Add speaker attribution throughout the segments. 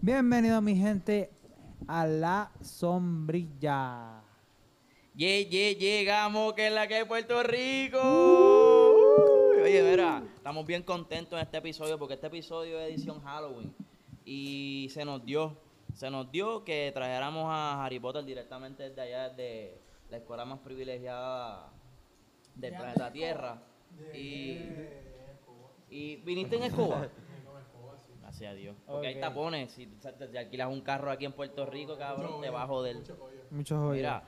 Speaker 1: Bienvenido mi gente a La Sombrilla.
Speaker 2: Ye, ye, llegamos, que es la que hay Puerto Rico. Uy, Oye, verá, estamos bien contentos en este episodio porque este episodio es edición Halloween. Y se nos dio, se nos dio que trajéramos a Harry Potter directamente desde allá, desde la escuela más privilegiada del planeta Tierra. Y, y viniste en Escoba. Gracias a Dios. Porque hay
Speaker 1: Ok.
Speaker 2: tapones. Si te alquilas un carro aquí en Puerto Rico, cabrón, debajo del.
Speaker 1: Muchos hoy.
Speaker 2: Mira,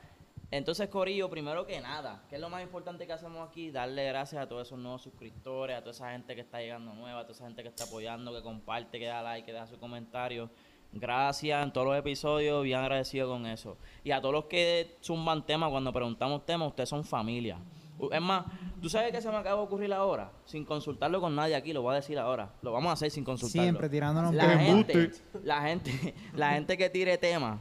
Speaker 2: entonces Corillo, primero que nada, ¿qué es lo más importante que hacemos aquí? Darle gracias a todos esos nuevos suscriptores, a toda esa gente que está llegando nueva, a toda esa gente que está apoyando, que comparte, que da like, que deja sus comentarios. Gracias en todos los episodios, bien agradecido con eso. Y a todos los que zumban temas, cuando preguntamos temas, ustedes son familia. U- Es más, ¿tú sabes qué se me acaba de ocurrir ahora? Sin consultarlo con nadie aquí, lo voy a decir ahora. Lo vamos a hacer sin consultarlo.
Speaker 1: Siempre tirándonos
Speaker 2: La
Speaker 1: pelos.
Speaker 2: gente, la gente, la gente que tire tema,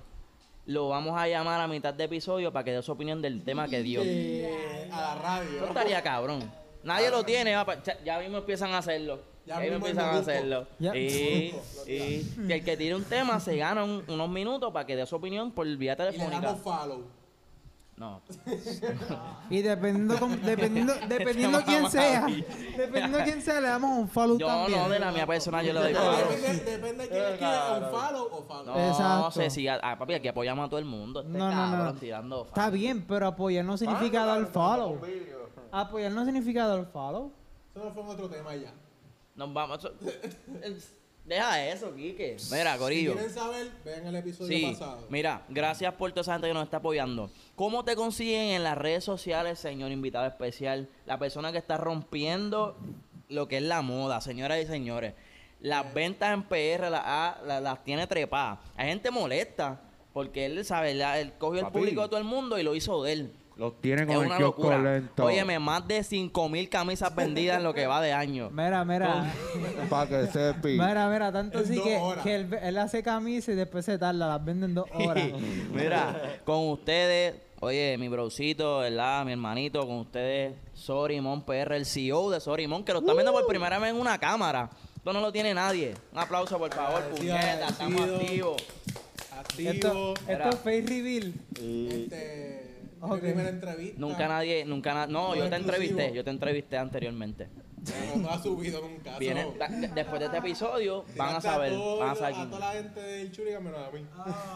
Speaker 2: lo vamos a llamar a mitad de episodio para que dé su opinión del tema que dio. Eso
Speaker 3: a la radio.
Speaker 2: estaría cabrón. Nadie lo tiene, va pa- cha- ya mismo empiezan a hacerlo. Ya,
Speaker 3: Ya
Speaker 2: mismo
Speaker 3: mismo el
Speaker 2: empiezan a
Speaker 3: grupo.
Speaker 2: hacerlo.
Speaker 1: Ya.
Speaker 2: Y, y que el que tire un tema se gana un- unos minutos para que dé su opinión por vía
Speaker 3: Y le
Speaker 2: telefónica.
Speaker 3: damos follow.
Speaker 2: No,
Speaker 1: Y dependiendo cómo- dependiendo, dependiendo quién sea, dependiendo quién sea, le damos un follow
Speaker 2: yo
Speaker 1: también.
Speaker 2: no de la mía personal, yo le doy follow.
Speaker 3: Depende, depende de quién le quiera, un follow o follow.
Speaker 2: No,
Speaker 1: Exacto.
Speaker 2: sé si, ah, papi, aquí apoyamos a todo el mundo. Este
Speaker 1: No, no, no.
Speaker 2: cabrón tirando
Speaker 1: Está bien, pero apoyar no significa dar follow. Apoyar no significa dar follow.
Speaker 3: Eso no fue en otro tema ya.
Speaker 2: Nos vamos. eso- Deja eso, Quique. Mira, Corillo.
Speaker 3: Quieren saber, vean el episodio
Speaker 2: Sí,
Speaker 3: pasado.
Speaker 2: mira, gracias por toda esa gente que nos está apoyando. ¿Cómo te consiguen en las redes sociales, señor invitado especial? La persona que está rompiendo lo que es la moda, señoras y señores. Las ventas en PR la- ah, la- las tiene trepadas. Hay gente molesta porque él, sabe, la- él cogió el
Speaker 4: Papi.
Speaker 2: público de todo el mundo y lo hizo de él.
Speaker 4: Los tienen
Speaker 2: Es
Speaker 4: con el
Speaker 2: una
Speaker 4: kiosco
Speaker 2: locura.
Speaker 4: lento.
Speaker 2: Óyeme, más de 5.000 camisas vendidas en lo que va de año.
Speaker 1: Mira, mira.
Speaker 4: Para que sepi.
Speaker 1: Mira, mira, tanto
Speaker 3: En
Speaker 1: así
Speaker 3: dos
Speaker 1: que,
Speaker 3: horas.
Speaker 1: que él, él hace camisas y después se tarda, las vende en dos horas.
Speaker 2: Mira, con ustedes, oye, mi brocito, ¿verdad? Mi hermanito, con ustedes, Sorimón PR, el CEO de Sorimón, que lo están viendo por primera vez en una cámara. Esto no lo tiene nadie. Un aplauso, por favor,
Speaker 3: Agradecido,
Speaker 2: puñeta, estamos
Speaker 3: agradecido.
Speaker 2: activos.
Speaker 1: esto,
Speaker 3: Activo.
Speaker 1: esto es face reveal.
Speaker 3: Este,
Speaker 1: Ok.
Speaker 3: primera entrevista.
Speaker 2: Nunca nadie, nunca na- No,
Speaker 3: No,
Speaker 2: yo te
Speaker 3: exclusivo.
Speaker 2: entrevisté, yo te entrevisté anteriormente.
Speaker 3: Pero No, ha subido nunca. eso
Speaker 2: Viene,
Speaker 3: Ah, no.
Speaker 2: da- de- después de este episodio, van a
Speaker 3: Tiraste
Speaker 2: saber,
Speaker 3: todo-
Speaker 2: van a saber
Speaker 3: A
Speaker 2: quién.
Speaker 3: toda la gente del Churiga menos a mí.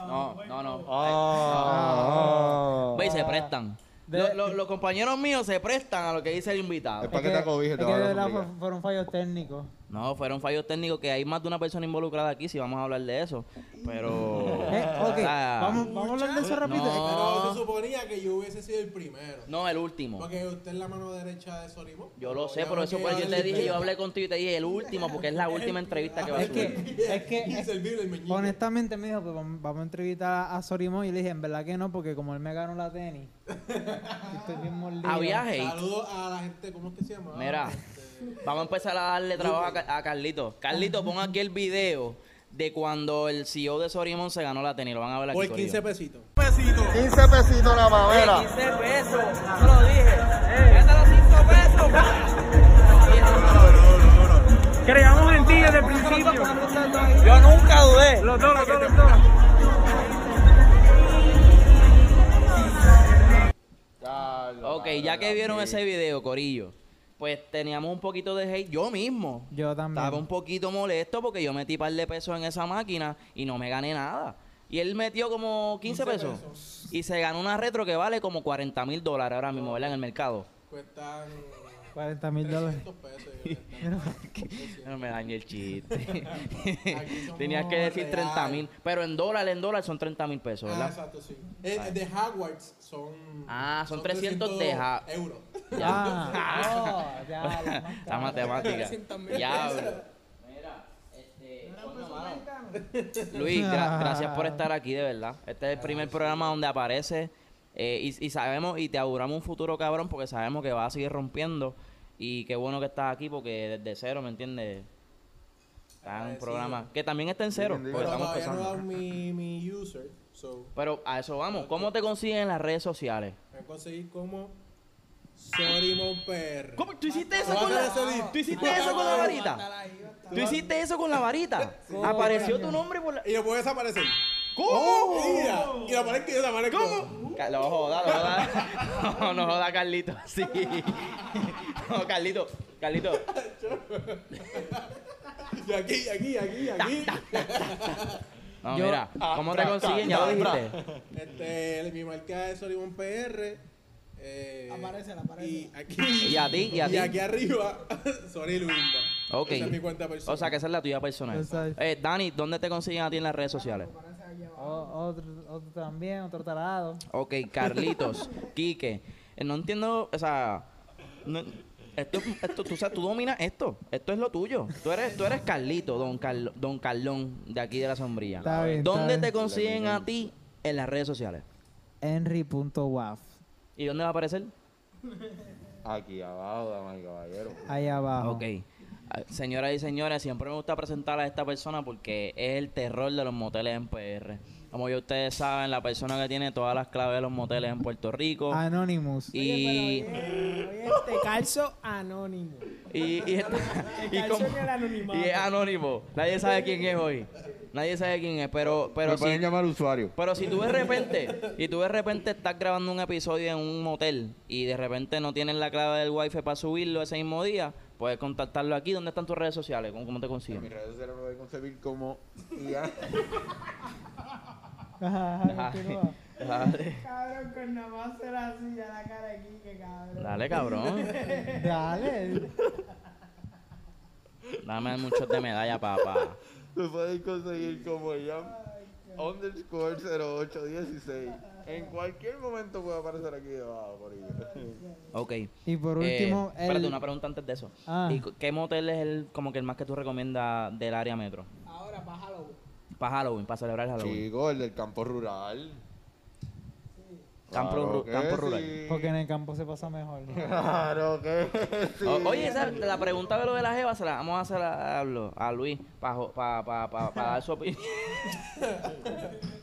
Speaker 2: No, no, no.
Speaker 4: Ah, ah.
Speaker 2: Ve, y se prestan.
Speaker 1: De-
Speaker 2: Lo- lo- los compañeros míos se prestan a lo que dice el invitado.
Speaker 4: Es ¿Para qué te
Speaker 1: es
Speaker 4: acobijas? Te
Speaker 1: que
Speaker 4: va a
Speaker 1: de
Speaker 4: dar
Speaker 1: verdad
Speaker 4: sombrilla.
Speaker 1: fue- fueron fallos técnicos.
Speaker 2: No, fueron fallos técnicos que hay más de una persona involucrada aquí, si vamos a hablar de eso. Pero.
Speaker 1: Eh, ok,
Speaker 2: o sea,
Speaker 1: vamos, vamos a hablar de eso rápido.
Speaker 2: No.
Speaker 3: Pero se suponía que yo hubiese sido el primero.
Speaker 2: No, el último.
Speaker 3: Porque usted es la mano derecha de Sorimo.
Speaker 2: Yo lo sé, pero eso fue. Yo te dije, yo hablé contigo y te dije el último, porque es la última entrevista que va a
Speaker 1: Es
Speaker 2: subir.
Speaker 1: que, es que, es-
Speaker 3: Inservible el meñique.
Speaker 1: honestamente me dijo, pues vam- vamos a entrevistar a Sorimón y le dije, en verdad que no, porque como él me ganó la tenis, y estoy bien mordido.
Speaker 2: Había hate.
Speaker 3: Saludos a la gente, ¿cómo es que se llama?
Speaker 2: Mira,
Speaker 3: Este,
Speaker 2: vamos a empezar a darle trabajo a, Ca- a Carlito. Carlito, pon aquí el video de cuando el CEO de Sorimon se ganó la tenis. Lo van a ver aquí.
Speaker 3: Por
Speaker 2: corillo.
Speaker 3: 15 pesitos.
Speaker 4: 15 pesitos la mamera.
Speaker 5: 15 pesos, yo lo dije. Vete los 5 pesos.
Speaker 6: Creamos en ti desde el principio.
Speaker 5: Yo nunca dudé.
Speaker 6: Los dos, los dos, los dos.
Speaker 2: Ok, ya que vieron ese video, Corillo, pues teníamos un poquito de hate. Yo mismo.
Speaker 1: Yo también.
Speaker 2: Estaba un poquito molesto porque yo metí par de pesos en esa máquina y no me gané nada. Y él metió como 15 pesos. Y se ganó una retro que vale como 40 mil dólares ahora mismo, ¿verdad? En el mercado.
Speaker 3: Cuestan
Speaker 1: 40 mil dólares.
Speaker 3: 300 pesos. yo creo que
Speaker 2: No me dañe el chiste.
Speaker 3: somos
Speaker 2: Tenías que decir 30 mil. Pero en dólar, en dólar son 30 mil pesos,
Speaker 3: están. Ah,
Speaker 2: ¿verdad?
Speaker 3: exacto, sí. Eh, eh, de Hogwarts son.
Speaker 2: Ah, son 300 de Ha-
Speaker 3: euros.
Speaker 1: Ah, oh, ya, la más
Speaker 2: Esta
Speaker 1: cara.
Speaker 2: matemática. Diablo. Mira, este. coño, mano. Luis,
Speaker 3: este,
Speaker 2: gra- gracias por estar aquí, de verdad. Este es el primer programa donde aparece eh, y, y sabemos y te auguramos un futuro cabrón porque sabemos que vas a seguir rompiendo y qué bueno que estás aquí porque desde cero, ¿me entiendes? Está en un
Speaker 3: Agradecido.
Speaker 2: programa que también está en cero
Speaker 4: Bien, bien.
Speaker 2: porque
Speaker 3: Pero
Speaker 2: estamos
Speaker 3: todavía no he dado
Speaker 2: empezando.
Speaker 3: mi, mi user. So,
Speaker 2: Pero a eso vamos. ¿Cómo te consiguen en las redes sociales?
Speaker 3: me conseguí como Sorry, per.
Speaker 2: ¿Cómo? ¿Tú hiciste eso
Speaker 3: Lo
Speaker 2: con
Speaker 3: voy a
Speaker 2: la,
Speaker 3: hacer salir.
Speaker 2: ¿tú hiciste eso con la varita? ¿Tú hiciste eso con la varita? Apareció tu nombre por la...
Speaker 3: Y lo puedo desaparecer.
Speaker 2: ¿Cómo?
Speaker 3: Oh, mira. Y lo aparezco y desaparezco.
Speaker 2: Ca- Lo joda, lo joda. No, no joda, Carlito. Sí. No, Carlito, Carlito.
Speaker 3: Y aquí, y aquí, y aquí, y aquí.
Speaker 2: No,
Speaker 1: Yo-
Speaker 2: mira, ¿cómo te consiguen? Ya lo dijiste.
Speaker 3: Este, mi marca es Solimón PR. Eh,
Speaker 7: Aparece, aparece.
Speaker 3: Y aquí.
Speaker 2: Y a ti, y a ti.
Speaker 3: aquí arriba, Sorry Luimba.
Speaker 2: Ok.
Speaker 3: Esa es mi cuenta personal.
Speaker 2: O sea, que esa es la tuya personal.
Speaker 1: Exacto.
Speaker 2: Eh, Dani, ¿dónde te consiguen a ti en las redes sociales?
Speaker 1: O- otro, otro también, otro tarado.
Speaker 2: Ok, Carlitos, Quique. eh, No entiendo, o sea, no- esto, esto, tú, sabes, tú dominas esto. Esto es lo tuyo. Tú eres, tú eres Carlito, don, Carl- don Carlón, de aquí de la sombrilla.
Speaker 1: Está bien, está
Speaker 2: ¿Dónde
Speaker 1: bien.
Speaker 2: te consiguen a ti en las redes sociales?
Speaker 1: Henry.waf.
Speaker 2: ¿Y dónde va a aparecer?
Speaker 4: Aquí abajo, dama y caballero.
Speaker 1: Ahí abajo.
Speaker 2: Ok. Ah, Señoras y señores, siempre me gusta presentar a esta persona porque es el terror de los moteles en PR. Como ya ustedes saben, la persona que tiene todas las claves de los moteles en Puerto Rico.
Speaker 1: Ah, Anonymous.
Speaker 2: Y,
Speaker 7: Oye, este calzo anónimo.
Speaker 2: y, y, y
Speaker 7: calzó
Speaker 2: como-
Speaker 7: en el anonimato.
Speaker 2: y es anónimo. Nadie sabe quién es hoy. Nadie sabe quién es, pero, pero
Speaker 4: Me
Speaker 2: si,
Speaker 4: pueden llamar usuario.
Speaker 2: pero si tú de repente, y tú de repente estás grabando un episodio en un motel y de repente no tienes la clave del wifi para subirlo ese mismo día, puedes contactarlo aquí. ¿Dónde están tus redes sociales? ¿Cómo, cómo te
Speaker 4: Mis
Speaker 2: consiguen?
Speaker 4: redes sociales me pueden concebir como IA.
Speaker 1: Ajá, ajá, continúa.
Speaker 2: Dale,
Speaker 7: Cabrón, con nada más ser así ya la cara aquí, que cabrón.
Speaker 2: dale, cabrón.
Speaker 1: Dale.
Speaker 2: Dame muchos de medalla, papá.
Speaker 4: Me pueden conseguir como IAM underscore 0816. En cualquier momento puede aparecer aquí debajo, por ello.
Speaker 2: Ok.
Speaker 1: Y por último,
Speaker 2: Eh, espérate,
Speaker 1: el-
Speaker 2: una pregunta antes de eso.
Speaker 1: Ah.
Speaker 2: ¿Y cu- qué motel es el como que el más que tú recomiendas del área metro?
Speaker 7: Ahora, bájalo.
Speaker 2: Para Halloween, para celebrar Halloween.
Speaker 4: Chico, el del campo rural.
Speaker 2: Campo ru-
Speaker 4: que
Speaker 2: campo rural.
Speaker 4: sí.
Speaker 1: porque en el campo se pasa mejor.
Speaker 4: Claro que sí.
Speaker 2: O- oye, esa- la pregunta de lo de la jeva se la vamos a hacer a, a lo- a Luis para dar su opinión.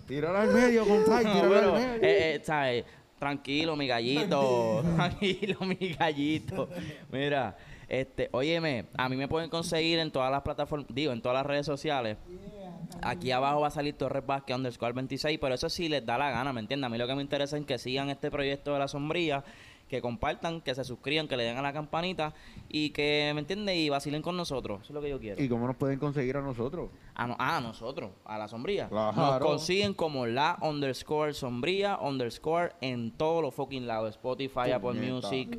Speaker 4: Tírala al medio, compadre.
Speaker 2: No,
Speaker 4: Tírala
Speaker 2: pero,
Speaker 4: al medio.
Speaker 2: eh, eh, ¿sabes? Tranquilo, mi gallito. Tranquilo, mi gallito. Mira, este, óyeme, a mí me pueden conseguir en todas las plataformas, digo, en todas las redes sociales. Aquí abajo va a salir Torres Vázquez underscore 26, pero eso sí les da la gana, ¿me entiendes? A mí lo que me interesa es que sigan este proyecto de la sombría, que compartan, que se suscriban, que le den a la campanita y que, ¿me entiendes? Y vacilen con nosotros. Eso es lo que yo quiero.
Speaker 4: ¿Y cómo nos pueden conseguir a nosotros?
Speaker 2: A, no- ah, a nosotros, a la sombría. Nos
Speaker 4: Claro.
Speaker 2: consiguen como la underscore sombría underscore en todos los fucking lados. Spotify, Apple
Speaker 4: Puñeta.
Speaker 2: Music,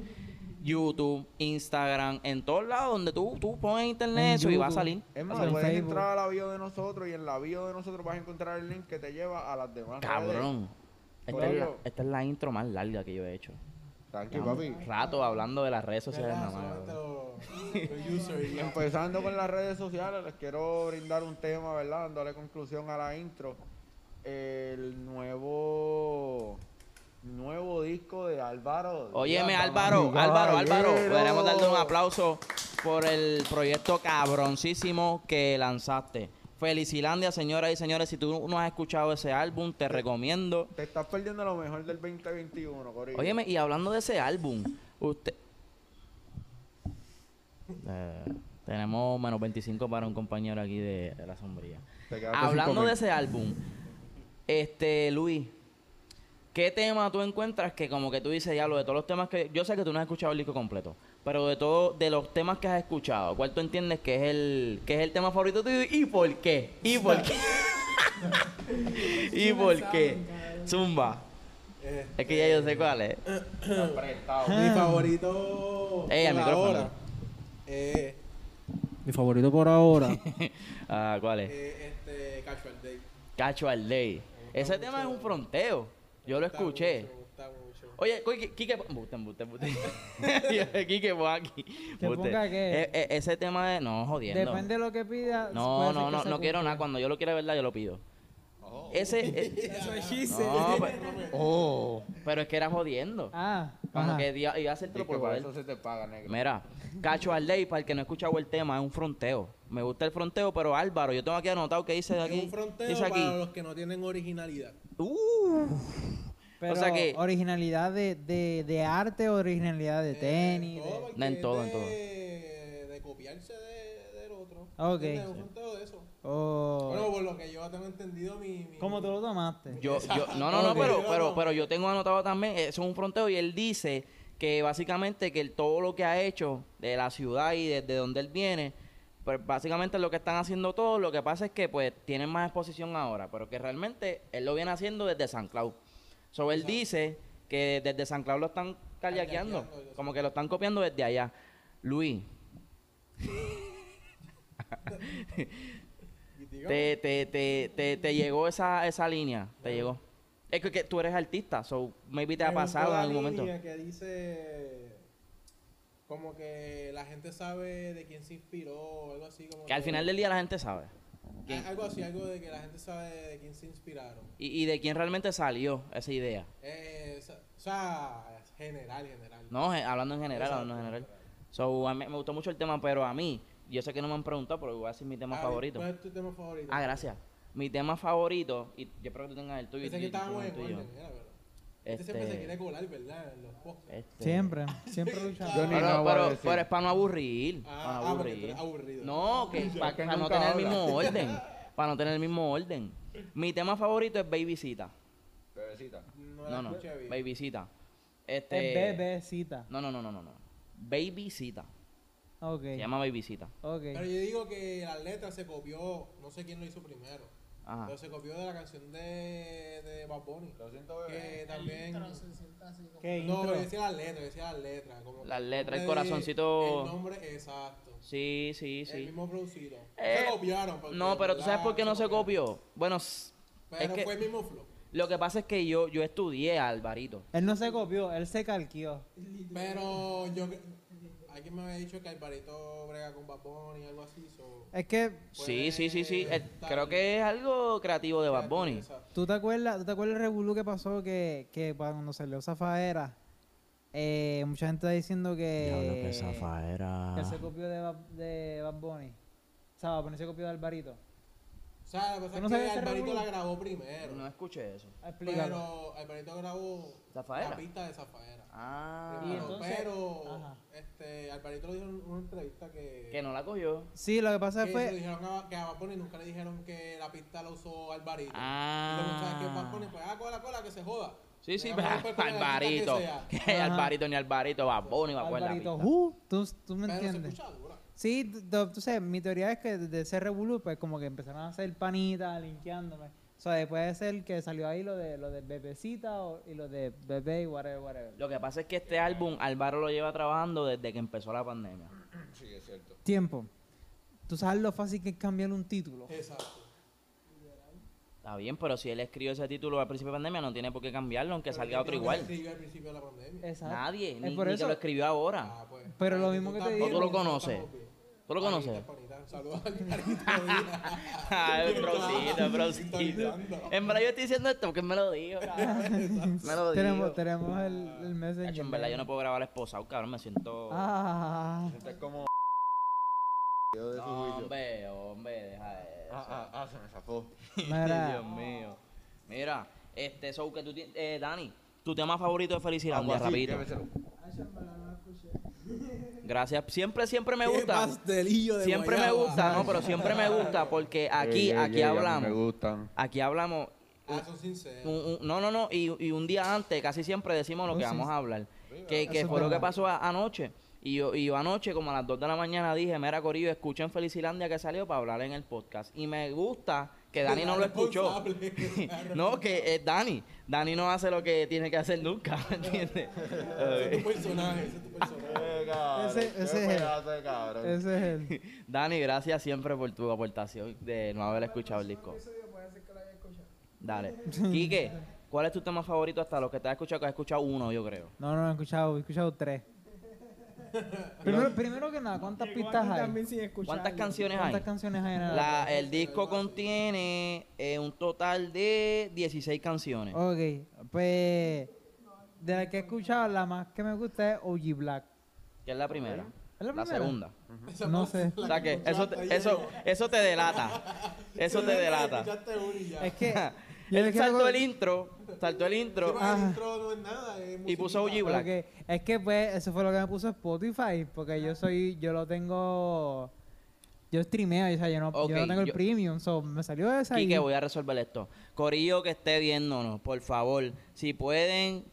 Speaker 2: YouTube, Instagram, en todos lados donde tú, tú pones internet
Speaker 1: En
Speaker 2: eso y va a
Speaker 1: YouTube.
Speaker 2: salir.
Speaker 4: Es
Speaker 1: O sea,
Speaker 4: más,
Speaker 1: en
Speaker 4: puedes
Speaker 1: Facebook.
Speaker 4: entrar a la bio de nosotros y en la bio de nosotros vas a encontrar el link que te lleva a las demás.
Speaker 2: Cabrón. Esta es, la,
Speaker 4: Pueblo.
Speaker 2: esta es la intro más larga que yo he hecho.
Speaker 4: redes. Thank you, papi.
Speaker 2: Rato hablando de las redes sociales nada
Speaker 3: Verdad,
Speaker 2: más.
Speaker 3: solamente
Speaker 2: bro.
Speaker 3: lo- lo user y ya.
Speaker 4: Empezando con las redes sociales, les quiero brindar un tema, ¿verdad? Dándole conclusión a la intro. El nuevo nuevo disco de Álvaro.
Speaker 2: Óyeme,
Speaker 4: Díaz,
Speaker 2: Álvaro,
Speaker 4: Damas y
Speaker 2: Álvaro, Álvaro,
Speaker 4: caballeros.
Speaker 2: podríamos darle un aplauso por el proyecto cabroncísimo que lanzaste. Felicilandia, señoras y señores, si tú no has escuchado ese álbum, te recomiendo.
Speaker 4: Te estás perdiendo lo mejor del 2021, Corillo.
Speaker 2: Óyeme, y hablando de ese álbum, usted... Eh, tenemos menos 25 para un compañero aquí de, de La Sombría.
Speaker 4: Te quedaste sin
Speaker 2: Hablando
Speaker 4: comer.
Speaker 2: de ese álbum, este, Luis, ¿qué tema tú encuentras que como que tú dices, ya, lo de todos los temas que... Yo sé que tú no has escuchado el disco completo, pero de todo, de los temas que has escuchado, ¿cuál tú entiendes que es el, que es el tema favorito tuyo y por qué? ¿Y por qué? ¿Y por qué? Zumba.
Speaker 3: Eh,
Speaker 2: Es que ya yo sé cuál es.
Speaker 3: Mi
Speaker 1: Ah.
Speaker 3: favorito.
Speaker 2: Ey, al
Speaker 3: por
Speaker 2: micrófono.
Speaker 3: ahora, eh,
Speaker 1: Mi favorito por ahora.
Speaker 2: Ah, ¿cuál es?
Speaker 3: eh, este, Casual Day.
Speaker 2: Cacho al Day. Ese tema es un fronteo. Yo lo
Speaker 3: Está
Speaker 2: escuché.
Speaker 3: mucho, está mucho.
Speaker 2: Oye, Quique, Quique, pon- buste, buste, buste. Quique, pon aquí.
Speaker 1: ¿Que
Speaker 2: buste.
Speaker 1: ponga qué?
Speaker 2: E- e- ese tema de... No, jodiendo.
Speaker 1: Depende de lo que pidas.
Speaker 2: no, no, no, no quiero nada. Cuando yo lo quiera, verdad, yo lo pido. Ese... eh,
Speaker 3: Ah,
Speaker 7: Eso es chiste.
Speaker 2: no, pe- pero,
Speaker 4: Oh.
Speaker 2: es que era jodiendo.
Speaker 1: Ah,
Speaker 2: Como
Speaker 1: ajá.
Speaker 2: que di- iba a hacer
Speaker 4: Dice
Speaker 2: por
Speaker 4: que para
Speaker 2: joder.
Speaker 4: eso se te paga, negro.
Speaker 2: Mira, Cacho al Day, para el que no ha escuchado el tema, es un fronteo. Me gusta el fronteo, pero Álvaro, yo tengo aquí anotado que dice aquí.
Speaker 3: Es un fronteo
Speaker 2: dice aquí.
Speaker 3: para los que no tienen originalidad.
Speaker 2: Uh,
Speaker 1: Pero
Speaker 2: o sea que
Speaker 1: originalidad de, de, de arte, originalidad
Speaker 3: Eh,
Speaker 1: de tenis. de-
Speaker 2: No, en todo, en todo.
Speaker 3: De, de copiarse de- del otro.
Speaker 1: Ok.
Speaker 3: ¿Entiendes? Es
Speaker 1: Sí.
Speaker 3: un todo de eso.
Speaker 1: o-
Speaker 3: Bueno, por lo que yo tengo entendido, mi. mi
Speaker 1: ¿Cómo tú lo tomaste?
Speaker 2: yo, yo no, no, no,
Speaker 3: Ok.
Speaker 2: pero, pero, pero yo tengo anotado también, eh, eso es un fronteo y él dice que básicamente que él, todo lo que ha hecho de la ciudad y desde donde él viene, pues básicamente lo que están haciendo todos, lo que pasa es que pues tienen más exposición ahora, pero que realmente él lo viene haciendo desde San Cloud. So, él dice que desde San Cloud lo están callaqueando,
Speaker 3: Kayakeando,
Speaker 2: como que lo están copiando desde allá. Luis,
Speaker 3: Digo,
Speaker 2: te, te, te, te, te llegó esa, esa línea, te llegó. Es que, que tú eres artista, so maybe te ha
Speaker 3: hay un
Speaker 2: pasado en
Speaker 3: toda
Speaker 2: algún momento.
Speaker 3: línea que dice. Como que la gente sabe de quién se inspiró, o algo así. Como
Speaker 2: Que al final del día la gente sabe.
Speaker 3: Ah, Algo así, algo de que la gente sabe de quién se inspiraron.
Speaker 2: Y, y de quién realmente salió esa idea.
Speaker 3: Eh, o sea- o sea, general, general.
Speaker 2: No, ge- hablando en general, hablando en
Speaker 3: Exacto.
Speaker 2: general. So, a mí me gustó mucho el tema, pero a mí, yo sé que no me han preguntado, pero voy a decir mi tema
Speaker 3: Ah,
Speaker 2: favorito.
Speaker 3: ¿Cuál es tu tema favorito?
Speaker 2: Ah, gracias. Mi tema favorito, y yo espero que tú tengas el tuyo. y
Speaker 3: Pensé
Speaker 2: tú-
Speaker 3: que
Speaker 2: y tú
Speaker 3: estábamos
Speaker 2: el
Speaker 3: en
Speaker 2: tuyo.
Speaker 3: orden, era, ¿verdad? Este siempre se quiere colar, ¿verdad? En los podcasts.
Speaker 2: este-
Speaker 1: Siempre, siempre luchando.
Speaker 4: Yo ni
Speaker 2: Pero,
Speaker 4: nada voy a
Speaker 2: pero-
Speaker 4: decir.
Speaker 2: pero es para no aburrir.
Speaker 3: Ah,
Speaker 2: para no
Speaker 3: ah, porque tú
Speaker 2: aburrir.
Speaker 3: eres aburrido.
Speaker 2: No, que para,
Speaker 4: que
Speaker 2: no
Speaker 4: nunca
Speaker 2: tener el
Speaker 4: habla.
Speaker 2: mismo orden. Para no tener el mismo orden. Mi tema favorito es Babysita.
Speaker 4: Bebecita.
Speaker 3: No, la
Speaker 2: No, no.
Speaker 3: escuché bien.
Speaker 2: Babysita.
Speaker 1: Es
Speaker 2: Este.
Speaker 1: bebecita.
Speaker 2: No, no, no, no, no, no. Babysita.
Speaker 1: Ok.
Speaker 2: Se llama Babysita.
Speaker 1: Ok.
Speaker 3: Pero yo digo que la letra se copió, no sé quién lo hizo primero.
Speaker 2: Ajá.
Speaker 3: Pero se copió de la canción de, de Bad Bunny.
Speaker 4: Lo siento, bebé.
Speaker 3: Que también.
Speaker 7: Pero se sienta así como-
Speaker 1: ¿Qué
Speaker 3: No,
Speaker 1: intro?
Speaker 3: pero decía las letras, decía las letras. Como que
Speaker 2: Las letras, el
Speaker 3: nombre de-
Speaker 2: corazoncito.
Speaker 3: El nombre, exacto.
Speaker 2: Sí, sí,
Speaker 3: El
Speaker 2: sí.
Speaker 3: mismo producido.
Speaker 2: Eh,
Speaker 3: se copiaron. porque
Speaker 2: No, pero tú
Speaker 3: en
Speaker 2: sabes
Speaker 3: verdad
Speaker 2: por qué no se
Speaker 3: copiaron.
Speaker 2: copió. Bueno, s-
Speaker 3: Pero
Speaker 2: es que-
Speaker 3: fue el mismo flow.
Speaker 2: lo que pasa es que yo, yo estudié a Alvarito.
Speaker 1: Él no se copió, él se calquió.
Speaker 3: Pero yo. Alguien me había dicho que Alvarito brega con Bad Bunny y algo así. so-
Speaker 1: Es que,
Speaker 2: Sí, sí, sí, sí.
Speaker 3: Puede
Speaker 2: Eh, Creo que es algo creativo de Bad Bunny.
Speaker 3: Pues, Exacto.
Speaker 1: ¿tú te acuerdas, ¿tú te acuerdas el revolú que pasó que, que cuando salió Zafaera? Eh, mucha gente está diciendo que...
Speaker 2: Zafaera.
Speaker 1: que él Eh, se copió de, Bad- de Bad Bunny. O sea, Bad Bunny se copió de Alvarito.
Speaker 3: O sea, lo que
Speaker 1: ¿Tú no
Speaker 3: pasa es
Speaker 1: sabías ese
Speaker 3: que Alvarito
Speaker 1: revolú?
Speaker 3: la grabó primero.
Speaker 2: No escuché eso.
Speaker 1: Explícalo.
Speaker 3: pero Alvarito grabó
Speaker 2: ¿Zafaera?
Speaker 3: la pista de Zafaera.
Speaker 2: Ah.
Speaker 1: Y
Speaker 3: Primero,
Speaker 1: entonces-
Speaker 3: pero
Speaker 1: ajá.
Speaker 3: este, Alvarito lo dijo en una entrevista que,
Speaker 2: Que no la cogió.
Speaker 1: Sí, lo que pasa
Speaker 3: que se lo
Speaker 1: fue...
Speaker 3: dijeron a, que a Bad Bunny nunca le dijeron que la pista la usó Alvarito.
Speaker 2: Ah.
Speaker 3: Y entonces, ¿sabes qué? Bad Bunny, pues, ah, cola, cola, que se joda.
Speaker 2: Sí, sí,
Speaker 3: Le
Speaker 2: pa-
Speaker 3: damos un golpe con la
Speaker 2: Alvarito.
Speaker 3: pista que sea.
Speaker 2: Que Alvarito ni Alvarito, Baboni, me acuerdo.
Speaker 1: Alvarito, uh, ¿tú, tú me
Speaker 3: Pero se
Speaker 1: entiendes.
Speaker 3: escucha dura.
Speaker 1: Sí, t- t- tú sabes, mi teoría es que desde ese revolú, pues como que empezaron a hacer panitas, linkeándome. O sea, puede ser que salió ahí lo de lo de bebecita o- y lo de bebé y whatever, whatever.
Speaker 2: Lo que pasa es que este álbum Álvaro lo lleva trabajando desde que empezó la pandemia.
Speaker 4: Sí, es cierto.
Speaker 1: Tiempo. Tú sabes lo fácil que es cambiar un título.
Speaker 3: Exacto.
Speaker 2: Está bien, pero si él escribió ese título al principio de pandemia, no tiene por qué cambiarlo, aunque
Speaker 3: Pero
Speaker 2: salga
Speaker 3: es que
Speaker 2: otro
Speaker 3: no
Speaker 2: igual.
Speaker 3: se escribió al principio de la pandemia.
Speaker 1: Exacto.
Speaker 2: Nadie,
Speaker 1: Es
Speaker 2: ni,
Speaker 1: por
Speaker 2: ni que
Speaker 1: eso.
Speaker 2: lo escribió ahora.
Speaker 3: Ah, pues.
Speaker 1: Eh, Pero lo
Speaker 3: Ah,
Speaker 1: mismo que te
Speaker 3: tampoco-
Speaker 1: digo.
Speaker 2: ¿O tú lo conoces? ¿Tú lo conoces?
Speaker 3: Panita, Saludos a Alvarito.
Speaker 2: Ah, el brosito, el brosito.
Speaker 3: Sintonizando.
Speaker 2: En verdad yo estoy diciendo esto porque me lo dijo, cabrón. Me lo dijo.
Speaker 1: tenemos tenemos el, el messenger.
Speaker 2: Hacho, Ah, En verdad yo no puedo grabar esposado, cabrón, me siento...
Speaker 1: Ah,
Speaker 4: Este es como. Yo de su
Speaker 2: No,
Speaker 4: juicio.
Speaker 2: hombre, hombre, deja eso.
Speaker 4: Ah, ah, ah, se me zafó.
Speaker 1: mira.
Speaker 2: Dios mío. Mira, este, so que tú tienes, eh, Dani, tu tema favorito de Felicilandia,
Speaker 4: Algo así,
Speaker 2: rapidito.
Speaker 4: lléveselo.
Speaker 2: Gracias, siempre, siempre me
Speaker 3: Qué
Speaker 2: gusta.
Speaker 3: pastelillo de
Speaker 2: Siempre me
Speaker 3: guayaba.
Speaker 2: gusta, no, pero siempre me gusta porque
Speaker 4: Ey,
Speaker 2: aquí,
Speaker 4: ey,
Speaker 2: aquí
Speaker 4: ey, a mí Me
Speaker 2: hablamos,
Speaker 4: gustan.
Speaker 2: aquí hablamos,
Speaker 3: Ah, son sinceros.
Speaker 2: un- un- no, no, no, y, y un día antes casi siempre decimos lo
Speaker 1: Oh,
Speaker 2: que
Speaker 1: sí.
Speaker 2: vamos a hablar, que, que
Speaker 1: Eso es
Speaker 2: fue lo que
Speaker 1: verdad.
Speaker 2: pasó a- anoche. Y yo, y yo anoche, como a las 2 de la mañana, dije, mira, Corillo, escuchen Felicilandia que salió para hablar en el podcast. Y me gusta que Dani no lo escuchó.
Speaker 3: Responsable.
Speaker 2: No, que es Dani. Dani no hace lo que tiene que hacer nunca, ¿me ¿entiendes?
Speaker 3: Ese es tu personaje, ese es tu personaje.
Speaker 1: Ese- ese es él. Ese es el.
Speaker 2: Dani, gracias siempre por tu aportación de no haber escuchado el disco. Dale. Quique, ¿cuál es tu tema favorito hasta los que te has escuchado? Que has escuchado uno, yo creo.
Speaker 1: No, no, he escuchado, he escuchado tres. primero, primero que nada, ¿cuántas pistas
Speaker 7: Igual tú
Speaker 1: hay?
Speaker 7: también sin escucharlo.
Speaker 2: ¿Cuántas canciones hay?
Speaker 1: ¿Cuántas canciones hay en el
Speaker 2: La- el disco contiene eh, un total de 16 canciones.
Speaker 1: Ok, pues de la que he escuchado, la más que me gusta es OG Black.
Speaker 2: Que es la primera.
Speaker 1: ¿Es la
Speaker 2: La
Speaker 1: primera?
Speaker 2: segunda.
Speaker 1: No sé.
Speaker 2: O sea que eso, te- eso, eso te delata. Eso te delata.
Speaker 3: Escuchaste uno y ya.
Speaker 1: Es que Yo le
Speaker 2: Él
Speaker 1: quiero-
Speaker 2: saltó el intro, saltó el
Speaker 3: Sí,
Speaker 2: intro
Speaker 1: Ah,
Speaker 3: porque el intro no es nada. es
Speaker 2: ah. y puso
Speaker 3: musiquita.
Speaker 2: OG Black.
Speaker 1: Porque es que pues eso fue lo que me puso Spotify, porque yo soy, yo lo tengo, yo streameo, o sea, yo no, yo no
Speaker 2: Ok,
Speaker 1: tengo el
Speaker 2: yo-
Speaker 1: premium, so, me salió esa
Speaker 2: Quique,
Speaker 1: y
Speaker 2: voy a resolver esto. Corillo que esté viéndonos, por favor, si pueden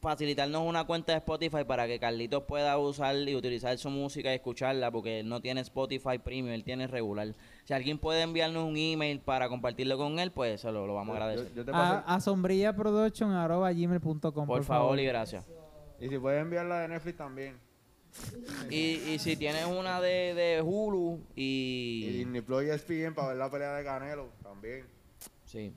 Speaker 2: facilitarnos una cuenta de Spotify para que Carlitos pueda usar y utilizar su música y escucharla, porque él no tiene Spotify Premium, él tiene regular. Si alguien puede enviarnos un email para compartirlo con él, pues se lo, lo vamos a agradecer.
Speaker 4: Yo- yo te
Speaker 1: a,
Speaker 4: paso-
Speaker 1: a sombrillaproduction@gmail.com, por,
Speaker 2: por favor y gracias.
Speaker 4: Y si puedes enviarla de Netflix también.
Speaker 2: Y, y si tienes una de, de Hulu
Speaker 4: Y
Speaker 2: y...
Speaker 4: Disney Plus y ESPN para ver la pelea de Canelo también.
Speaker 2: Sí.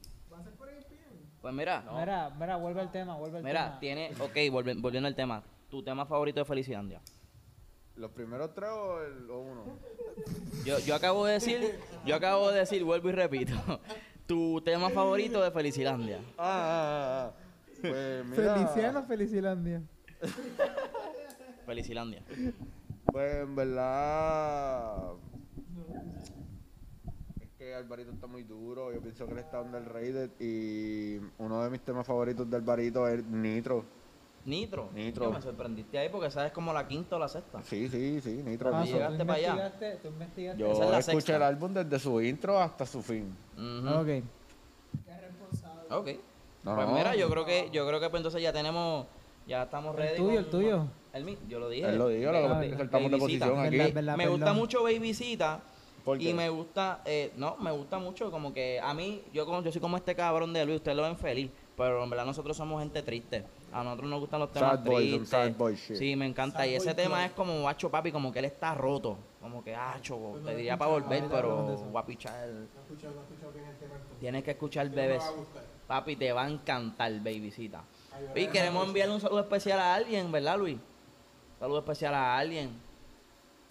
Speaker 2: Pues mira,
Speaker 1: Mira, mira, vuelve el tema, vuelve el
Speaker 2: mira,
Speaker 1: tema.
Speaker 2: tiene... Ok, volve- volviendo al tema. Tu tema favorito de Felicidad.
Speaker 4: ¿Los primeros tres o, el- o uno?
Speaker 2: Yo, yo acabo de decir, yo acabo de decir, vuelvo y repito, tu tema favorito de Felicilandia.
Speaker 4: Ah, ah, ah, ah. Pues mira.
Speaker 1: Feliciano, Felicilandia.
Speaker 2: Felicilandia.
Speaker 4: Pues en verdad. Es que Alvarito está muy duro. Yo pienso que le está dando el rated. Y uno de mis temas favoritos de Alvarito es Nitro.
Speaker 2: Nitro.
Speaker 4: Nitro.
Speaker 2: Yo me sorprendiste ahí porque sabes como la quinta o la sexta.
Speaker 4: Sí, sí, sí, Nitro.
Speaker 2: Ah,
Speaker 1: Ah,
Speaker 4: Nitro.
Speaker 1: so,
Speaker 2: llegaste
Speaker 1: tú
Speaker 2: para allá.
Speaker 1: investigaste- Tú investigaste.
Speaker 4: Yo
Speaker 2: esa es la
Speaker 4: escuché
Speaker 2: sexta.
Speaker 4: el álbum desde su intro hasta su fin.
Speaker 2: Ujú.
Speaker 1: Ah,
Speaker 2: Ok.
Speaker 1: Ok.
Speaker 4: No,
Speaker 2: pues
Speaker 4: no.
Speaker 2: mira, yo creo que, yo creo que pues, entonces ya tenemos, ya estamos ready.
Speaker 1: tuyo, el tuyo.
Speaker 2: El mío, yo lo dije.
Speaker 4: Él lo dijo, lo
Speaker 2: Baby-
Speaker 4: que saltamos de
Speaker 2: Babycita.
Speaker 4: posición aquí.
Speaker 1: Verdad, verdad.
Speaker 2: me gusta
Speaker 1: perdón.
Speaker 2: mucho Babysita
Speaker 4: ¿Por
Speaker 2: y
Speaker 4: qué?
Speaker 2: me gusta, eh, no, me gusta mucho como que a mí, yo como yo soy como este cabrón de Luis, ustedes lo ven feliz, pero en verdad nosotros somos gente triste. A nosotros nos gustan los temas
Speaker 4: Sad boy, some
Speaker 2: tristes.
Speaker 4: sad boy shit.
Speaker 2: Sí, me encanta. y ese tema es como guacho papi, como que él está roto. Como que, ah, choco, te diría para volver, pero guapichar.
Speaker 3: No he escuchado, no he escuchado bien el tema. entonces.
Speaker 2: Tienes que escuchar
Speaker 3: No me
Speaker 2: bebés.
Speaker 3: va a gustar.
Speaker 2: Papi, te va a encantar, babycita.
Speaker 3: Ay, verdad,
Speaker 2: Y queremos enviarle un saludo especial a alguien, ¿verdad, Luis? Un saludo especial a alguien.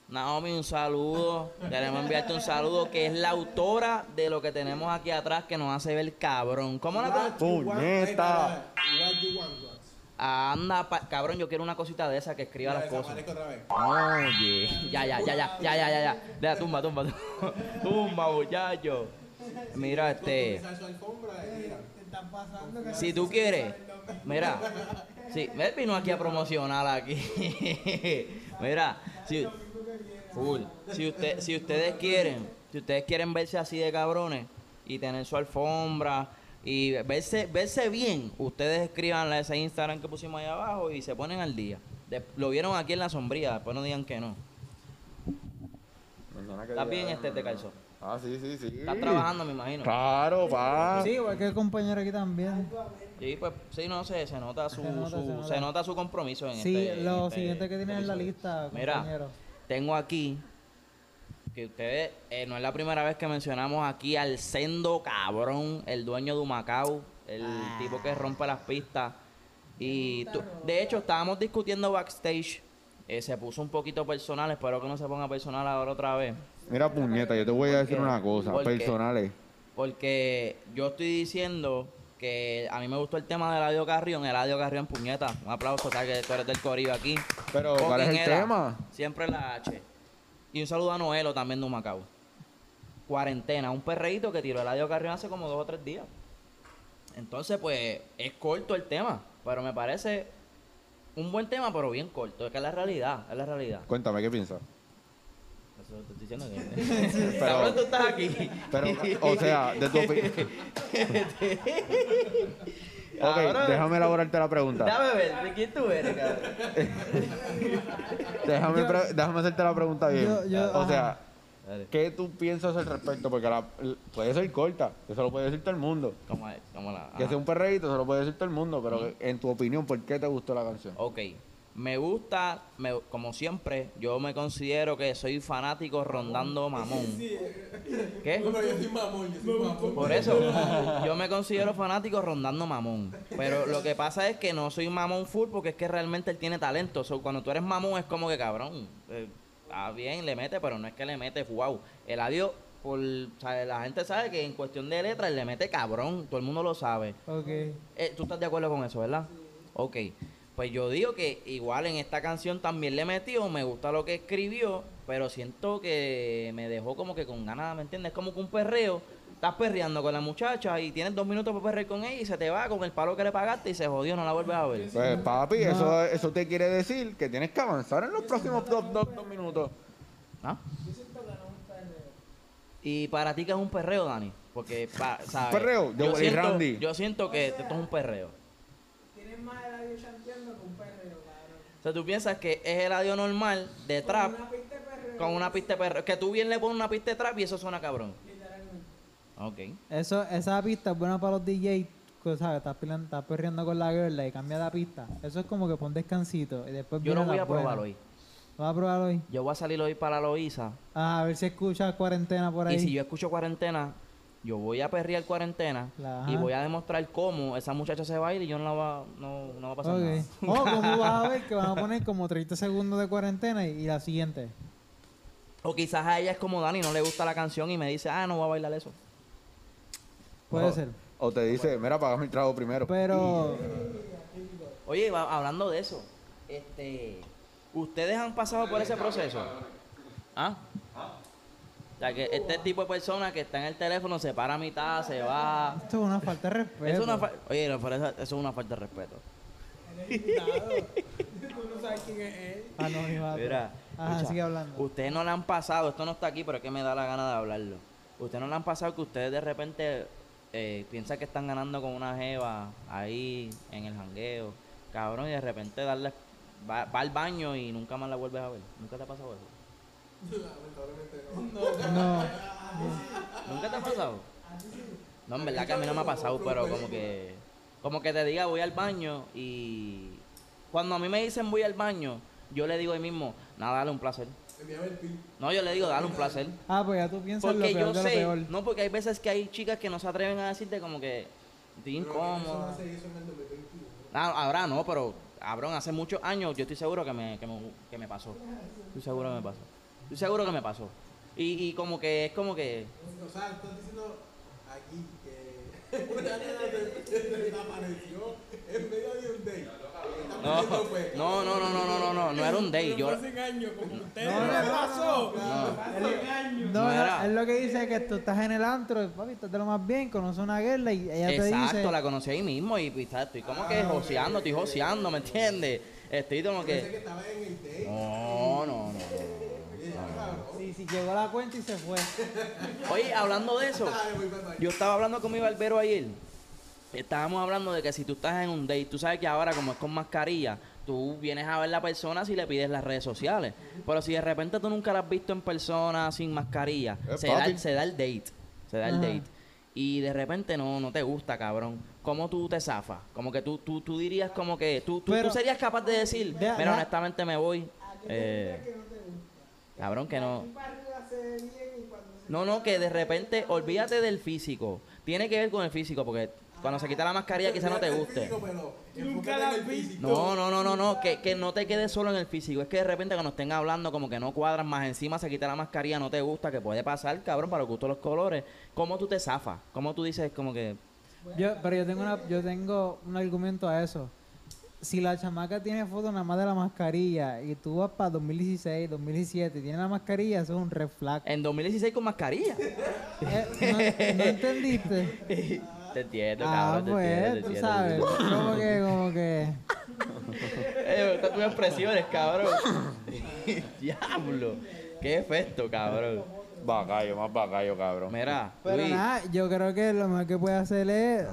Speaker 2: Naomi, un saludo. Queremos enviarte un saludo, que es la autora de lo que tenemos aquí atrás, que nos hace ver cabrón. ¿Cómo la
Speaker 3: What
Speaker 2: con-
Speaker 3: you want,
Speaker 4: Puñeta.
Speaker 3: ahí está. What you want, what.
Speaker 2: Anda, pa- cabrón, yo quiero una cosita de esa que escriba
Speaker 3: Ya
Speaker 2: las cosas.
Speaker 3: desaparezco otra vez.
Speaker 2: Oye, ya, ya, ya, ya, ya, ya, ya, ya. Deja, tumba, tumba, tumba, tumba, muchacho. Mira, este.
Speaker 3: Esa es su alfombra, eh, mira.
Speaker 2: Si tú quieres, mira, si él vino aquí a promocionar aquí. mira, si, full. si, usted, si ustedes quieren, si ustedes quieren verse así de cabrones y tener su alfombra y verse, verse bien, ustedes escriban a ese Instagram que pusimos ahí abajo y se ponen al día. De- lo vieron aquí en la sombría, después no digan que no.
Speaker 4: Mañana que
Speaker 2: ¿Estás
Speaker 4: día
Speaker 2: bien,
Speaker 4: es,
Speaker 2: este, te calzó?
Speaker 4: Ah, sí, sí, sí.
Speaker 2: Estás trabajando, me imagino.
Speaker 4: Claro, pa.
Speaker 1: Sí, igual que el compañero aquí también.
Speaker 2: Sí, pues, sí, no sé, se nota su,
Speaker 1: Se nota,
Speaker 2: su-
Speaker 1: se nota.
Speaker 2: se nota su compromiso en
Speaker 1: Sí,
Speaker 2: este- en
Speaker 1: lo
Speaker 2: este
Speaker 1: siguiente que tienes en la
Speaker 2: episodio.
Speaker 1: lista,
Speaker 2: Mira,
Speaker 1: compañero.
Speaker 2: tengo aquí que ustedes, eh, no es la primera vez que mencionamos aquí al sendo cabrón, el dueño de Humacao, el tipo que rompe las pistas. Y tú- de hecho, estábamos discutiendo backstage. eh, se puso un poquito personal, espero que no se ponga personal ahora otra vez.
Speaker 4: Mira, puñeta, yo te voy a decir
Speaker 2: qué?
Speaker 4: una cosa. eh.
Speaker 2: ¿Por qué?
Speaker 4: Personales.
Speaker 2: Porque yo estoy diciendo que a mí me gustó el tema de Eladio Carrión, Eladio Carrión puñeta. Un aplauso, sabes que tú eres del corillo aquí.
Speaker 4: Pero,
Speaker 2: Fucking
Speaker 4: ¿cuál es el
Speaker 2: Ela,
Speaker 4: tema?
Speaker 2: Siempre la H. Y un saludo a Noelo también de Macao. Cuarentena, un perreíto que tiró Eladio Carrión hace como dos o tres días. Entonces, pues, es corto el tema, pero me parece un buen tema, pero bien corto. Es que es la realidad, es la realidad.
Speaker 4: Cuéntame, ¿qué piensas?
Speaker 2: Eso te estoy diciendo que...
Speaker 4: pero-
Speaker 2: Cabrón, tú estás aquí.
Speaker 4: Pero, o sea, de tu opinión. ok,
Speaker 2: Cabrón.
Speaker 4: déjame elaborarte la pregunta.
Speaker 2: Dame ver, ¿de quién tú eres, cabrón?
Speaker 4: Déjame, pre- déjame hacerte la pregunta bien.
Speaker 1: Yo- yo-
Speaker 4: o sea,
Speaker 1: ajá.
Speaker 2: Dale.
Speaker 4: ¿qué tú piensas al respecto? Porque la, puede ser corta, eso lo puede decir todo el mundo.
Speaker 2: ¿Cómo es? ¿Cómo la...?
Speaker 4: Que
Speaker 2: ajá.
Speaker 4: sea un perreíto, se lo puede decir todo el mundo, pero en tu opinión, ¿por qué te gustó la canción?
Speaker 2: Ok. Me gusta, me- como siempre, yo me considero que soy fanático rondando mamón.
Speaker 3: No,
Speaker 2: ¿Qué?
Speaker 3: pero yo soy mamón, yo soy mamón.
Speaker 2: Por eso, yo me considero fanático rondando mamón. Pero lo que pasa es que no soy mamón full porque es que realmente él tiene talento. So, cuando tú eres mamón es como que cabrón. eh, está bien, le mete, pero no es que le mete wow. El adiós, por, o sea, la gente sabe que en cuestión de letras él le mete cabrón. Todo el mundo lo sabe.
Speaker 1: Ok.
Speaker 2: Eh, ¿Tú estás de acuerdo con eso, verdad? Ok. Pues yo digo que igual en esta canción también le metió, me gusta lo que escribió, pero siento que me dejó como que con ganas, ¿me entiendes? Como que un perreo. Está Estás perreando con la muchacha y tienes dos minutos para perrear con ella y se te va con el palo que le pagaste y se jodió, no la vuelves a ver.
Speaker 4: Pues papi, eso, eso te quiere decir que tienes que avanzar en los próximos dos, dos- dos minutos.
Speaker 2: ¿Ah? Y para ti que es un perreo, Dani. Porque, pa- ¿sabes?
Speaker 4: perreo de Willy
Speaker 2: siento,
Speaker 4: Randy.
Speaker 2: Yo siento que esto es un perreo.
Speaker 7: Tienes más el adiós chanteando que un perreo, cabrón.
Speaker 2: O sea, tú piensas que es el audio normal de trap
Speaker 7: Una pista de perreo.
Speaker 2: con una pista de perreo. Que tú bien le pones una pista de trap y eso suena cabrón. Ok.
Speaker 1: Eso, esa pista es buena para los DJs. que, ¿sabes? Estás, pilan- estás perreando con la girl y cambia la pista. Eso es como que pon descansito. Y después
Speaker 2: Yo no
Speaker 1: viene
Speaker 2: voy
Speaker 1: la
Speaker 2: a probar
Speaker 1: buena.
Speaker 2: hoy.
Speaker 1: ¿Vas a probar hoy?
Speaker 2: Yo voy a salir hoy para la Loiza.
Speaker 1: Ah, a ver si escuchas cuarentena por ahí.
Speaker 2: Y si yo escucho cuarentena, yo voy a perrear cuarentena
Speaker 1: La-
Speaker 2: y
Speaker 1: ajá.
Speaker 2: voy a demostrar cómo esa muchacha se baila y yo no la va, no, no va a pasar
Speaker 1: Ok.
Speaker 2: nada.
Speaker 1: Oh, ¿cómo vas a ver que van a poner como 30 segundos de cuarentena y, y la siguiente?
Speaker 2: O quizás a ella es como Dani, no le gusta la canción y me dice, ah, no va a bailar eso.
Speaker 1: Puede
Speaker 4: O-
Speaker 1: ser.
Speaker 4: O te dice, mira, pagame el trago primero.
Speaker 1: Pero
Speaker 2: Oye, va- hablando de eso, este, ¿ustedes han pasado por ese proceso? ¿Ah? O sea, que este tipo de persona que está en el teléfono se para a mitad, se va.
Speaker 1: esto es una falta de respeto.
Speaker 2: Eso es una fa- Oye, no, pero eso, eso es una falta de respeto.
Speaker 7: Tú no sabes quién es él.
Speaker 1: Anonimato.
Speaker 2: Mira,
Speaker 1: Ajá,
Speaker 2: escucha,
Speaker 1: sigue hablando.
Speaker 2: Ustedes no le han pasado, esto no está aquí, pero es que me da la gana de hablarlo. Ustedes no le han pasado que ustedes de repente eh, piensan que están ganando con una jeva ahí en el jangueo, cabrón, y de repente darle, va, va al baño y nunca más la vuelves a ver. ¿Nunca te ha pasado eso?
Speaker 1: No,
Speaker 2: ¿Nunca te ha pasado? No, en verdad que a mí no me ha pasado, pero como que, como que te diga voy al baño y cuando a mí me dicen voy al baño, yo le digo ahí mismo, nada, dale un placer. No, yo le digo, dale un placer.
Speaker 1: Ah, pues ya tú piensas lo
Speaker 2: Porque
Speaker 1: peor
Speaker 2: yo
Speaker 1: de lo
Speaker 2: sé,
Speaker 1: peor.
Speaker 2: no, porque hay veces que hay chicas que no se atreven a decirte como que estoy incómodo. Ah, ahora no, pero cabrón, hace muchos años yo estoy seguro que me, que me, que me pasó. Estoy seguro que me pasó. Estoy seguro que me pasó. Y, y como que es como que,
Speaker 3: O sea, estás diciendo aquí que una nena des- desapareció en medio de un date. pues.
Speaker 2: no, no, no, no, no, no, no, no, no era un date. Yo,
Speaker 3: Hace años con ustedes.
Speaker 1: No, no, no,
Speaker 3: pasó?
Speaker 1: No, no,
Speaker 2: Mira.
Speaker 1: es lo que dice que tú estás en el antro, papi, estás de lo más bien, conoces una guerra y ella te
Speaker 2: exacto,
Speaker 1: dice...
Speaker 2: la conocí ahí mismo y, y está- estoy como
Speaker 3: Ah,
Speaker 2: que joseando, estoy joseando, ¿me entiendes? Estoy como
Speaker 3: Pensé que
Speaker 2: que...
Speaker 3: estaba en el date.
Speaker 2: No, no, no, no.
Speaker 1: Sí, sí, llegó la cuenta y se fue.
Speaker 2: Oye, hablando de eso,
Speaker 3: Ay, voy, bye, bye.
Speaker 2: yo estaba hablando con mi barbero ayer. Estábamos hablando de que si tú estás en un date, tú sabes que ahora como es con mascarilla, tú vienes a ver la persona si le pides las redes sociales. Pero si de repente tú nunca la has visto en persona sin mascarilla,
Speaker 4: Eh,
Speaker 2: se, da,
Speaker 4: papi.
Speaker 2: se da el date. Se da el
Speaker 1: Ajá.
Speaker 2: date. Y de repente no, no te gusta, cabrón. ¿Cómo tú te zafas? Como que tú, tú, tú dirías como que tú, tú,
Speaker 1: Pero-
Speaker 2: tú serías capaz de decir,
Speaker 1: Vea,
Speaker 2: mira,
Speaker 1: la-
Speaker 2: honestamente me voy. eh,
Speaker 7: Ah, Que no te gusta.
Speaker 2: cabrón, que no...
Speaker 7: Un arriba se ve bien y cuando se
Speaker 2: No, no, que de repente olvídate del físico. Tiene que ver con el físico, porque cuando se quita la mascarilla quizá no te guste.
Speaker 3: Digo, pero enfócate en el físico.
Speaker 2: No, no, no, no, no, que, que no te quedes solo en el físico. Es que de repente cuando estén hablando como que no cuadran más encima, se quita la mascarilla, no te gusta, que puede pasar, cabrón, para los gustos los colores. ¿Cómo tú te zafas? ¿Cómo tú dices como que...
Speaker 1: Yo, pero yo tengo, una, yo tengo un argumento a eso. Si la chamaca tiene foto nada más de la mascarilla y tú vas para 2016, 2017 y tiene la mascarilla, eso es un red flag.
Speaker 2: En 2016 con mascarilla?
Speaker 1: Eh, ¿no, no entendiste?
Speaker 2: te entiendo,
Speaker 1: Ah,
Speaker 2: cabrón, te entiendo, te
Speaker 1: pues, tú
Speaker 2: entiendo.
Speaker 1: sabes. Como que, como que...
Speaker 2: Eh, están tus expresiones, cabrón. Diablo. Qué efecto, cabrón.
Speaker 4: Bagallo, más bagallo, cabrón.
Speaker 2: Mira,
Speaker 1: Pero
Speaker 2: Luis,
Speaker 1: nada, yo creo que lo mejor que puede hacer es...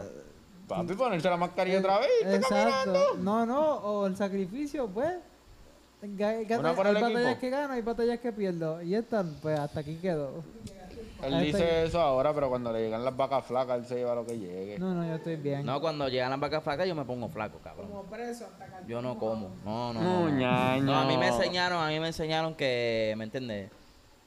Speaker 4: Papi, ponerte la mascarilla otra vez. y te
Speaker 1: Eh, Exacto. No, no, o el sacrificio, pues. Ga- gata-
Speaker 4: Una por
Speaker 1: hay
Speaker 4: el
Speaker 1: batallas
Speaker 4: equipo.
Speaker 1: que gano, hay batallas que pierdo. Y están, pues hasta aquí quedó.
Speaker 4: cam- Él dice eso ahora, pero cuando le llegan las vacas flacas, él se lleva lo que llegue.
Speaker 1: No, no, yo estoy bien.
Speaker 2: No, cuando llegan las vacas flacas yo me pongo flaco, cabrón.
Speaker 7: como preso hasta acá.
Speaker 2: Yo no como. No, no, no. no. No, a mí me enseñaron, a mí me enseñaron que, ¿me entiendes?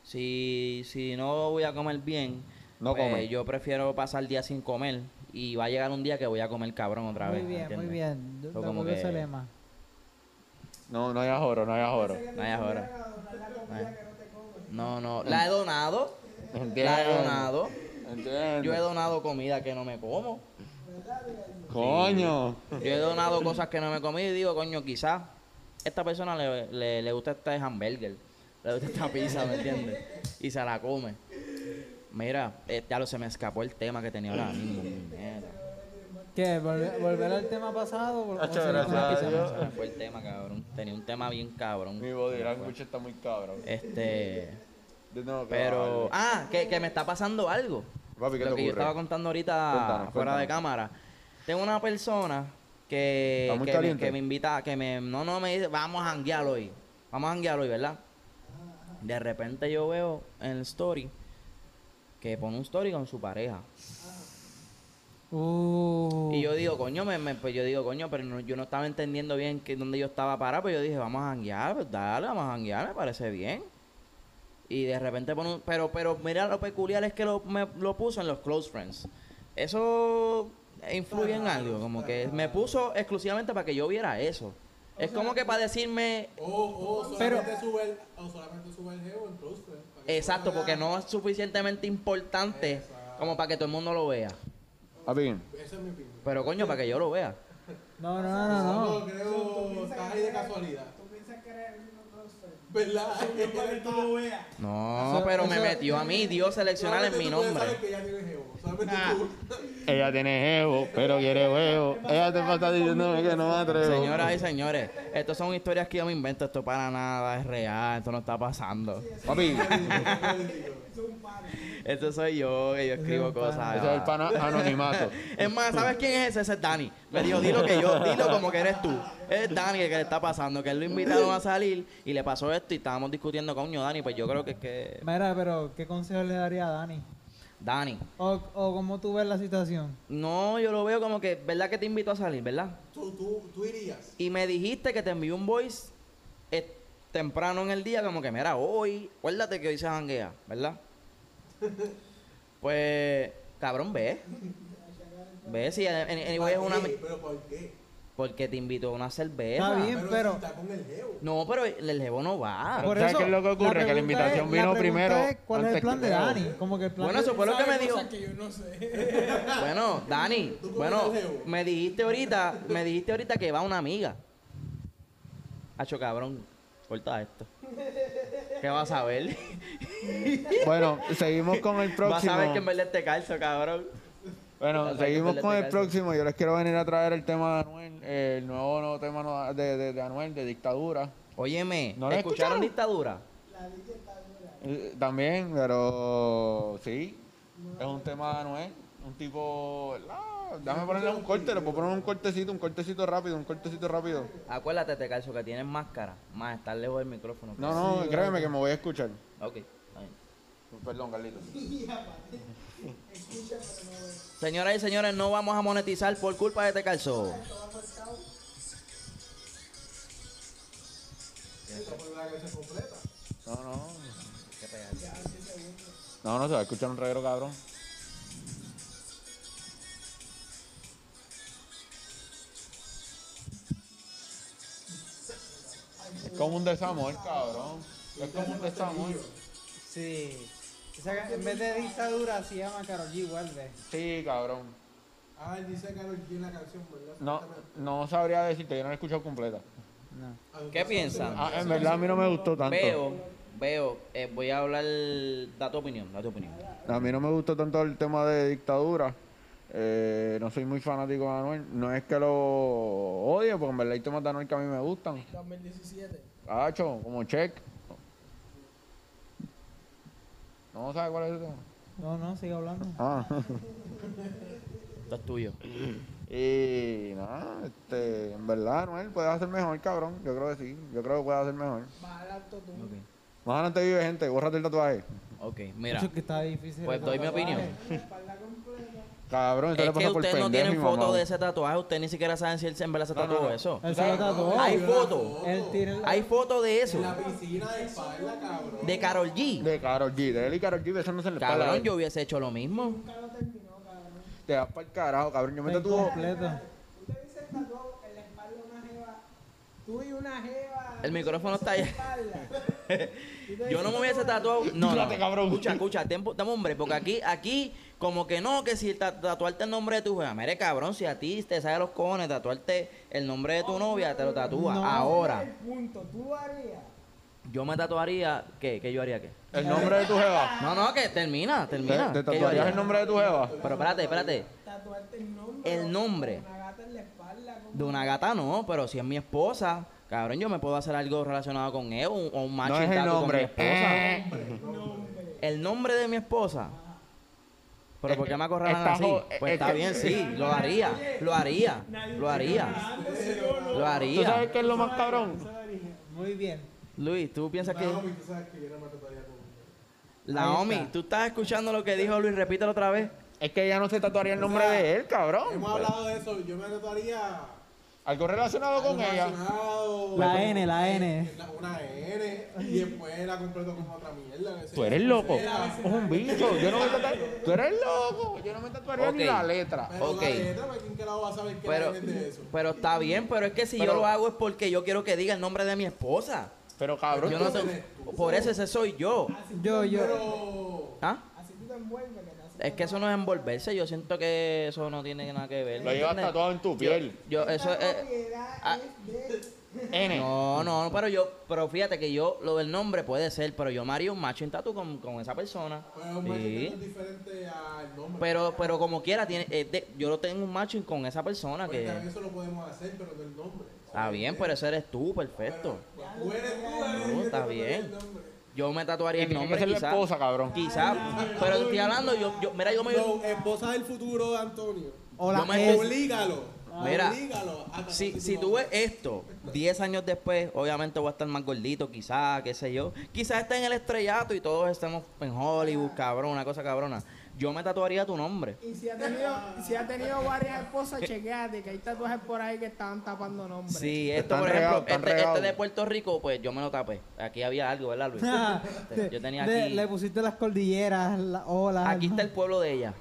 Speaker 2: Si, si no voy a comer bien,
Speaker 4: No
Speaker 2: pues,
Speaker 4: come.
Speaker 2: yo prefiero pasar días sin comer y va a llegar un día que voy a comer cabrón otra
Speaker 1: muy
Speaker 2: vez.
Speaker 1: bien, muy
Speaker 2: ¿entiendes?
Speaker 1: bien. Yo
Speaker 2: Fue
Speaker 1: tampoco
Speaker 2: como que-
Speaker 1: ese lema.
Speaker 4: No, no hay ajoro, no hay ajoro.
Speaker 2: No hay ahora.
Speaker 7: Adorar la comida que no te comes.
Speaker 2: No, no. La he donado. La he
Speaker 4: Entiendo.
Speaker 2: donado. Yo he
Speaker 4: Entiendo.
Speaker 2: donado comida que no me como.
Speaker 4: Coño.
Speaker 2: Yo he donado cosas que no me comí y digo, coño, quizás esta persona le, le, le gusta este hamburger, le gusta esta pizza, ¿me entiendes? Y se la come. Mira, eh, ya lo se me escapó el tema que tenía ahora mismo. mierda.
Speaker 1: ¿Qué? ¿Volver, volver al tema pasado? o- o
Speaker 4: Hacho,
Speaker 1: seguir con
Speaker 4: gracias
Speaker 1: el tema?
Speaker 4: a Dios.
Speaker 2: Se me fue el tema, cabrón. Tenía un tema bien cabrón.
Speaker 4: Ah, Mi body
Speaker 2: Se me fue.
Speaker 4: language está muy cabrón.
Speaker 2: Este.
Speaker 4: Yo tengo que
Speaker 2: Pero.
Speaker 4: bajarle.
Speaker 2: Ah, que, que me está pasando algo.
Speaker 4: Papi, ¿qué
Speaker 2: Lo
Speaker 4: te
Speaker 2: que yo
Speaker 4: ocurre?
Speaker 2: estaba contando ahorita
Speaker 4: Cuéntanos,
Speaker 2: fuera de
Speaker 4: cuéntanos.
Speaker 2: cámara. Tengo una persona que,
Speaker 4: ¿Está muy
Speaker 2: que, me,
Speaker 4: caliente?
Speaker 2: que me invita, que me. No, no, me dice, vamos a janguear hoy. Vamos a janguear hoy, ¿verdad? De repente yo veo en el story que pone un story con su pareja.
Speaker 1: Uh,
Speaker 2: Y yo digo, coño, me, me- pues yo digo, coño, pero no- yo no estaba entendiendo bien que, dónde yo estaba parado, pero yo dije, vamos a janguear, pues dale, vamos a janguear, me parece bien. Y de repente pone un, pero, pero mira lo peculiar es que lo, me, lo puso en los close friends. Eso influye en algo, como que me puso exclusivamente para que yo viera eso. Es como que para decirme,
Speaker 3: O, o
Speaker 1: Pero-
Speaker 3: solamente sube el, o solamente sube el geo en close friends, para que
Speaker 2: exacto,
Speaker 3: todo
Speaker 2: porque
Speaker 3: vea.
Speaker 2: no es suficientemente importante como para que todo el mundo lo vea.
Speaker 4: Papi,
Speaker 3: Esa es mi opinión.
Speaker 2: Pero coño, para que yo lo vea.
Speaker 1: No, no,
Speaker 2: Ah,
Speaker 1: no, no. no.
Speaker 3: No creo, estás ahí de casualidad.
Speaker 7: Tú piensas que eres el mismo close
Speaker 3: ¿Verdad?
Speaker 7: para que tú lo veas.
Speaker 2: No,
Speaker 1: Eso-
Speaker 2: pero me
Speaker 1: eso-
Speaker 2: metió a mí Dios seleccionar en
Speaker 3: Solamente
Speaker 2: mi
Speaker 3: tú puedes
Speaker 2: nombre.
Speaker 3: saber que ya tiene geo. Solamente
Speaker 7: Ah.
Speaker 3: tú.
Speaker 4: ella tiene ego, pero quiere huevo. Ella te pasa diciéndome que no me atrevo.
Speaker 2: Señoras y señores, estas son historias que yo me invento, esto para nada es real, esto no está pasando.
Speaker 4: Papi, ese
Speaker 2: Esto soy yo, que yo escribo cosas.
Speaker 4: es el pana anonimato.
Speaker 2: Es más, ¿sabes quién es ese? Ese es Dani. Me dijo, dilo que yo, dilo como que eres tú. Es Dani el que le está pasando, que él lo invitaron a salir y le pasó esto y estábamos discutiendo, coño, Dani, pues yo creo que es que...
Speaker 1: Mira, pero ¿qué consejo le daría a Dani?
Speaker 2: Dani.
Speaker 1: ¿O, o cómo tú ves la situación?
Speaker 2: No, yo lo veo como que, ¿verdad que te invitó a salir, verdad?
Speaker 3: Tú, tú, tú irías.
Speaker 2: Y me dijiste que te envió un voice eh, temprano en el día, como que mira, hoy, acuérdate que hoy se janguea, ¿verdad? pues, cabrón, ve. Ve si en- en- anyway es una.
Speaker 3: ¿Para qué? ¿Pero por qué?
Speaker 2: Porque te invitó a una cerveza.
Speaker 1: Está bien,
Speaker 3: pero...
Speaker 1: pero-
Speaker 3: si está con el geo.
Speaker 2: No, pero el jevo no va.
Speaker 4: Por- ¿sabes qué es lo que
Speaker 1: la
Speaker 4: ocurre? Que la
Speaker 1: pregunta
Speaker 4: invitación
Speaker 1: es-
Speaker 4: vino
Speaker 1: pregunta
Speaker 4: primero
Speaker 1: es, ¿Cuál es
Speaker 4: antes
Speaker 1: el plan
Speaker 4: que
Speaker 1: de
Speaker 4: yo.
Speaker 1: Dani? Como que el plan
Speaker 2: Bueno, eso
Speaker 1: de-
Speaker 2: fue lo que me
Speaker 7: Sabe
Speaker 2: dijo.
Speaker 7: cosas que yo no sé.
Speaker 2: Bueno, Dani,
Speaker 3: ¿Tú conoces
Speaker 2: bueno,
Speaker 3: al jevo?
Speaker 2: me dijiste ahorita, me dijiste ahorita que va una amiga. Hacho cabrón, corta esto. ¿Qué vas a ver?
Speaker 4: Bueno, seguimos con el próximo.
Speaker 2: Vas a ver que en verdad te calzo, cabrón. Vas a
Speaker 4: Bueno,
Speaker 2: ver que
Speaker 4: seguimos
Speaker 2: perderle
Speaker 4: con el
Speaker 2: calma.
Speaker 4: próximo. Yo les quiero venir a traer el tema de Anuel, eh, el nuevo, nuevo tema no- de, de- de Anuel, de dictadura.
Speaker 2: Óyeme,
Speaker 4: ¿No la
Speaker 2: ¿escucharon
Speaker 4: escucharon?
Speaker 2: dictadura?
Speaker 4: Eh, También, pero sí, es un tema de Anuel. Un tipo, ¿verdad? Déjame ponerle un corte, le puedo poner un cortecito, un cortecito rápido, un cortecito rápido.
Speaker 2: Acuérdate, te calzo, que tienes máscara. Más estar lejos del micrófono.
Speaker 4: No, no, créeme que me voy a escuchar.
Speaker 2: Ok, está bien.
Speaker 4: Perdón, Carlitos.
Speaker 2: Señoras y señores, no vamos a monetizar por culpa de este calzo.
Speaker 4: No, no. No, no, se va a escuchar un reguero cabrón. Es como un desamor, cabrón. Es como un desamor.
Speaker 1: Sí. O sea, que en vez de dictadura se llama Karol G. Vuelve.
Speaker 4: Sí, cabrón.
Speaker 3: Ah, él dice Karol G en la canción, ¿verdad?
Speaker 4: No, no sabría decirte, yo no la he escuchado completa.
Speaker 1: No.
Speaker 2: ¿Qué piensan?
Speaker 4: Ah, en verdad a mí no me gustó tanto.
Speaker 2: Veo, veo, eh, voy a hablar, da tu opinión, da tu opinión.
Speaker 4: A mí no me gustó tanto el tema de dictadura. Eh, no soy muy fanático de Anuel. No es que lo odie, porque en verdad hay temas de Anuel que a mí me gustan.
Speaker 7: 2017.
Speaker 4: Hacho, como check. No sabes cuál es el tema.
Speaker 1: No, no, sigue hablando.
Speaker 4: Ah.
Speaker 2: Esto es tuyo.
Speaker 4: y nada, este, en verdad, Anuel puede hacer mejor, cabrón. Yo creo que sí. Yo creo que puede hacer mejor.
Speaker 7: Baja el auto tú.
Speaker 2: Ok,
Speaker 4: Más adelante vive gente, bórrate el tatuaje.
Speaker 2: ok, mira.
Speaker 1: Eso que está difícil.
Speaker 2: Pues
Speaker 1: eso.
Speaker 2: doy mi opinión.
Speaker 7: La espalda completa.
Speaker 4: Cabrón, esto
Speaker 2: Es
Speaker 4: le
Speaker 2: que
Speaker 4: pasa por
Speaker 2: ustedes
Speaker 4: pendejo,
Speaker 2: no tienen
Speaker 4: mi mamá.
Speaker 2: fotos de ese tatuaje, ustedes ni siquiera saben si él en verdad se
Speaker 4: No, no,
Speaker 2: tatuó
Speaker 4: no.
Speaker 2: eso.
Speaker 1: Él se lo tatuó.
Speaker 2: Hay
Speaker 3: yo la
Speaker 2: fotos,
Speaker 1: Él tiene la-
Speaker 2: hay fotos de eso,
Speaker 3: En la piscina de espalda, cabrón.
Speaker 2: de Carol G.
Speaker 4: De Karol G, de él y Karol G besándose en la espalda.
Speaker 2: Cabrón, yo hubiese hecho lo mismo.
Speaker 4: Te vas para el carajo, cabrón. Yo me
Speaker 1: Está
Speaker 4: tatuó.
Speaker 1: incompleto.
Speaker 7: Tú te viste tatuado en la espalda una jeva. Tú y una jeva.
Speaker 2: El micrófono está ahí.
Speaker 7: en la espalda. Tú te
Speaker 2: Yo no me
Speaker 7: dices,
Speaker 2: hubiese tatuado. No, no,
Speaker 4: Espérate,
Speaker 2: no.
Speaker 4: cabrón.
Speaker 2: Escucha, escucha, tiempo, dame hombre, porque aquí, aquí, como que no, que si ta- tatuarte el nombre de tu jefa. Mire, cabrón, si a ti te sale los cojones tatuarte el nombre de tu novia, te lo tatúa
Speaker 1: No.
Speaker 2: ahora.
Speaker 7: El punto, tú lo harías.
Speaker 2: Yo me tatuaría, ¿qué? ¿Qué yo haría qué?
Speaker 4: El nombre de tu jeva.
Speaker 2: No, no, que termina,
Speaker 4: ¿Te,
Speaker 2: termina. ¿Qué
Speaker 4: te
Speaker 2: yo
Speaker 4: tatuarías
Speaker 2: haría?
Speaker 4: el nombre de tu jeva?
Speaker 2: Pero espérate, espérate.
Speaker 7: Tatuarte el nombre.
Speaker 2: El nombre
Speaker 7: Una gata en la espalda. como-
Speaker 2: de una gata no, pero si es mi esposa, cabrón, yo me puedo hacer algo relacionado con él o un, o un
Speaker 4: No
Speaker 2: matching
Speaker 4: es el
Speaker 2: tattoo con mi
Speaker 4: nombre.
Speaker 2: esposa.
Speaker 4: Eh.
Speaker 2: El nombre de mi esposa. Pero ¿por qué me acorralan
Speaker 4: Está
Speaker 2: así?
Speaker 4: jo-
Speaker 2: Pues
Speaker 4: eh,
Speaker 2: está
Speaker 4: eh,
Speaker 2: bien, sí, lo haría, lo haría, lo haría, lo
Speaker 4: ¿Tú sabes
Speaker 2: haría.
Speaker 4: qué es lo más cabrón?
Speaker 1: Muy bien.
Speaker 2: Luis, ¿tú piensas que
Speaker 3: Naomi, tú sabes que yo no me trataría con
Speaker 2: Naomi,
Speaker 1: está.
Speaker 2: tú estás escuchando lo que dijo Luis? Repítelo otra vez.
Speaker 4: Es que ella no se tatuaría el nombre de él, cabrón.
Speaker 3: Hemos hablado de eso, yo me trataría
Speaker 4: Algo relacionado con ella.
Speaker 3: relacionado-
Speaker 1: La N, la N.
Speaker 3: Una N, y después la completo con otra mierda. que
Speaker 4: Tú
Speaker 3: sea-
Speaker 4: eres loco.
Speaker 3: que sea-
Speaker 4: Es un bicho. Yo no me tatuaría. Tú eres loco. Yo no me tatuaría ni
Speaker 2: Ok.
Speaker 4: la letra.
Speaker 3: Pero
Speaker 2: Ah, Ok.
Speaker 3: la letra, ¿para quién carajo va a saber qué
Speaker 2: Pero,
Speaker 3: la N es de eso?
Speaker 2: pero está bien, pero es que si yo
Speaker 4: Pero-
Speaker 2: lo hago es porque yo quiero que diga el nombre de mi esposa.
Speaker 4: Pero cabrón,
Speaker 2: Yo
Speaker 4: tú-
Speaker 2: no sé- por eso ese soy yo.
Speaker 1: Yo, yo.
Speaker 3: Pero
Speaker 2: ¿Ah?
Speaker 7: Así tú te envuelves que te haces.
Speaker 2: Es que eso no es envolverse, yo siento que eso no tiene nada que ver.
Speaker 4: lo llevas
Speaker 2: ¿entiendes?
Speaker 4: tatuado en tu piel.
Speaker 2: Yo, eso
Speaker 7: Esta
Speaker 2: es.
Speaker 7: propiedad
Speaker 2: ah.
Speaker 7: es de-
Speaker 4: N.
Speaker 2: No, no, pero yo, pero fíjate que yo, lo del nombre puede ser, pero yo me haría un macho en tatu con, con esa persona.
Speaker 3: pues, un macho
Speaker 2: Sí. Pues,
Speaker 3: es diferente al nombre.
Speaker 2: Pero, pero como quiera, tiene, es de- yo lo tengo un macho con esa persona
Speaker 3: Porque
Speaker 2: que.
Speaker 3: Pues, también eso lo podemos hacer, pero del nombre.
Speaker 2: Está bien, pero eso eres tú, perfecto.
Speaker 3: Pues, tú eres tú, la
Speaker 2: No,
Speaker 3: N,
Speaker 2: está
Speaker 3: que te
Speaker 2: bien.
Speaker 3: trataría el nombre.
Speaker 2: Yo me tatuaría
Speaker 4: Y
Speaker 2: el
Speaker 4: tiene que
Speaker 2: nombre,
Speaker 4: ser la
Speaker 2: quizás.
Speaker 4: esposa, cabrón.
Speaker 2: Quizás, pero estoy hablando, yo, yo, mira, yo me.
Speaker 3: No, esposa del futuro de Antonio.
Speaker 1: O la
Speaker 2: Yo me
Speaker 1: S.
Speaker 3: Oblígalo.
Speaker 2: Mira,
Speaker 3: oblígalo a tatuarse
Speaker 2: Si,
Speaker 3: tu
Speaker 2: si tú
Speaker 3: nombre.
Speaker 2: ves esto, 10 años después, obviamente voy a estar más gordito, quizás, qué sé yo. Quizás esté en el estrellato y todos estemos en Hollywood,
Speaker 1: Ah.
Speaker 2: cabrón, una cosa cabrona. Yo me tatuaría tu nombre.
Speaker 8: Y si ha tenido, si ha tenido varias esposas, chequeate que hay tatuajes por ahí que están tapando nombres.
Speaker 2: Sí, esto,
Speaker 4: Están
Speaker 2: por
Speaker 4: regados,
Speaker 2: ejemplo,
Speaker 4: están
Speaker 2: este, este
Speaker 4: regados.
Speaker 2: de Puerto Rico, pues yo me lo tapé. Aquí había algo, ¿verdad, Luis? Este, Yo tenía
Speaker 1: Le-
Speaker 2: aquí-
Speaker 1: Ah, Le pusiste las cordilleras, las olas.
Speaker 2: Aquí está el pueblo de ella.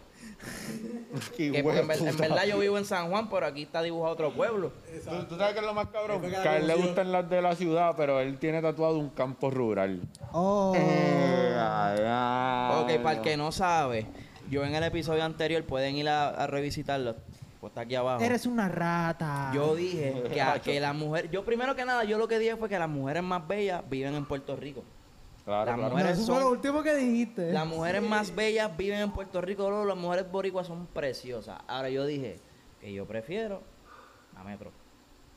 Speaker 4: Qué
Speaker 2: Que, pues,
Speaker 4: huevo,
Speaker 2: en, ver- en
Speaker 4: puta.
Speaker 2: verdad yo vivo en San Juan, pero aquí está dibujado otro pueblo.
Speaker 4: ¿Tú, tú sabes qué es lo más cabrón?
Speaker 3: Después
Speaker 4: Que
Speaker 3: que la
Speaker 4: a él le
Speaker 3: conoció.
Speaker 4: gustan las de la ciudad, pero él tiene tatuado un campo rural.
Speaker 1: Oh.
Speaker 4: Eh, ay,
Speaker 1: Ah,
Speaker 4: ay,
Speaker 2: Ok, para el que no sabe, yo en el episodio anterior pueden ir a, a revisitarlo. Pues está aquí abajo.
Speaker 1: Eres una rata.
Speaker 2: Yo dije que, a- que las mujeres, yo primero que nada, yo lo que dije fue que las mujeres más bellas viven en Puerto Rico.
Speaker 4: Claro,
Speaker 2: Las
Speaker 1: No,
Speaker 4: claro.
Speaker 2: mujeres
Speaker 1: eso
Speaker 2: son-
Speaker 1: fue lo último que dijiste.
Speaker 2: Las mujeres más bellas viven en Puerto Rico, Lolo, las mujeres boricuas son preciosas. Ahora yo dije que yo prefiero a Metro.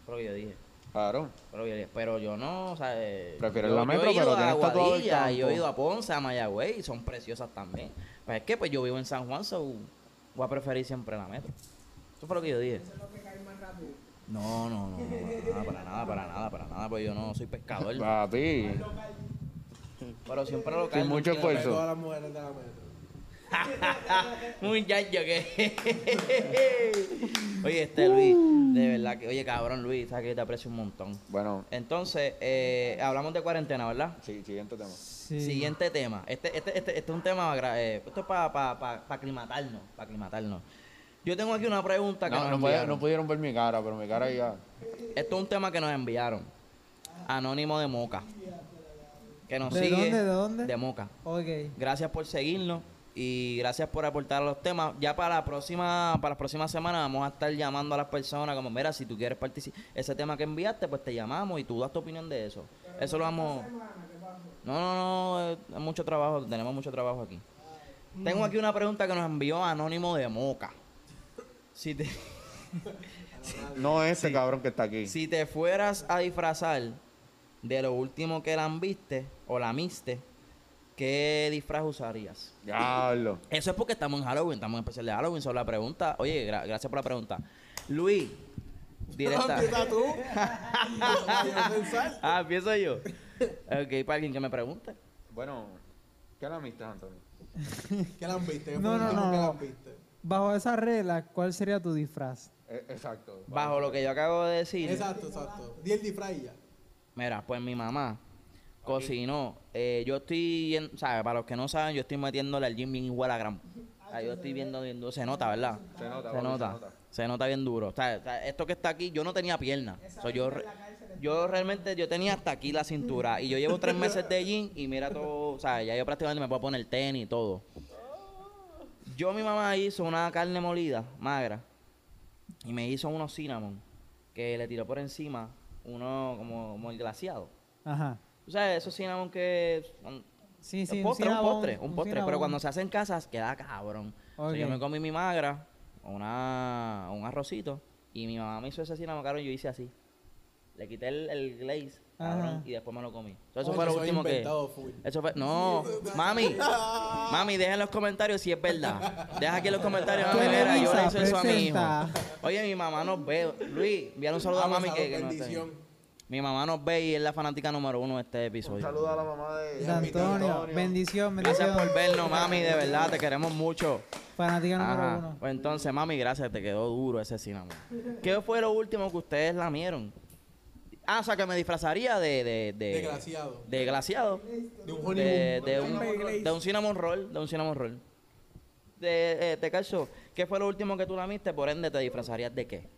Speaker 2: Fue lo que yo dije.
Speaker 4: Claro.
Speaker 2: fue lo que yo dije. Pero yo no, o sea, eh,
Speaker 4: Prefieres
Speaker 2: yo-
Speaker 4: la
Speaker 2: yo
Speaker 4: Metro,
Speaker 2: he ido
Speaker 4: pero
Speaker 2: a
Speaker 4: tienes tatuado el
Speaker 2: Aguadilla,
Speaker 4: campo.
Speaker 2: Yo he ido a Ponce, a Mayagüez y son preciosas también. Pues es que pues yo vivo en San Juan, so voy a preferir siempre la Metro. Eso fue lo que yo dije. No, no, no, no, para nada, para nada, para nada, para nada, pues yo no soy pescador,
Speaker 4: Papi.
Speaker 2: pero siempre lo
Speaker 4: Sin
Speaker 2: calmo.
Speaker 4: mucho
Speaker 3: Pero Todas
Speaker 4: esfuerzo.
Speaker 3: las mujeres de la metro.
Speaker 2: Muchacho que. oye, este Luis, de verdad que, oye, cabrón Luis, sabes que yo te aprecio un montón.
Speaker 4: Bueno,
Speaker 2: Entonces, eh, hablamos de cuarentena, ¿verdad?
Speaker 4: sí, siguiente tema.
Speaker 1: Sí.
Speaker 2: Siguiente tema. Este, este, este, este es un tema. gra- eh, esto es para pa, pa, pa aclimatarnos. Para aclimatarnos. Yo tengo aquí una pregunta que
Speaker 4: No,
Speaker 2: nos
Speaker 4: no, podía-
Speaker 2: enviaron.
Speaker 4: no pudieron ver mi cara, pero mi cara ya.
Speaker 2: Esto es un tema que nos enviaron. Anónimo de Moca. Que nos
Speaker 1: ¿De
Speaker 2: sigue.
Speaker 1: dónde, de dónde?
Speaker 2: De Moca.
Speaker 1: Ok.
Speaker 2: Gracias por seguirnos y gracias por aportar a los temas. Ya para la próxima, para las próximas semanas vamos a estar llamando a las personas como, mira, si tú quieres participar, ese tema que enviaste, pues te llamamos y tú das tu opinión de eso. eso lo vamos... No, no, no, eh, es mucho trabajo, tenemos mucho trabajo aquí. Tengo aquí una pregunta que nos envió Anónimo de Moca. Si te,
Speaker 4: No este cabrón que está aquí.
Speaker 2: si te fueras a disfrazar de lo último que la viste o la miste, ¿qué disfraz usarías?
Speaker 4: Diablo.
Speaker 2: Eso es porque estamos en Halloween, estamos en especial de Halloween. Sobre la pregunta, oye, gra- gracias por la pregunta. Luis, directa.
Speaker 3: Empieza tú. Yo pensar.
Speaker 2: ah, empiezo yo. Ok, para alguien que me pregunte.
Speaker 4: Bueno, ¿qué es la amistad, Antonio?
Speaker 3: ¿Qué la viste?
Speaker 1: No, no, no,
Speaker 3: ¿Qué la
Speaker 1: no.
Speaker 3: viste?
Speaker 1: Bajo esa regla, ¿cuál sería tu disfraz?
Speaker 4: Eh, exacto.
Speaker 2: Bajo lo que yo acabo de decir,
Speaker 3: Exacto, exacto. Di el disfraz y ya.
Speaker 2: mira, pues mi mamá cocinó. Eh, yo estoy, en- ¿sabes? Para los que no saben, yo estoy metiéndole al gym bien igual a gran. O sea, yo estoy viendo, viendo- se nota, ¿verdad?
Speaker 4: Se nota,
Speaker 2: Se
Speaker 4: papi,
Speaker 2: nota, se nota bien duro. O sea, o sea, esto que está aquí, yo no tenía pierna. O sea, yo, re- yo realmente, yo tenía hasta aquí la cintura. Y yo llevo tres meses de gym y mira todo, o sea, ya yo prácticamente me puedo poner tenis y todo. Yo, mi mamá hizo una carne molida, magra, y me hizo unos cinnamon, que le tiró por encima uno como, como el glaciado.
Speaker 1: Ajá.
Speaker 2: Tú sabes, esos cinnamon que son-
Speaker 1: Sí,
Speaker 2: es
Speaker 1: sí,
Speaker 2: postre, un
Speaker 1: cinnamon,
Speaker 2: postre, un postre. Pero
Speaker 1: cinnamon.
Speaker 2: cuando se hace en casas, queda cabrón. So, yo
Speaker 1: Ok.
Speaker 2: me comí mi magra, una, un arrocito, y mi mamá me hizo ese cinnamon, cabrón, yo hice así. Le quité el, el glaze, cabrón,
Speaker 1: Ajá.
Speaker 2: y después me lo comí. So, eso
Speaker 3: Oye,
Speaker 2: fue lo
Speaker 3: soy
Speaker 2: último que...
Speaker 3: inventado, full.
Speaker 2: Eso fue... No, mami, mami, deja en los comentarios si es verdad. Deja aquí en los comentarios, mami, mira, yo le hice eso a mi hijo.
Speaker 1: Presenta.
Speaker 2: Oye, mi mamá nos ve. Luis, envíale un saludo a
Speaker 3: Vamos,
Speaker 2: mami que,
Speaker 3: salud,
Speaker 2: que no está.
Speaker 3: bendición.
Speaker 2: Mi mamá nos ve y es la fanática número uno de este episodio.
Speaker 4: Saluda a la mamá de
Speaker 1: De Antonio. Bendición, bendición.
Speaker 2: Gracias por vernos, mami, de verdad, te queremos mucho.
Speaker 1: Fanática número
Speaker 2: Ajá.
Speaker 1: uno.
Speaker 2: Pues entonces, mami, gracias, te quedó duro ese cinnamon. ¿Qué fue lo último que ustedes lamieron? Ah, o sea, que me disfrazaría de... De, de,
Speaker 3: De glaciado.
Speaker 2: De glaciado.
Speaker 3: De un honeymoon.
Speaker 2: Eh, De, de
Speaker 3: Honeymoon
Speaker 2: un,
Speaker 3: glaze.
Speaker 2: de un cinnamon roll. De un cinnamon roll. De, eh, te calzo, ¿qué fue lo último que tú lamiste? Por ende, ¿te disfrazarías de qué?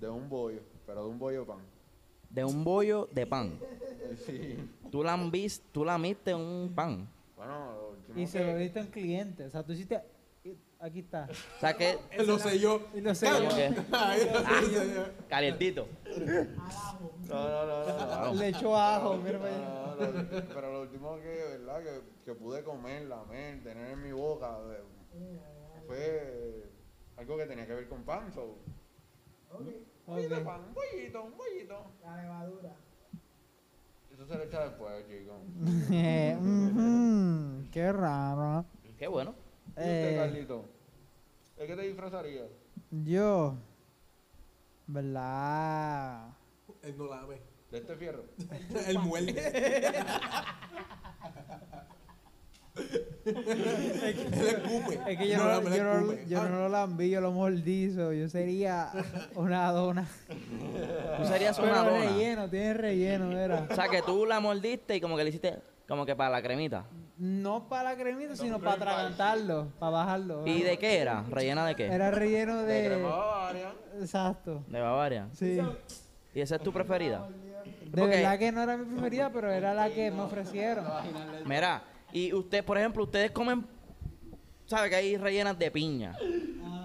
Speaker 4: De un bollo, pero de un bollo pan.
Speaker 2: De un bollo de pan.
Speaker 4: Sí.
Speaker 2: Tú lambis, tú lamiste un pan.
Speaker 4: Bueno, lo último
Speaker 1: Y se
Speaker 4: que-
Speaker 1: lo diste a un cliente. O sea, tú hiciste. y- Aquí está.
Speaker 2: O sea que
Speaker 3: Lo sé yo.
Speaker 1: Y lo sé
Speaker 2: ¿Cómo que?
Speaker 3: Ah,
Speaker 2: calientito.
Speaker 4: No, no, no, no, no.
Speaker 1: Le echó ajo. Mira para allá.
Speaker 4: No, no, no, pero lo último que, ¿verdad? Que, que pude comer, lamer, tener en mi boca, de- fue algo que tenía que ver con pan, so. poquito de
Speaker 1: Ok.
Speaker 4: pan, un bollito, un bollito.
Speaker 7: La levadura.
Speaker 4: Eso se lo echa después, chicos.
Speaker 1: Eh, ujú, Qué raro.
Speaker 2: Qué bueno.
Speaker 4: ¿Y usted,
Speaker 1: Eh.
Speaker 4: Carlito? ¿De qué te disfrazarías?
Speaker 1: Yo. ¿Verdad?
Speaker 3: Él no lame.
Speaker 4: ¿De este fierro?
Speaker 3: Él muerde. Él escupe.
Speaker 1: Es que yo
Speaker 3: no,
Speaker 1: no,
Speaker 3: lame, él
Speaker 1: yo no-
Speaker 3: escupe.
Speaker 1: yo no lo lambí, yo lo mordí. so, Yo sería una dona.
Speaker 2: Tú serías una
Speaker 1: Pero
Speaker 2: dona.
Speaker 1: relleno, tiene relleno, era.
Speaker 2: O sea que tú la mordiste y como que le hiciste como que para la cremita.
Speaker 1: No para la cremita, sino para atragantarlo, para bajarlo.
Speaker 2: ¿Y
Speaker 1: ¿verdad?
Speaker 2: de qué era? ¿Rellena de qué?
Speaker 1: Era relleno
Speaker 4: ¿De crema
Speaker 1: de.
Speaker 4: bavaria?
Speaker 1: Exacto.
Speaker 2: De Bavaria.
Speaker 1: Sí.
Speaker 2: ¿Y esa es tu preferida?
Speaker 1: De
Speaker 2: Ok.
Speaker 1: verdad que no era mi preferida, pero era la que me ofrecieron.
Speaker 2: Mira, y usted, por ejemplo, ustedes comen, sabe que hay rellenas de piña.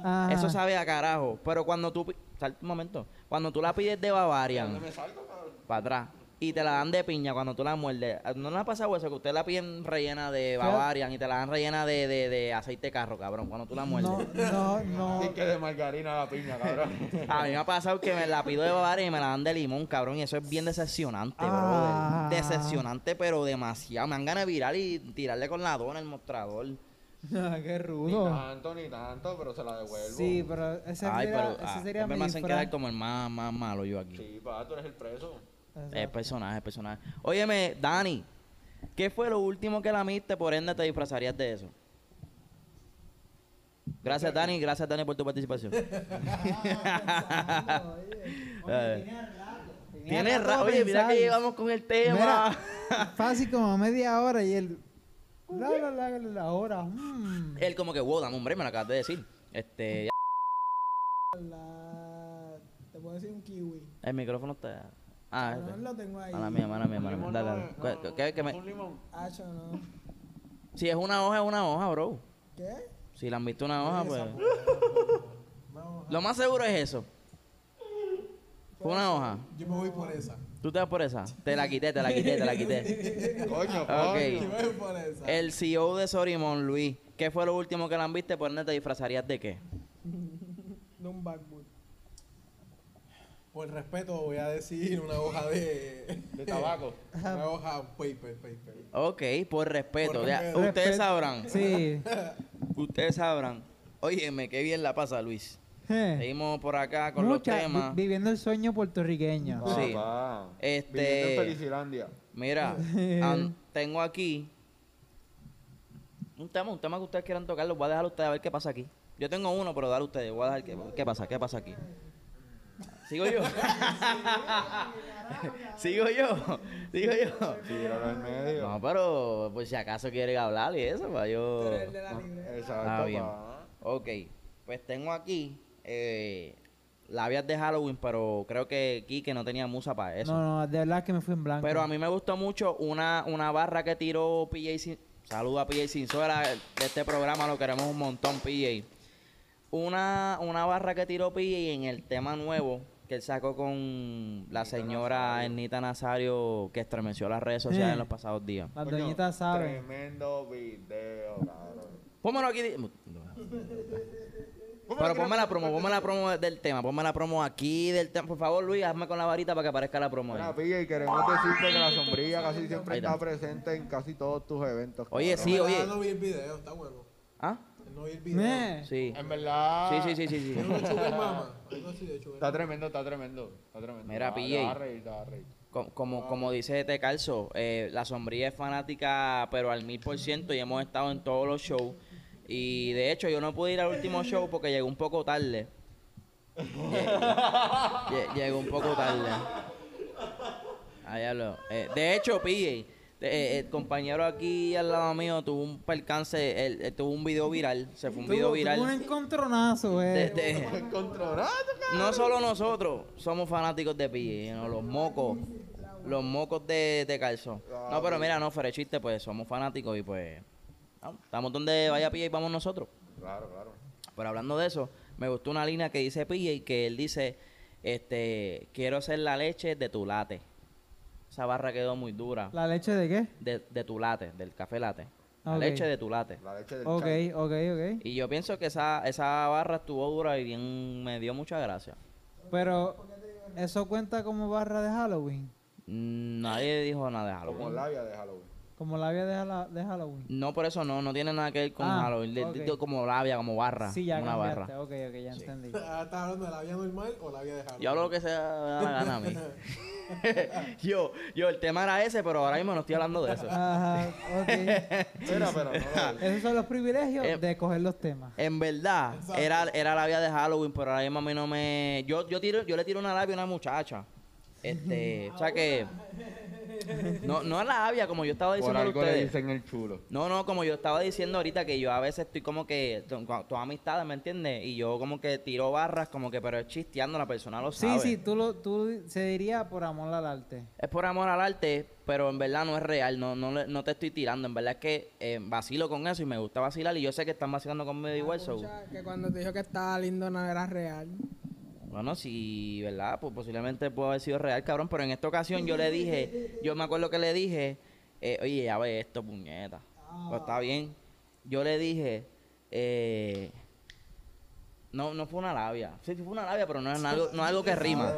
Speaker 1: Ajá.
Speaker 2: Eso sabe a carajo. Pero cuando tú, pi- salta un momento, cuando tú la pides de Bavarian,
Speaker 4: ¿Me salgo? cabrón?
Speaker 2: para atrás. Y te la dan de piña cuando tú la muerdes. ah, ¿No le ha pasado eso? Que usted la piden rellena de Bavarian y te la dan rellena de, de, de aceite de carro, cabrón, cuando tú la muerdes.
Speaker 1: No, no, no.
Speaker 4: Y que de margarina a la piña, cabrón.
Speaker 2: A mí me ha pasado que me la pido de Bavaria y me la dan de limón, cabrón. Y eso es bien decepcionante,
Speaker 1: Ah.
Speaker 2: brother. Decepcionante, pero demasiado. Me dan ganas de virar y tirarle con la dona el mostrador.
Speaker 1: Ah, Qué
Speaker 4: Ni
Speaker 1: rudo.
Speaker 4: tanto, ni tanto, pero se la devuelvo.
Speaker 1: Sí, pero ese
Speaker 2: Ay,
Speaker 1: sería,
Speaker 2: pero
Speaker 1: ese
Speaker 2: ah,
Speaker 1: sería
Speaker 2: siempre
Speaker 1: mi
Speaker 2: me hacen quedar
Speaker 1: disfraz.
Speaker 2: como el más, más malo yo aquí.
Speaker 4: Sí, pa, tú eres el preso.
Speaker 2: Es
Speaker 1: Exacto.
Speaker 2: personaje, es personaje. Óyeme, Dani, ¿qué fue lo último que lamiste? Por ende, te disfrazarías de eso. Gracias, Dani. Gracias, Dani, por tu participación. Eh, eh. Tiene
Speaker 1: Tenía rato
Speaker 2: ra Oye, mira que
Speaker 1: pensando.
Speaker 2: llevamos con el tema.
Speaker 1: Mira, fácil como media hora y él. La, la, la, la, la hora. mm.
Speaker 2: Él como que, wow, dame hombre, me lo acabas de decir. Este, ya-
Speaker 7: La... Te puedo decir un kiwi.
Speaker 2: el micrófono está... Ah,
Speaker 7: No
Speaker 2: este.
Speaker 7: lo tengo ahí.
Speaker 2: mala mía, mala mía, mala mía.
Speaker 4: Limón,
Speaker 2: Dale,
Speaker 4: no,
Speaker 2: dale.
Speaker 4: no,
Speaker 2: ¿Qué-
Speaker 4: no,
Speaker 2: qué- qué me-
Speaker 4: Un limón.
Speaker 7: Hacho, no.
Speaker 2: Si es una hoja, es una hoja, bro.
Speaker 7: ¿Qué?
Speaker 2: Si la han visto una hoja, pues... Lo más seguro es eso. Fue una hoja.
Speaker 3: Ah, Yo me voy por esa.
Speaker 2: ¿Tú te vas por esa? Te la quité, te la quité, te la quité.
Speaker 4: Coño,
Speaker 1: Ah,
Speaker 2: Ok.
Speaker 3: Yo me voy por esa.
Speaker 2: El CEO de Sorimón, Luis, ¿qué fue lo último que la han visto? ¿Por dónde te disfrazarías de qué?
Speaker 7: De un backwood.
Speaker 3: Por respeto voy a decir una hoja de...
Speaker 4: De tabaco.
Speaker 3: una hoja paper, paper.
Speaker 2: Ok, por respeto.
Speaker 3: Por
Speaker 2: ya,
Speaker 3: respeto.
Speaker 2: ustedes sabrán.
Speaker 1: Sí.
Speaker 2: Ustedes sabrán. Óyeme, qué bien la pasa, Luis.
Speaker 1: Eh.
Speaker 2: Seguimos por acá con
Speaker 1: Mucha-
Speaker 2: los temas.
Speaker 1: vi- viviendo el sueño puertorriqueño.
Speaker 2: Sí.
Speaker 4: Papá.
Speaker 2: Este-
Speaker 4: Ah, Viviendo en Felicilandia.
Speaker 2: Mira, an- tengo aquí un tema, un tema que ustedes quieran tocar, los voy a dejar a ustedes a ver qué pasa aquí. Yo tengo uno, pero dale a ustedes, voy a dejar que, qué pasa, qué pasa aquí. ¿Sigo yo? ¿Sigo yo? ¿Sigo yo?
Speaker 4: Tíralo al medio.
Speaker 2: No, pero por si acaso quieren hablar y eso, para yo...
Speaker 4: Exacto,
Speaker 2: Ah, bien.
Speaker 4: papá.
Speaker 2: Ok, pues tengo aquí eh, labias de Halloween, pero creo que Kike no tenía musa para eso.
Speaker 1: No, no, de verdad que me fui en blanco.
Speaker 2: Pero a mí me gustó mucho una, una barra que tiró PJ Sin... Saluda a PJ Sinzuela, de este programa lo queremos un montón, PJ. Una, una barra que tiró PJ en el tema nuevo, que él sacó con la señora Ernita Nazario que estremeció las redes sociales
Speaker 1: Eh.
Speaker 2: en los pasados días.
Speaker 1: Las
Speaker 4: Coño,
Speaker 1: doñitas saben.
Speaker 4: Tremendo video, cabrón.
Speaker 2: Pónmelo aquí. di- Pero ponme la promo, ponme la promo del tema, ponme la promo aquí del tema. Por favor, Luis, hazme con la varita para que aparezca la promo. ahí.
Speaker 4: Mira, pilla, y queremos decirte que la sombrilla casi siempre
Speaker 2: Ahí está.
Speaker 4: está presente en casi todos tus eventos.
Speaker 2: Oye,
Speaker 4: cabrón.
Speaker 2: sí,
Speaker 3: En verdad,
Speaker 2: oye.
Speaker 3: No vi el video, está bueno.
Speaker 2: ¿Ah?
Speaker 3: No vi el video.
Speaker 1: Eh,
Speaker 2: Sí.
Speaker 4: En verdad.
Speaker 2: Sí, sí, sí, sí. sí.
Speaker 3: Tiene uno de Sugar Mama. Algo así de Sugar
Speaker 4: Está
Speaker 3: Mama.
Speaker 4: tremendo, está tremendo. Está tremendo.
Speaker 2: Mira,
Speaker 4: Te va- te
Speaker 2: PJ.
Speaker 4: vas a reír, te vas a reír.
Speaker 2: Co- Como, como dice Te Calzo, eh, la sombría es fanática, pero al mil por ciento, y hemos estado en todos los shows. Y de hecho, yo no pude ir al último show porque llegué un poco tarde. Lle- Llegué un poco tarde. Ah, ya lo- eh, de hecho, PJ, eh, el compañero aquí al lado mío tuvo un percance, él, él tuvo un video viral, se fue un
Speaker 1: tuvo-
Speaker 2: video
Speaker 1: tuvo
Speaker 2: viral.
Speaker 1: un encontronazo, eh.
Speaker 2: de- de- no solo nosotros somos fanáticos de PJ, ¿no? los mocos, los mocos de, de calzón. No, pero mira, no, fuera de chiste, pues somos fanáticos y pues ah, estamos donde vaya PJ y vamos nosotros.
Speaker 4: Claro, claro.
Speaker 2: Pero hablando de eso, me gustó una línea que dice PJ que él dice, este, quiero ser la leche de tu late. Esa barra quedó muy dura.
Speaker 1: ¿La leche de qué?
Speaker 2: De, de tu late, del café late. La
Speaker 1: Ok.
Speaker 2: leche de tu late.
Speaker 4: La leche del
Speaker 1: Ok,
Speaker 4: chai.
Speaker 1: ok, ok.
Speaker 2: Y yo pienso que esa, esa barra estuvo dura y bien, me dio mucha gracia.
Speaker 1: Pero, ¿eso cuenta como barra de Halloween?
Speaker 2: Mm, Nadie dijo nada de Halloween.
Speaker 4: Como labia de Halloween.
Speaker 1: Como la vía de, Hala- de Halloween.
Speaker 2: No, por eso no, no tiene nada que ver con
Speaker 1: Ah,
Speaker 2: Halloween. Le-
Speaker 1: ok.
Speaker 2: digo como labia, como barra.
Speaker 1: Sí, ya
Speaker 2: como una
Speaker 1: cambiaste.
Speaker 2: barra.
Speaker 1: Ok, ok, ya entendí.
Speaker 3: Ah, ¿Estás hablando de la vía normal o la vía de Halloween?
Speaker 2: Yo hablo lo que sea me da la gana a mí. yo, yo, el tema era ese, pero ahora mismo no estoy hablando de eso.
Speaker 1: Ajá, ok.
Speaker 4: Mira, pero no lo
Speaker 1: Esos son los privilegios
Speaker 2: Eh,
Speaker 1: de coger los temas.
Speaker 2: En verdad, era, era labia de Halloween, pero ahora mismo a mí no me. Yo, yo, tiro, yo le tiro una labia a una muchacha. Este, o sea que. No, no es labia, como yo estaba
Speaker 4: Por
Speaker 2: diciendo.
Speaker 4: algo le
Speaker 2: ustedes.
Speaker 4: dicen el chulo.
Speaker 2: No, no, como yo estaba diciendo ahorita que yo a veces estoy como que, to- cua- todas amistades, ¿me entiendes? Y yo como que tiro barras, como que, pero es chisteando, la persona lo
Speaker 1: Sí,
Speaker 2: sabe.
Speaker 1: sí, tú, lo, tú se diría por amor al arte.
Speaker 2: Es por amor al arte, pero en verdad no es real, no, no, le- no te estoy tirando, en verdad es que eh, vacilo con eso y me gusta vacilar y yo sé que están vacilando conmigo igual, so.
Speaker 8: Escucha, que cuando te dijo que estaba lindo no era real.
Speaker 2: Bueno, sí, ¿verdad? Pues posiblemente pudo haber sido real, cabrón, pero en esta ocasión yo le dije, yo me acuerdo que le dije, eh, oye, ya ve esto, puñeta. Pues está bien. Yo le dije, eh, no, no fue una labia. Sí, sí fue una labia, pero no es algo, no es algo que rima.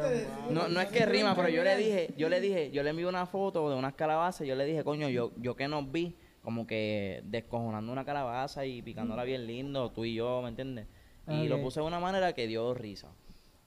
Speaker 2: No, no es que rima, pero yo le dije, yo le dije, yo le envié una foto de unas calabazas, yo le dije, coño, yo, yo que nos vi, como que descojonando una calabaza y picándola bien lindo, tú y yo, ¿me entiendes? Y lo
Speaker 1: Ok.
Speaker 2: puse de una manera que dio risa.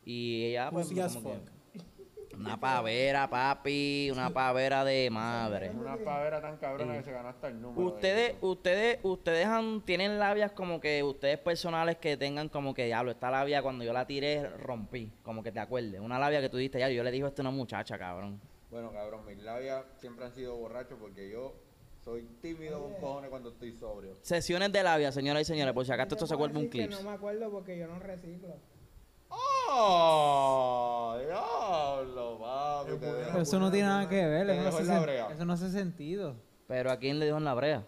Speaker 2: Y ella, pues,
Speaker 3: Pussy as
Speaker 2: como que- una pavera, papi, una pavera de madre.
Speaker 4: Una pavera tan cabrona que se ganó hasta el número. de
Speaker 2: Ustedes,
Speaker 4: ellos.
Speaker 2: ustedes, ustedes han- tienen labias como que ustedes personales que tengan como que diablo, esta labia cuando yo la tiré rompí, como que te acuerdes. Una labia que tú diste ya, yo le dije esto a una muchacha, cabrón.
Speaker 4: Bueno, cabrón, mis labias siempre han sido borrachos porque yo soy tímido con cojones cuando estoy sobrio.
Speaker 2: Sesiones de labia, señoras y señores, por si acaso
Speaker 8: Yo
Speaker 2: esto
Speaker 8: te
Speaker 2: se
Speaker 8: puedo
Speaker 2: vuelve un
Speaker 8: decir que
Speaker 2: clip.
Speaker 8: No me acuerdo porque yo no reciclo.
Speaker 3: ¡Ah!
Speaker 4: ¡Oh! ¡Diablo, papi! te dejo.
Speaker 1: Pero eso no tiene nada que ver,
Speaker 4: Te
Speaker 1: eso no,
Speaker 4: dejó
Speaker 1: hace
Speaker 4: en la
Speaker 1: sen-
Speaker 4: brea.
Speaker 1: eso no hace sentido.
Speaker 2: Pero ¿a quién le dijo en la brea?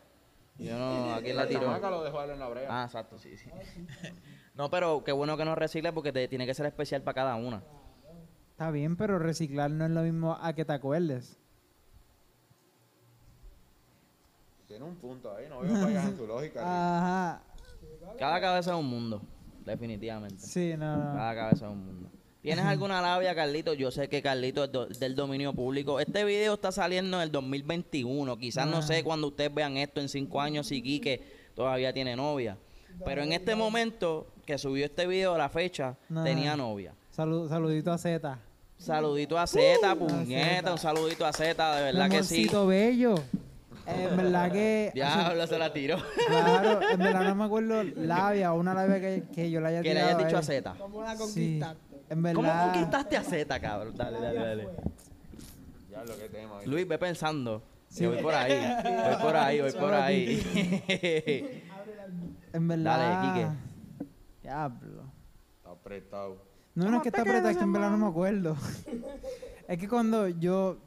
Speaker 2: Yo no, ¿a quién la tiró?
Speaker 4: chamaca lo dejó a él en la brea.
Speaker 2: Ah, exacto, sí, sí. No, pero qué bueno que no recicles porque te, tiene que ser especial para cada una.
Speaker 1: Está bien, pero reciclar no es lo mismo a que te acuerdes.
Speaker 4: Tiene un punto ahí, no veo fallas en su lógica.
Speaker 2: Ah.
Speaker 1: Ajá.
Speaker 2: Cada cabeza es un mundo, definitivamente.
Speaker 1: Sí, no, no.
Speaker 2: Cada cabeza es un mundo. ¿Tienes alguna labia, Carlito? Yo sé que Carlito es do- del dominio público. Este video está saliendo en el 2021. Quizás no sé cuando ustedes vean esto en cinco años si Quique todavía tiene novia. Pero en este momento que subió este video a la fecha,
Speaker 1: Nah.
Speaker 2: tenía novia.
Speaker 1: Salu- saludito a Z.
Speaker 2: Saludito a Z, puñeta. Un saludito a Z, de verdad que sí.
Speaker 1: Amorcito bello. En verdad que.
Speaker 2: Diablo, se la tiró.
Speaker 1: Claro, en verdad no me acuerdo labia, una labia que, que yo le haya
Speaker 2: que le hayas
Speaker 1: tirado
Speaker 2: dicho a
Speaker 1: él.
Speaker 2: Z.
Speaker 8: ¿Cómo la
Speaker 1: Sí.
Speaker 8: conquistaste?
Speaker 1: En verdad.
Speaker 2: ¿Cómo conquistaste a Z, cabrón? Dale, dale, dale.
Speaker 4: Ya lo que tema. ¿viste?
Speaker 2: Luis, ve pensando. Yo voy por ahí. Voy por ahí, voy por ahí.
Speaker 1: En verdad.
Speaker 2: Dale,
Speaker 1: Diablo.
Speaker 4: Está apretado.
Speaker 1: No, no es que está apretada, es que en verdad no me acuerdo. es que cuando yo,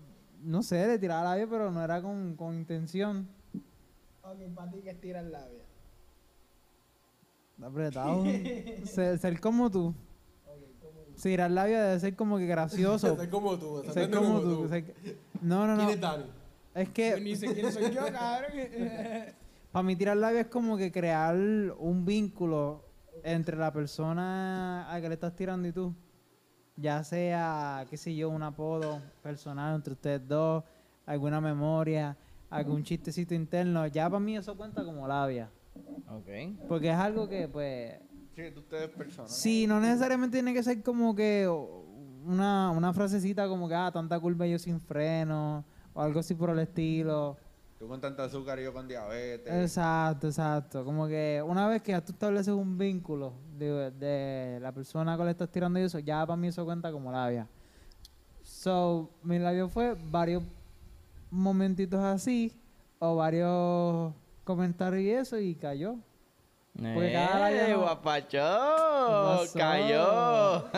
Speaker 1: no sé, le tiraba labia, pero no era con, con intención.
Speaker 8: Ok, para ti que estira el labio.
Speaker 1: Está apretado. ser, ser como tú. Cirar labio debe ser como que gracioso.
Speaker 3: Ser como tú,
Speaker 1: ser como tú. ser que- No, no,
Speaker 3: ¿Quién
Speaker 1: no.
Speaker 3: es Dani?
Speaker 1: Es que
Speaker 8: Pues Ni sé quién soy yo, cabrón.
Speaker 1: para mí tirar labio es como que crear un vínculo entre la persona a la que le estás tirando y tú. Ya sea, qué sé yo, un apodo personal entre ustedes dos, alguna memoria, algún chistecito interno. Ya para mí eso cuenta como labia.
Speaker 2: Ok.
Speaker 1: Porque es algo que, pues,
Speaker 4: Sí, tú ustedes personas.
Speaker 1: Sí, no necesariamente tiene que ser como que una, una frasecita como que, ah, tanta curva y yo sin freno, o algo así por el estilo.
Speaker 4: Tú con tanta azúcar y yo con diabetes.
Speaker 1: Exacto, exacto. Como que una vez que ya tú estableces un vínculo de, de la persona con la que estás tirando y eso, ya para mí eso cuenta como labia. So, mi labio fue varios momentitos así, o varios comentarios y eso, y cayó. Porque cada labio
Speaker 2: ¡Eh,
Speaker 1: no-
Speaker 2: guapacho!
Speaker 1: Pasó. Ah,
Speaker 2: ¡Cayó!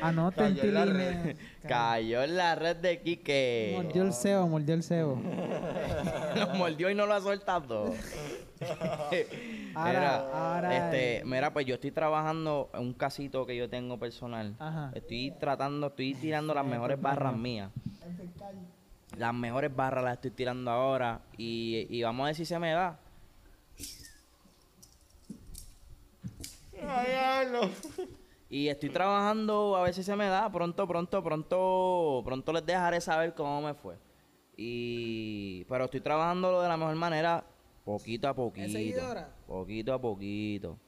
Speaker 1: Anoten,
Speaker 4: Oh, Cayó en la Eh.
Speaker 1: tilines.
Speaker 4: red.
Speaker 2: ¡Cayó en la red de
Speaker 1: Mordió
Speaker 2: Quique!
Speaker 1: el cebo, mordió el cebo.
Speaker 2: Lo mordió y no lo ha soltado.
Speaker 1: Ahora, ahora,
Speaker 2: Este,
Speaker 1: eh.
Speaker 2: mira, pues yo estoy trabajando en un casito que yo tengo personal.
Speaker 1: Ajá.
Speaker 2: Estoy tratando, estoy tirando las mejores barras mías. Las mejores barras las estoy tirando ahora. Y, y vamos a ver si se me da. Y estoy trabajando a ver si se me da. Pronto, pronto, pronto, pronto les dejaré saber cómo me fue. Y pero estoy trabajándolo de la mejor manera, poquito a poquito.
Speaker 7: seguidora?
Speaker 2: Poquito a poquito.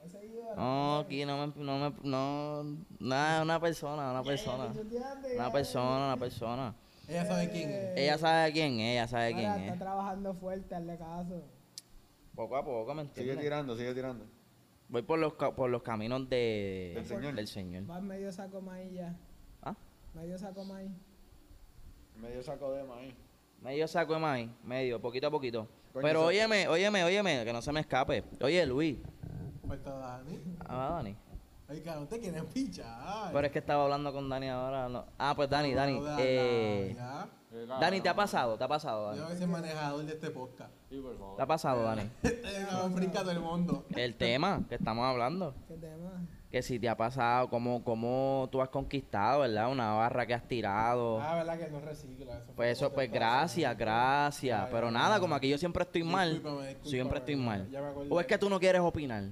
Speaker 2: No, aquí no me, no me, no, nada, una persona, una persona. Una persona, una persona.
Speaker 3: Ella
Speaker 1: Eh.
Speaker 3: sabe quién es.
Speaker 2: Ella sabe quién es, ella sabe quién
Speaker 8: Ahora, está
Speaker 2: es.
Speaker 8: trabajando fuerte, hazle caso.
Speaker 2: Poco a poco, ¿me
Speaker 4: Sigue
Speaker 2: entiendes?
Speaker 4: tirando, sigue tirando.
Speaker 2: Voy por los, ca- por los caminos de,
Speaker 4: Del Señor.
Speaker 2: Del señor.
Speaker 8: Vas medio saco maíz ya.
Speaker 2: ¿Ah?
Speaker 8: Medio saco maíz.
Speaker 4: Medio saco de maíz.
Speaker 2: Medio saco de maíz, medio, poquito a poquito.
Speaker 4: Coño,
Speaker 2: Pero
Speaker 4: eso-
Speaker 2: óyeme, óyeme, óyeme, que no se me escape. Oye, Luis.
Speaker 3: Pues está Dani.
Speaker 2: Ah, Dani.
Speaker 3: Ay, cabrón, te quieren pichar.
Speaker 2: Pero es que estaba hablando con Dani ahora. no. Ah, pues Dani, Dani.
Speaker 3: Joder,
Speaker 2: eh,
Speaker 3: ya.
Speaker 2: Dani, ¿te ha pasado? ¿Te ha pasado, Dani?
Speaker 3: Yo voy a ser manejador de este podcast.
Speaker 4: Sí, por favor.
Speaker 2: ¿Te ha pasado, Dani?
Speaker 3: Este es un brinca todo el mundo.
Speaker 2: El tema que estamos hablando.
Speaker 8: ¿Qué tema?
Speaker 2: Que si te ha pasado, cómo, cómo tú has conquistado, ¿verdad? Una barra que has tirado.
Speaker 3: Ah, verdad que no recicla. Eso
Speaker 2: Pues eso, pues gracias, gracias. Pero nada, como aquí yo siempre estoy mal.
Speaker 3: Discúlpame, discúlpame,
Speaker 2: Siempre estoy mal.
Speaker 3: ya me acordé.
Speaker 2: O es que tú no quieres opinar.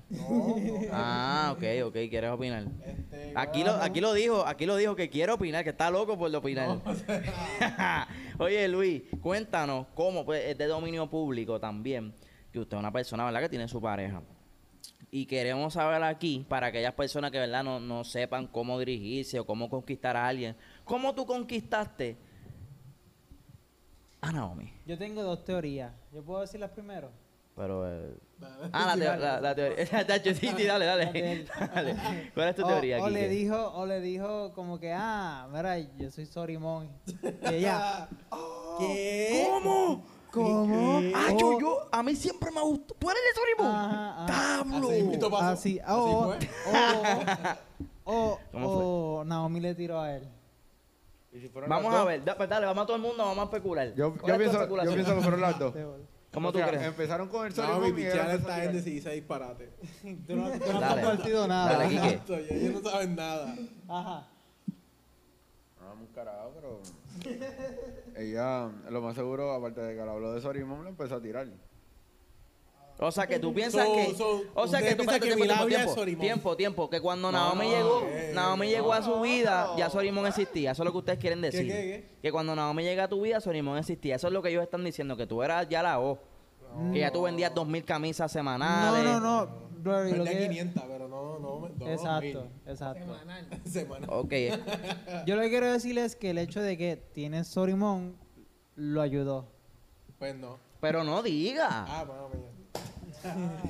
Speaker 2: Ah, ok, ok, quieres opinar.
Speaker 3: Este,
Speaker 2: Aquí lo, aquí lo dijo, aquí lo dijo que quiere opinar, que está loco por opinar.
Speaker 1: pues,
Speaker 2: Oye, Luis, cuéntanos cómo, pues, es de dominio público también, que usted es una persona, ¿verdad?, que tiene su pareja. Y queremos saber aquí, para aquellas personas que, ¿verdad?, no, no sepan cómo dirigirse o cómo conquistar a alguien, ¿cómo tú conquistaste a Naomi?
Speaker 1: Yo tengo dos teorías. ¿Yo puedo decir las primero?
Speaker 2: Pero. eh, Ah, la, teo- la- la teoría. Tacho, sí, sí, dale, dale. Dale. ¿Cuál es tu
Speaker 1: o,
Speaker 2: teoría
Speaker 1: o le
Speaker 2: Quique?
Speaker 1: dijo, o le dijo como que, ah, mira, yo soy Sorimón. Y ella,
Speaker 3: ¿Qué?
Speaker 2: ¿Cómo?
Speaker 1: ¿cómo?
Speaker 2: Ah,
Speaker 1: Oh,
Speaker 2: yo, yo, a mí siempre me gustó. ¿Tú eres de Sorimón?
Speaker 1: Ajá, ajá.
Speaker 2: ¡Tablo!
Speaker 3: Así mismito pasó.
Speaker 1: Así, ah, o,
Speaker 3: Así fue.
Speaker 1: o,
Speaker 2: ¿Cómo
Speaker 1: o Naomi le tiró a él.
Speaker 4: Y si fueron
Speaker 2: Vamos
Speaker 4: las
Speaker 2: a
Speaker 4: dos,
Speaker 2: ver, da- pues dale, vamos a todo el mundo, vamos a especular.
Speaker 4: Yo,
Speaker 2: ¿Cuál es
Speaker 4: yo,
Speaker 2: tu
Speaker 4: pienso, yo
Speaker 2: especulación?
Speaker 4: pienso que fueron las dos.
Speaker 2: ¿Cómo
Speaker 4: O
Speaker 2: tú
Speaker 4: sea,
Speaker 2: crees?
Speaker 4: Empezaron con el
Speaker 3: No, mi
Speaker 4: Sorimón y
Speaker 3: pichar
Speaker 4: eran
Speaker 3: está en
Speaker 4: así.
Speaker 3: de si dice disparate.
Speaker 1: Tú no, tú no
Speaker 2: Dale.
Speaker 1: has partido nada.
Speaker 2: Dale, Quique.
Speaker 3: Exacto, y ellos no saben nada.
Speaker 1: Ajá.
Speaker 4: No, un carajo, pero. Ella, lo más seguro, aparte de que le habló de Sorimón, le empezó a tirar.
Speaker 2: O sea, que tú piensas
Speaker 3: So-
Speaker 2: que.
Speaker 3: so,
Speaker 2: o sea, que
Speaker 3: ¿ustedes
Speaker 2: tú
Speaker 3: piensan
Speaker 2: espérate,
Speaker 3: que
Speaker 2: tiempo,
Speaker 3: mi
Speaker 2: tiempo,
Speaker 3: labia es
Speaker 2: tiempo,
Speaker 3: Sorimón?
Speaker 2: tiempo, tiempo, Que cuando Naomi llegó,
Speaker 3: eh,
Speaker 2: Naomi llegó a su vida, ya Sorimón existía. Eso es lo que ustedes quieren decir.
Speaker 3: qué, qué?
Speaker 2: Que cuando Naomi llega a tu vida, Sorimón existía. Eso es lo que ellos están diciendo, que tú eras ya la O. Que ya tú vendías dos mil camisas
Speaker 1: No,
Speaker 2: semanales.
Speaker 1: no, no. Brody, lo
Speaker 3: Perdí a
Speaker 1: que-
Speaker 3: 500, pero no, no, me- no.
Speaker 1: Exacto, exacto.
Speaker 3: mil. Semana.
Speaker 2: Ok,
Speaker 1: Yo lo que quiero decirles es que el hecho de que tiene Sorimón lo ayudó.
Speaker 3: Pues no.
Speaker 2: pero no diga.
Speaker 3: Ah, bueno, mira.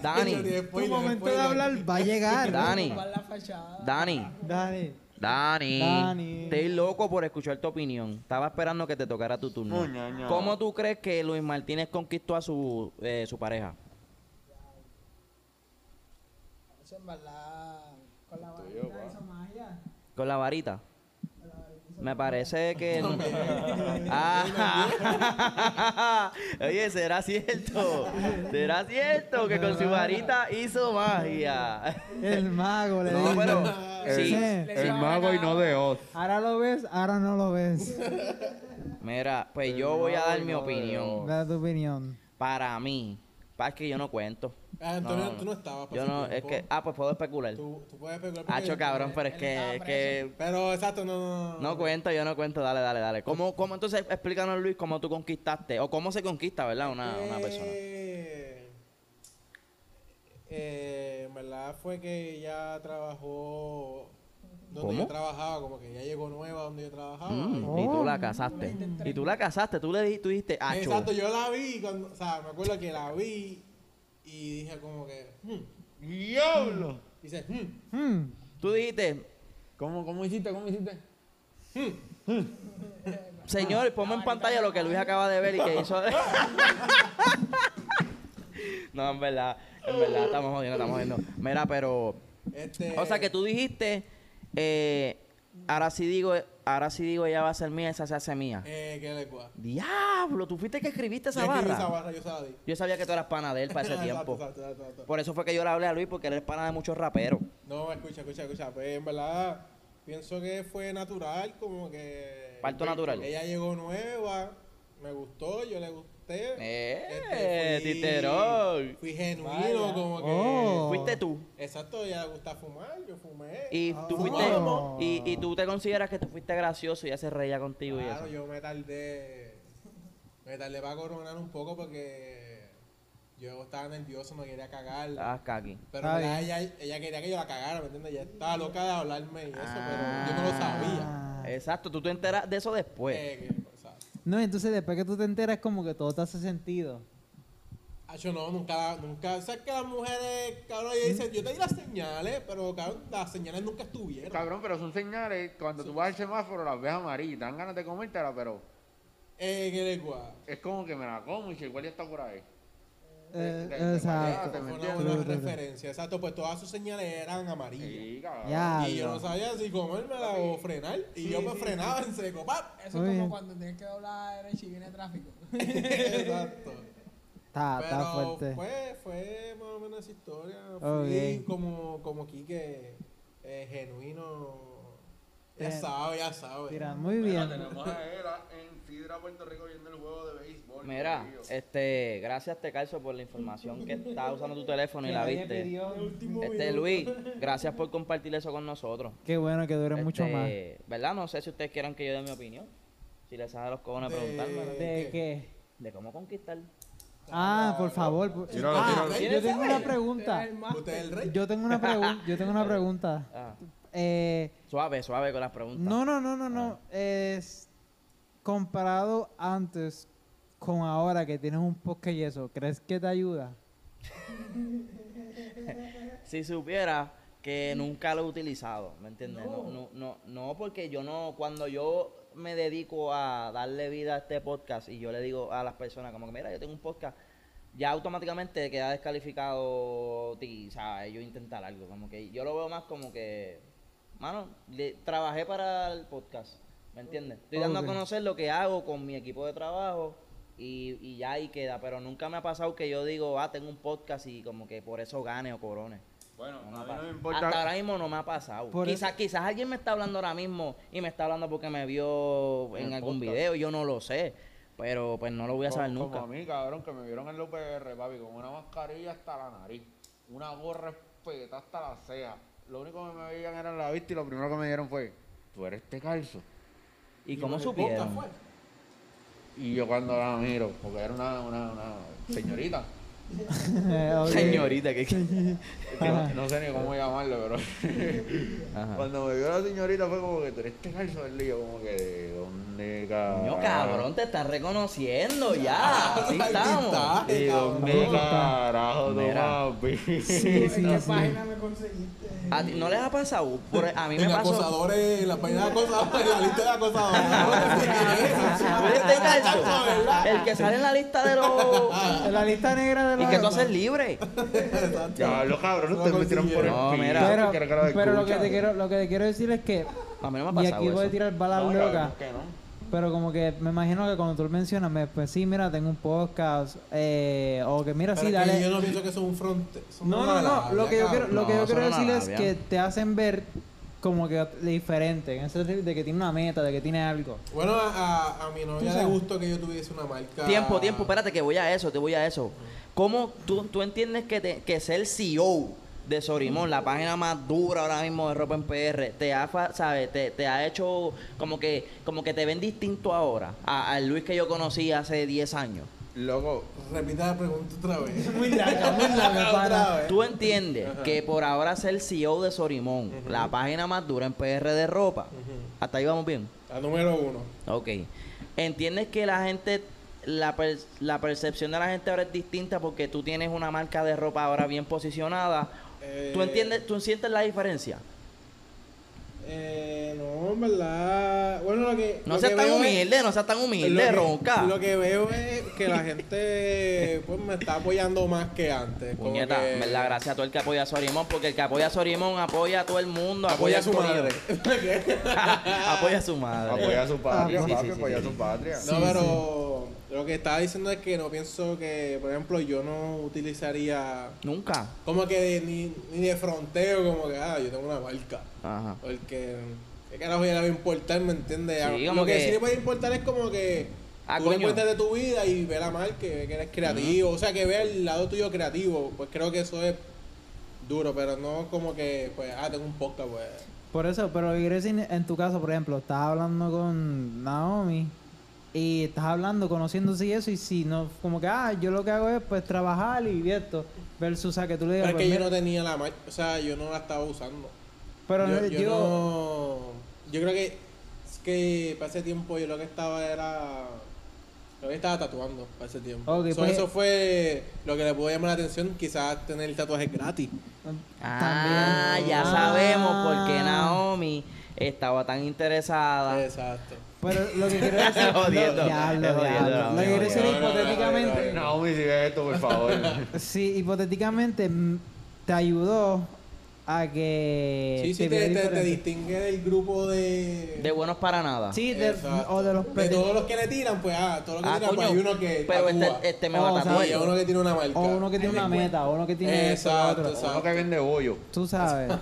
Speaker 2: Dani,
Speaker 1: Tu momento de hablar va a llegar.
Speaker 2: Dani,
Speaker 8: Para la fachada.
Speaker 2: Dani,
Speaker 1: Dale.
Speaker 2: Dani,
Speaker 1: Dani.
Speaker 2: estoy loco por escuchar tu opinión. Estaba esperando que te tocara tu turno.
Speaker 4: Coño, ño.
Speaker 2: ¿Cómo tú crees que Luis Martínez conquistó a su, eh, su pareja?
Speaker 8: Eso en verdad. Con la
Speaker 4: Tuyo,
Speaker 8: varita
Speaker 4: pa.
Speaker 8: hizo magia.
Speaker 2: Con la varita. Me parece que... no. Ah, Oye, ¿será cierto? ¿Será cierto que con su varita hizo magia?
Speaker 1: El mago le
Speaker 2: No,
Speaker 1: dijo.
Speaker 2: pero
Speaker 4: El,
Speaker 2: Sí.
Speaker 4: el mago y no de Oz.
Speaker 1: Ahora lo ves, ahora no lo ves.
Speaker 2: Mira, pues yo voy a dar mi opinión.
Speaker 1: Da tu opinión.
Speaker 2: Para mí, para que yo no cuento.
Speaker 3: Ah, Antonio, tú no estabas. para
Speaker 2: Yo
Speaker 3: ese
Speaker 2: no, es
Speaker 3: tiempo.
Speaker 2: que, ah, pues puedo especular.
Speaker 3: Tú, tú puedes especular. porque-
Speaker 2: Hacho cabrón, pero es que, es que
Speaker 3: Pero exacto, no, no, no.
Speaker 2: no cuento, yo no cuento, dale, dale, dale. ¿Cómo, cómo entonces explícanos Luis cómo tú conquistaste o cómo se conquista, verdad, una, una persona?
Speaker 3: Eh, eh, en verdad fue que ella trabajó donde
Speaker 2: ¿Cómo?
Speaker 3: yo trabajaba, como que ya llegó nueva donde yo trabajaba.
Speaker 2: Mm,
Speaker 3: Y-
Speaker 2: Y tú la casaste. Y tú la casaste, tú le di- tú dijiste, ah, chu".
Speaker 3: Exacto, yo la vi, cuando, o sea, me acuerdo que la vi y dije como que, hmm,
Speaker 4: ¡Diablo!
Speaker 3: dice, hmm,
Speaker 1: Hmm.
Speaker 2: Tú dijiste,
Speaker 4: ¿Cómo, ¿Cómo hiciste? ¿Cómo hiciste?
Speaker 2: señores, ponme en pantalla lo que Luis acaba de ver y que hizo. no, en verdad, en verdad, estamos jodiendo, estamos jodiendo. Mira, pero.
Speaker 3: este...
Speaker 2: O sea que tú dijiste, eh, ahora sí digo, ahora sí digo, ella va a ser mía, esa se hace mía.
Speaker 3: Eh, qué le cua.
Speaker 2: Diablo, tú fuiste que escribiste esa
Speaker 3: Yo escribí
Speaker 2: barra.
Speaker 3: esa barra, yo se la di.
Speaker 2: Yo sabía que tú eras pana de él para ese
Speaker 3: Exacto,
Speaker 2: tiempo.
Speaker 3: exacto, exacto, exacto.
Speaker 2: Por eso fue que yo le hablé a Luis, porque él es pana de muchos raperos.
Speaker 3: No, escucha, escucha, escucha. Pues en verdad, pienso que fue natural, como que.
Speaker 2: Parto natural.
Speaker 3: Ella llegó nueva, me gustó, yo le gusté. Este,
Speaker 2: ¡Eh,
Speaker 3: fui-
Speaker 2: titerón!
Speaker 3: Fui genuino,
Speaker 1: Vaya.
Speaker 3: como que.
Speaker 1: Oh.
Speaker 2: Fuiste tú.
Speaker 3: Exacto, ella le gusta fumar, yo fumé. Ah.
Speaker 2: Y tú fuiste
Speaker 3: Oh.
Speaker 1: Wow.
Speaker 2: y, y tú te consideras que tú fuiste gracioso y ya se reía contigo y
Speaker 3: claro,
Speaker 2: eso.
Speaker 3: yo me tardé. Me tardé para coronar un poco porque. Yo estaba nervioso, no quería cagarla.
Speaker 2: Ah, caqui.
Speaker 3: Pero
Speaker 1: Está
Speaker 3: en verdad, ella, ella quería que yo la cagara, ¿me entiendes? Ella estaba loca de hablarme y eso, pero yo no lo sabía.
Speaker 1: Ah.
Speaker 2: Exacto, tú te enteras de eso
Speaker 4: Pues.
Speaker 2: después.
Speaker 3: Eh, que, o sea,
Speaker 1: No, entonces después que tú te enteras, como que todo te hace sentido.
Speaker 3: Ah, yo no, nunca, nunca. O sea, que las mujeres, cabrón, ellas dicen, yo te di las señales, pero cabrón, las señales nunca estuvieron.
Speaker 4: Cabrón, pero son señales. Cuando tú vas al semáforo, las ves amarillas. Te dan ganas de comértela, pero
Speaker 3: Eh, que le guá.
Speaker 4: es como que me la como y si igual ya está por ahí.
Speaker 1: Eh,
Speaker 4: de- de-
Speaker 1: exacto.
Speaker 4: de-
Speaker 3: Fue
Speaker 4: me
Speaker 3: una
Speaker 4: entiendo,
Speaker 3: buena
Speaker 1: tú, tú, tú.
Speaker 3: referencia, exacto, pues todas sus señales eran amarillas.
Speaker 4: Sí, cabrón.
Speaker 1: Ah, Ya.
Speaker 3: Y yo
Speaker 1: Diablo.
Speaker 3: no sabía si comérmela o frenar, y yo me frenaba en seco, ¡pap!
Speaker 8: Eso
Speaker 1: Muy
Speaker 8: es
Speaker 1: bien.
Speaker 8: como cuando tienes que doblar derecho y viene tráfico.
Speaker 3: exacto.
Speaker 1: Está, Ah, está
Speaker 3: Pero
Speaker 1: fuerte.
Speaker 3: pues, fue, fue más o menos esa historia. Fui
Speaker 1: Ok.
Speaker 3: como, como Quique, eh, genuino. Ya
Speaker 1: Bien.
Speaker 3: sabe, ya sabe.
Speaker 1: Tira, muy bien.
Speaker 4: a Era en Sidra, Puerto Rico, viendo el juego de béisbol.
Speaker 2: Mira, este, gracias te calzo por la información que está usando tu teléfono y la viste. Este Luis, gracias por compartir eso con nosotros.
Speaker 1: Qué bueno que dure mucho
Speaker 2: Este,
Speaker 1: más.
Speaker 2: ¿Verdad? No sé si ustedes quieran que yo dé mi opinión. Si les sale a los cojones
Speaker 3: De-
Speaker 2: preguntarme
Speaker 1: ¿De
Speaker 3: ¿qué?
Speaker 1: qué?
Speaker 2: de cómo conquistar.
Speaker 1: Ah, por favor. por-
Speaker 4: Tíralo,
Speaker 1: Ah,
Speaker 4: tíralo.
Speaker 1: yo tengo una pregunta.
Speaker 8: Eres el más-
Speaker 3: Usted es el rey.
Speaker 1: Yo tengo una pregunta. Yo tengo una pregunta.
Speaker 2: Ah,
Speaker 1: Eh,
Speaker 2: suave, suave con las preguntas.
Speaker 1: no, no, no, no, no. Es comparado antes con ahora que tienes un podcast y eso, ¿crees que te ayuda?
Speaker 2: si supiera que nunca lo he utilizado, ¿me entiendes? No. No, no, no, porque yo no, cuando yo me dedico a darle vida a este podcast y yo le digo a las personas como que, mira, yo tengo un podcast, ya automáticamente queda descalificado ti, ¿sabes? Yo intentar algo, como que yo lo veo más como que, mano, le- trabajé para el podcast, ¿me entiendes? Estoy dando
Speaker 1: Ok.
Speaker 2: a conocer lo que hago con mi equipo de trabajo y, y ya ahí queda, pero nunca me ha pasado que yo digo, ah, tengo un podcast y como que por eso gane o corone.
Speaker 4: Bueno,
Speaker 2: No me
Speaker 4: a
Speaker 2: ha
Speaker 4: mí no me
Speaker 2: pasado.
Speaker 4: importa.
Speaker 2: Hasta ahora mismo no me ha pasado.
Speaker 1: Por
Speaker 2: Quizás, quizás alguien me está hablando ahora mismo y me está hablando porque me vio en,
Speaker 4: En el
Speaker 2: algún
Speaker 4: podcast.
Speaker 2: video, yo no lo sé. Pero pues no lo voy a
Speaker 4: como-
Speaker 2: saber
Speaker 4: como
Speaker 2: nunca.
Speaker 4: a mí, cabrón, que me vieron en la UPR, papi, con una mascarilla hasta la nariz. Una gorra espeta hasta la ceja. Lo único que me veían era la vista y lo primero que me dieron fue, tú eres este calzo.
Speaker 2: ¿Y cómo
Speaker 3: me
Speaker 2: supieron?
Speaker 3: importa, fue.
Speaker 4: Y yo cuando la miro, porque era una, una, una señorita.
Speaker 1: Eh, ok.
Speaker 2: Señorita, que
Speaker 4: que no, no sé ni cómo llamarlo, pero cuando me vio la señorita fue como que tú eres este calzo del lío, como que ¿de dónde
Speaker 2: Coño,
Speaker 4: cabrón?
Speaker 2: cabrón, te están reconociendo ya. Así
Speaker 3: Ahí
Speaker 2: estamos.
Speaker 3: está,
Speaker 4: ¿De
Speaker 3: cabrón.
Speaker 4: dónde carajo tú
Speaker 2: Mira.
Speaker 4: más viste?
Speaker 8: ¿En qué página me conseguiste?
Speaker 2: A ti- ¿No les ha pasado? Por- a mí me
Speaker 3: en
Speaker 2: pasó.
Speaker 3: acosadores, en la página de acosadores, en la lista de acosadores.
Speaker 2: ¿Tú eres de calzo? El que sale en la lista de los.
Speaker 1: En la lista negra de
Speaker 2: El
Speaker 1: los
Speaker 2: que tú haces libre.
Speaker 4: Ya, los cabrones
Speaker 3: No
Speaker 4: ustedes me tiran por el
Speaker 2: consiguieron. No,
Speaker 4: piso,
Speaker 2: mira.
Speaker 4: que
Speaker 1: pero,
Speaker 4: quiero que lo
Speaker 1: pero lo que
Speaker 4: escuchen.
Speaker 1: te quiero lo que te quiero decir es que
Speaker 2: A mí no me ha
Speaker 1: mi
Speaker 2: pasado.
Speaker 1: equipo de
Speaker 2: eso.
Speaker 1: tirar balas
Speaker 4: No,
Speaker 1: locas
Speaker 4: cabrón, que no.
Speaker 1: Pero como que me imagino que cuando tú lo mencionas, me, pues sí, mira, tengo un podcast, eh, o que mira, sí, dale.
Speaker 3: Yo no pienso que son un front. son
Speaker 1: No,
Speaker 3: una
Speaker 1: no, no,
Speaker 3: labia,
Speaker 1: lo que yo
Speaker 3: cabrón.
Speaker 1: quiero, lo que
Speaker 2: No,
Speaker 1: yo
Speaker 2: son
Speaker 1: quiero
Speaker 2: una
Speaker 1: decir es
Speaker 2: labia.
Speaker 1: que te hacen ver como que diferente, en ese trip de que tiene una meta, de que tiene algo.
Speaker 3: Bueno, a, a, a mi novia le gustó que yo tuviese una marca.
Speaker 2: Tiempo, tiempo, espérate que voy a eso, te voy a eso. ¿Cómo tú, tú entiendes que, te- que ser CEO de Sorimón, la página más dura ahora mismo de ropa en PR, te ha, fa- sabe, te, te ha hecho como que, como que te ven distinto ahora a- al Luis que yo conocí hace 10 años?
Speaker 4: Loco,
Speaker 3: Repita la pregunta otra vez.
Speaker 1: Muy larga, muy larga,
Speaker 3: otra
Speaker 1: pana.
Speaker 3: vez.
Speaker 2: ¿Tú entiendes que por ahora ser CEO de Sorimón, la página más dura en PR de ropa, hasta ahí vamos bien?
Speaker 3: La número uno.
Speaker 2: Ok. ¿Entiendes que la gente, la, per- la percepción de la gente ahora es distinta porque tú tienes una marca de ropa ahora bien posicionada?
Speaker 3: Eh,
Speaker 2: ¿Tú entiendes, tú sientes la diferencia?
Speaker 3: Eh, no, en verdad. Bueno, lo que.
Speaker 2: No
Speaker 3: lo
Speaker 2: seas
Speaker 3: que
Speaker 2: tan
Speaker 3: veo es-
Speaker 2: humilde, no seas tan
Speaker 3: lo
Speaker 2: humilde,
Speaker 3: que-
Speaker 2: ronca.
Speaker 3: Lo que veo es que la gente pues me está apoyando más que antes. como
Speaker 2: Puñeta,
Speaker 3: que
Speaker 2: en verdad, gracias a todo el que apoya a Sorimón, porque el que apoya a Sorimón apoya a todo el mundo,
Speaker 3: Apoya a su
Speaker 2: al
Speaker 3: madre.
Speaker 2: corillo. apoya a su madre. Ah,
Speaker 4: apoya a su patria,
Speaker 2: sí, sí,
Speaker 4: papi,
Speaker 2: sí,
Speaker 4: apoya a
Speaker 2: sí.
Speaker 4: su patria.
Speaker 3: No, pero lo que estaba diciendo es que no pienso que, por ejemplo, yo no utilizaría
Speaker 2: Nunca.
Speaker 3: como que de- ni, ni de fronteo, como que, ah, yo tengo una marca.
Speaker 2: Ajá.
Speaker 3: Porque, ¿qué carajo ya le va a importar, me entiendes?
Speaker 2: Sí,
Speaker 3: lo
Speaker 2: como
Speaker 3: que,
Speaker 2: que-
Speaker 3: sí le puede importar es como que
Speaker 2: Ah,
Speaker 3: tú le
Speaker 2: coño.
Speaker 3: cuentas de tu vida y ve la marca, que ve que eres creativo, o sea, que vea el lado tuyo creativo. Pues creo que eso es duro, pero no como que, pues, ah, tengo un podcast, pues.
Speaker 1: Por eso, pero lo que quiero decir en tu caso, por ejemplo, estás hablando con Naomi y estás hablando, conociéndose y eso, y si no, como que, ah, yo lo que hago es pues trabajar y vivir esto, versus a que tú le digas,
Speaker 3: Pero
Speaker 1: pues,
Speaker 3: es que yo
Speaker 1: mira,
Speaker 3: no tenía la marca, o sea, yo no la estaba usando.
Speaker 1: pero
Speaker 3: yo,
Speaker 1: no,
Speaker 3: yo
Speaker 1: digo,
Speaker 3: no- yo creo que es que para ese tiempo yo lo que estaba era lo que estaba tatuando para ese tiempo.
Speaker 1: Ok,
Speaker 3: So,
Speaker 1: pues-
Speaker 3: Eso fue lo que le pudo llamar la atención, quizás tener tatuajes gratis.
Speaker 2: Ah,
Speaker 1: También.
Speaker 2: ya
Speaker 1: Ah.
Speaker 2: sabemos por qué Naomi estaba tan interesada.
Speaker 3: Exacto.
Speaker 1: Pero lo que quiero decir,
Speaker 2: Estás jodiendo,
Speaker 1: no, diablo,
Speaker 2: estás
Speaker 1: diablo.
Speaker 2: jodiendo,
Speaker 1: lo
Speaker 2: Naomi,
Speaker 1: que quiero decir es
Speaker 3: jodiendo.
Speaker 1: hipotéticamente,
Speaker 3: no.
Speaker 4: Naomi, si ves esto, por favor.
Speaker 1: sí, hipotéticamente mm, te ayudó a que
Speaker 3: sí,
Speaker 1: te
Speaker 3: sí, te,
Speaker 1: viera
Speaker 3: te- te
Speaker 1: diferente.
Speaker 3: distingue del grupo de.
Speaker 2: De buenos para nada.
Speaker 1: Sí, de-
Speaker 3: Exacto.
Speaker 1: o de los
Speaker 3: de
Speaker 1: peti-
Speaker 3: todos los que le tiran, pues ah, todos los que
Speaker 2: Ah,
Speaker 3: tiran, pues
Speaker 2: coño,
Speaker 3: hay uno que.
Speaker 2: Pero
Speaker 3: tatúa.
Speaker 2: este, este me
Speaker 1: Oh,
Speaker 2: va a
Speaker 1: exacto.
Speaker 2: tatuar.
Speaker 3: Sí, hay uno que tiene una marca.
Speaker 1: o uno que tiene una meta, o uno que tiene esto, lo
Speaker 3: Exacto,
Speaker 1: otro.
Speaker 3: exacto.
Speaker 4: Uno que vende bollo.
Speaker 1: Tú sabes.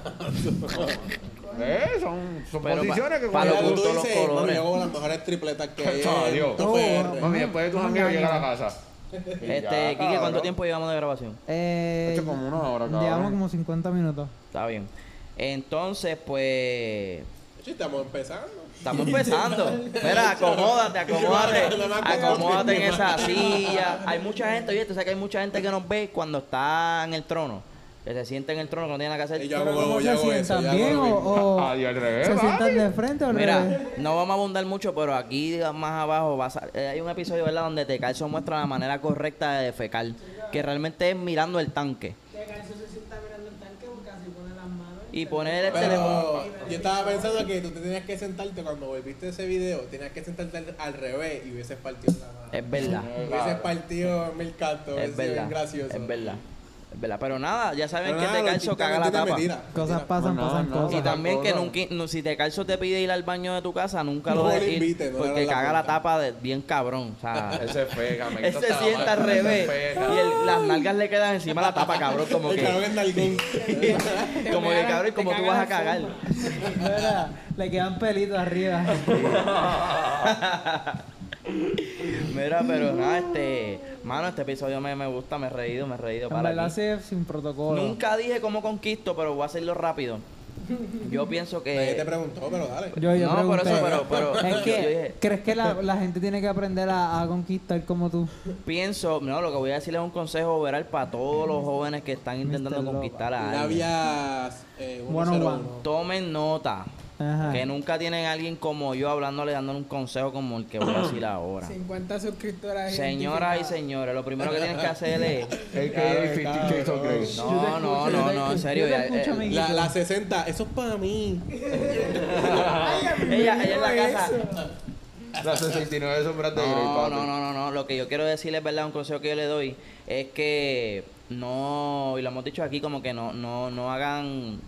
Speaker 4: Eh, son, son
Speaker 2: Pero pa-
Speaker 4: posiciones que
Speaker 2: pa'
Speaker 4: cuando
Speaker 2: lo
Speaker 3: Mira,
Speaker 4: tú-
Speaker 3: tú
Speaker 2: gustos, los
Speaker 3: dices, mami,
Speaker 2: colores.
Speaker 3: yo hago las mejores tripletas que hay. en
Speaker 4: Adiós.
Speaker 3: tu
Speaker 1: Oh,
Speaker 3: PR.
Speaker 4: Mami, después de tus amigos llega a la casa.
Speaker 2: Este, Quique, ¿cuánto tiempo llevamos de grabación?
Speaker 1: Eh,
Speaker 4: Hecho como una hora, cabrón.
Speaker 1: Llevamos como 50 minutos.
Speaker 2: Está bien. Entonces, pues.
Speaker 3: Sí, Estamos empezando.
Speaker 2: Estamos empezando. Mira, acomódate, acomódate.
Speaker 3: No, no me acomodo.
Speaker 2: Acomódate en esa silla. Hay mucha gente, oye, tú sabes que hay mucha gente que nos ve cuando está en el trono. Que se sienta en el trono, que no tiene nada que
Speaker 3: Y
Speaker 2: hacer.
Speaker 3: yo
Speaker 1: Pero
Speaker 3: hago,
Speaker 1: ¿cómo
Speaker 3: yo
Speaker 1: se
Speaker 3: hago eso.
Speaker 1: sientan
Speaker 3: yo
Speaker 1: bien
Speaker 3: hago lo
Speaker 1: o,
Speaker 3: mismo.
Speaker 1: o
Speaker 4: Adiós, Ah, al revés,
Speaker 1: se
Speaker 4: vale.
Speaker 1: sientan de frente o al revés?
Speaker 2: Mira, no vamos a abundar mucho, pero aquí más abajo va a sal- eh, hay un episodio ¿verdad? donde Te Calzo muestra la manera correcta de defecar, que realmente es mirando el tanque
Speaker 7: Que Garcio se sienta mirando el tanque porque así pone las manos.
Speaker 2: y poner este el teléfono.
Speaker 3: Pero yo estaba pensando que tú te tenías que sentarte cuando volviste ese video, tenías que sentarte al, al revés y hubieses partido la mano.
Speaker 2: Es verdad.
Speaker 3: Hubieses partido en mil cantos,
Speaker 2: Es
Speaker 3: hubiese sido bien
Speaker 2: verdad.
Speaker 3: gracioso.
Speaker 2: Es verdad. Es verdad. Pero nada, ya saben
Speaker 3: Pero
Speaker 2: que
Speaker 3: nada,
Speaker 2: Te
Speaker 3: los
Speaker 2: Calzo
Speaker 3: chistes
Speaker 2: caga la
Speaker 3: mentira,
Speaker 2: tapa.
Speaker 3: mentira,
Speaker 1: Cosas
Speaker 3: mentira.
Speaker 1: pasan,
Speaker 4: No,
Speaker 1: pasan
Speaker 4: no,
Speaker 2: Y
Speaker 1: cosas.
Speaker 2: también que
Speaker 4: Cosas.
Speaker 2: nunca, no, si te calzo te pide ir al baño de tu casa, nunca lo
Speaker 3: No lo
Speaker 2: dejes ir,
Speaker 3: invites, no le
Speaker 2: porque
Speaker 3: abras la
Speaker 2: caga la
Speaker 3: puerta.
Speaker 2: tapa de bien cabrón. O sea,
Speaker 4: Ese es feca,
Speaker 2: él
Speaker 4: me quita
Speaker 2: se
Speaker 4: esta
Speaker 2: sienta al
Speaker 4: madre, ese es
Speaker 2: revés
Speaker 4: feca.
Speaker 2: y el- las nalgas le quedan encima de la tapa, cabrón, como
Speaker 3: El cabrón
Speaker 2: que,
Speaker 3: en nalgón.
Speaker 2: como que cabrón,
Speaker 8: Te
Speaker 2: como tú
Speaker 8: cagas
Speaker 2: vas a
Speaker 8: encima.
Speaker 2: cagar.
Speaker 1: Mira, le quedan pelitos arriba.
Speaker 2: Mira, pero nada, este, mano, este episodio me, me gusta, me he reído, me he reído
Speaker 1: En
Speaker 2: para
Speaker 1: verdad,
Speaker 2: aquí.
Speaker 1: sí, sin protocolo.
Speaker 2: Nunca dije cómo conquisto, pero voy a hacerlo rápido. Yo pienso
Speaker 3: Nadie te
Speaker 2: que
Speaker 3: preguntó, pero dale.
Speaker 1: Yo, yo
Speaker 2: No, por
Speaker 1: pregunté.
Speaker 2: eso, pero- pero-
Speaker 1: es que,
Speaker 2: yo dije-
Speaker 1: ¿crees que la, la gente tiene que aprender a, a conquistar como tú?
Speaker 2: pienso, no, lo que voy a decirles es un consejo overall para todos los jóvenes que están intentando
Speaker 1: Mr. Loba.
Speaker 2: conquistar a alguien.
Speaker 3: Labias eh,
Speaker 1: One on
Speaker 3: 101.
Speaker 1: one.
Speaker 2: Tomen nota.
Speaker 1: Ajá.
Speaker 2: Que nunca tienen a alguien como yo hablándole, dándole un consejo como el que voy a decir ahora.
Speaker 8: 50 suscriptoras.
Speaker 2: Señoras y señores, lo primero que tienen que hacer es...
Speaker 4: AKA 50 Shades of Grey.
Speaker 2: No, no, no, no, en serio.
Speaker 1: Yo te
Speaker 2: ya,
Speaker 1: escucho,
Speaker 2: eh,
Speaker 1: amiguito.
Speaker 3: La, la 60, eso es para mí.
Speaker 2: ella, ella en la casa...
Speaker 4: Las 69 sombras de Grey,
Speaker 2: No,
Speaker 4: papi.
Speaker 2: no, no, no, no. Lo que yo quiero decirles, ¿verdad? Un consejo que yo le doy es que no, y lo hemos dicho aquí, como que no, no, no hagan,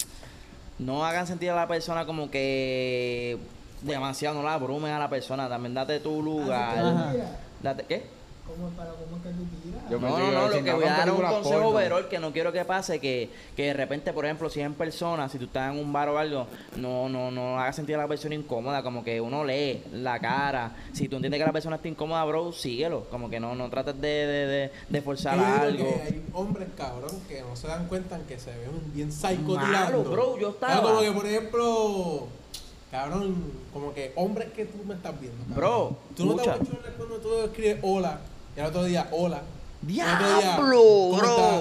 Speaker 2: no hagan sentir a la persona como que demasiado, no la abrumen a la persona. También date tu lugar.
Speaker 1: Ajá.
Speaker 2: Date, ¿Qué?
Speaker 7: ¿Cómo, pero cómo es que tú tiras?
Speaker 4: Yo
Speaker 2: No,
Speaker 4: pensé
Speaker 2: no, no,
Speaker 4: iba a
Speaker 2: lo
Speaker 4: decir,
Speaker 2: que
Speaker 4: no,
Speaker 2: voy a
Speaker 4: son
Speaker 2: dar es un
Speaker 4: películas
Speaker 2: consejo
Speaker 4: porno.
Speaker 2: overall que no quiero que pase, que, que de repente, por ejemplo, si es en persona, si tú estás en un bar o algo, no, no, no haga sentir a la persona incómoda, como que uno lee la cara. Si tú entiendes que la persona está incómoda, bro, síguelo. Como que no, no trates de, de, de, de forzar
Speaker 3: Yo digo
Speaker 2: algo.
Speaker 3: que Hay hombres, cabrón, que no se dan cuenta que se ven bien psycho
Speaker 2: Malo,
Speaker 3: tirando.
Speaker 2: bro, yo estaba.
Speaker 3: Ah, como que, por ejemplo, cabrón, como que hombres que tú me estás viendo. cabrón.
Speaker 2: Bro,
Speaker 3: tú no te
Speaker 2: escucha.
Speaker 3: vas a cuando tú escribes hola y al otro día hola. y al otro día,
Speaker 2: ¡Diablo,
Speaker 3: ¿cómo
Speaker 2: bro!
Speaker 3: estás?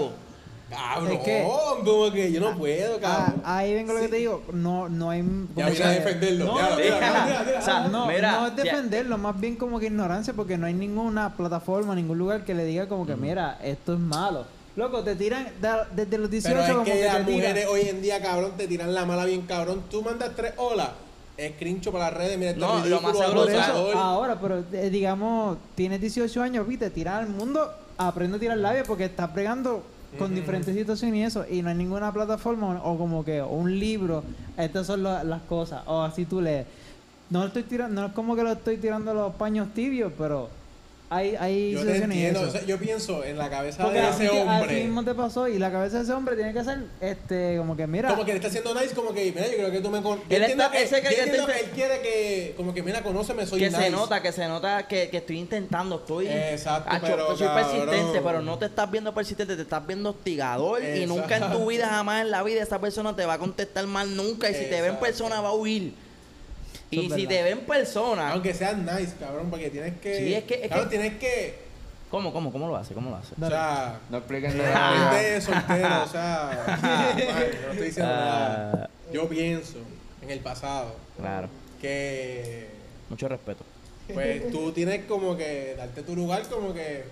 Speaker 3: Cabrón,
Speaker 1: Es que-
Speaker 3: como que yo no puedo,
Speaker 1: Ah,
Speaker 3: cabrón.
Speaker 1: ahí vengo lo que te digo. No, no hay.
Speaker 3: Ya
Speaker 1: como
Speaker 3: viene a
Speaker 1: que-
Speaker 3: defenderlo.
Speaker 1: No,
Speaker 3: ya,
Speaker 1: no,
Speaker 3: mira, mira, mira,
Speaker 2: O
Speaker 3: mira.
Speaker 2: sea,
Speaker 1: no,
Speaker 2: mira,
Speaker 1: no es
Speaker 2: ya-
Speaker 1: defenderlo, más bien como que ignorancia, porque no hay ninguna plataforma, ningún lugar que le diga como que,
Speaker 2: Mm.
Speaker 1: mira, esto es malo. Loco, te tiran da- desde los 18
Speaker 3: Pero es
Speaker 1: como
Speaker 3: que
Speaker 1: te
Speaker 3: las
Speaker 1: tiran.
Speaker 3: mujeres hoy en día, cabrón, te tiran la mala bien, cabrón. Tú mandas tres olas, escrincho para las redes, mira, este
Speaker 2: No, lo
Speaker 3: ridículo,
Speaker 2: más seguro
Speaker 1: Por
Speaker 2: Pero, o sea,
Speaker 1: eso,
Speaker 3: abusador.
Speaker 1: ahora, pero eh, digamos, tienes 18 años, viste, tirar al mundo, aprende a tirar labia porque estás pregando con diferentes situaciones y eso, y no hay ninguna plataforma o como que un libro, estas son la- las cosas, o así tú lees. No lo estoy tirando, no es como que lo estoy tirando los paños tibios, pero hay, hay
Speaker 3: Yo te
Speaker 1: situaciones y
Speaker 3: entiendo,
Speaker 1: eso.
Speaker 3: o sea, yo pienso en la cabeza
Speaker 1: Porque
Speaker 3: de
Speaker 1: a ti-
Speaker 3: ese
Speaker 1: a ti
Speaker 3: hombre.
Speaker 1: mismo te pasó y la cabeza de ese hombre tiene que ser, este, como que mira,
Speaker 3: Como que le está haciendo nice, como que, mira, yo creo que tú me con... Yo
Speaker 2: Él
Speaker 3: entiendo
Speaker 2: está-
Speaker 3: que,
Speaker 2: él se cree
Speaker 3: yo
Speaker 2: que
Speaker 3: entiendo
Speaker 2: está-
Speaker 3: que él quiere que, como que, mira, conóceme, soy
Speaker 2: que
Speaker 3: nice.
Speaker 2: se nota, que se nota que, que estoy intentando, estoy.
Speaker 3: Exacto,
Speaker 2: Acho,
Speaker 3: pero,
Speaker 2: soy persistente,
Speaker 3: cabrón.
Speaker 2: pero no te estás viendo persistente, te estás viendo hostigador. Y
Speaker 3: Exacto.
Speaker 2: nunca en tu vida, jamás en la vida, esa persona te va a contestar mal nunca. Y si te ve en
Speaker 3: Exacto.
Speaker 2: persona, va a huir.
Speaker 1: Eso
Speaker 2: Y
Speaker 1: es
Speaker 2: si
Speaker 1: verdad.
Speaker 2: te ve en persona.
Speaker 3: Aunque seas nice, cabrón, porque tienes que...
Speaker 2: Sí, es que- es
Speaker 3: cabrón,
Speaker 2: que-
Speaker 3: tienes que...
Speaker 2: ¿Cómo, cómo, cómo lo hace? ¿Cómo lo hace?
Speaker 3: O sea...
Speaker 4: No expliquen
Speaker 2: Ah,
Speaker 3: la
Speaker 4: nada. Ah.
Speaker 3: gente de soltero, o sea... man, no estoy
Speaker 2: Ah.
Speaker 3: diciendo nada. Yo pienso, en el pasado,
Speaker 2: Claro,
Speaker 3: que...
Speaker 2: mucho respeto.
Speaker 3: pues tú tienes como que darte tu lugar como que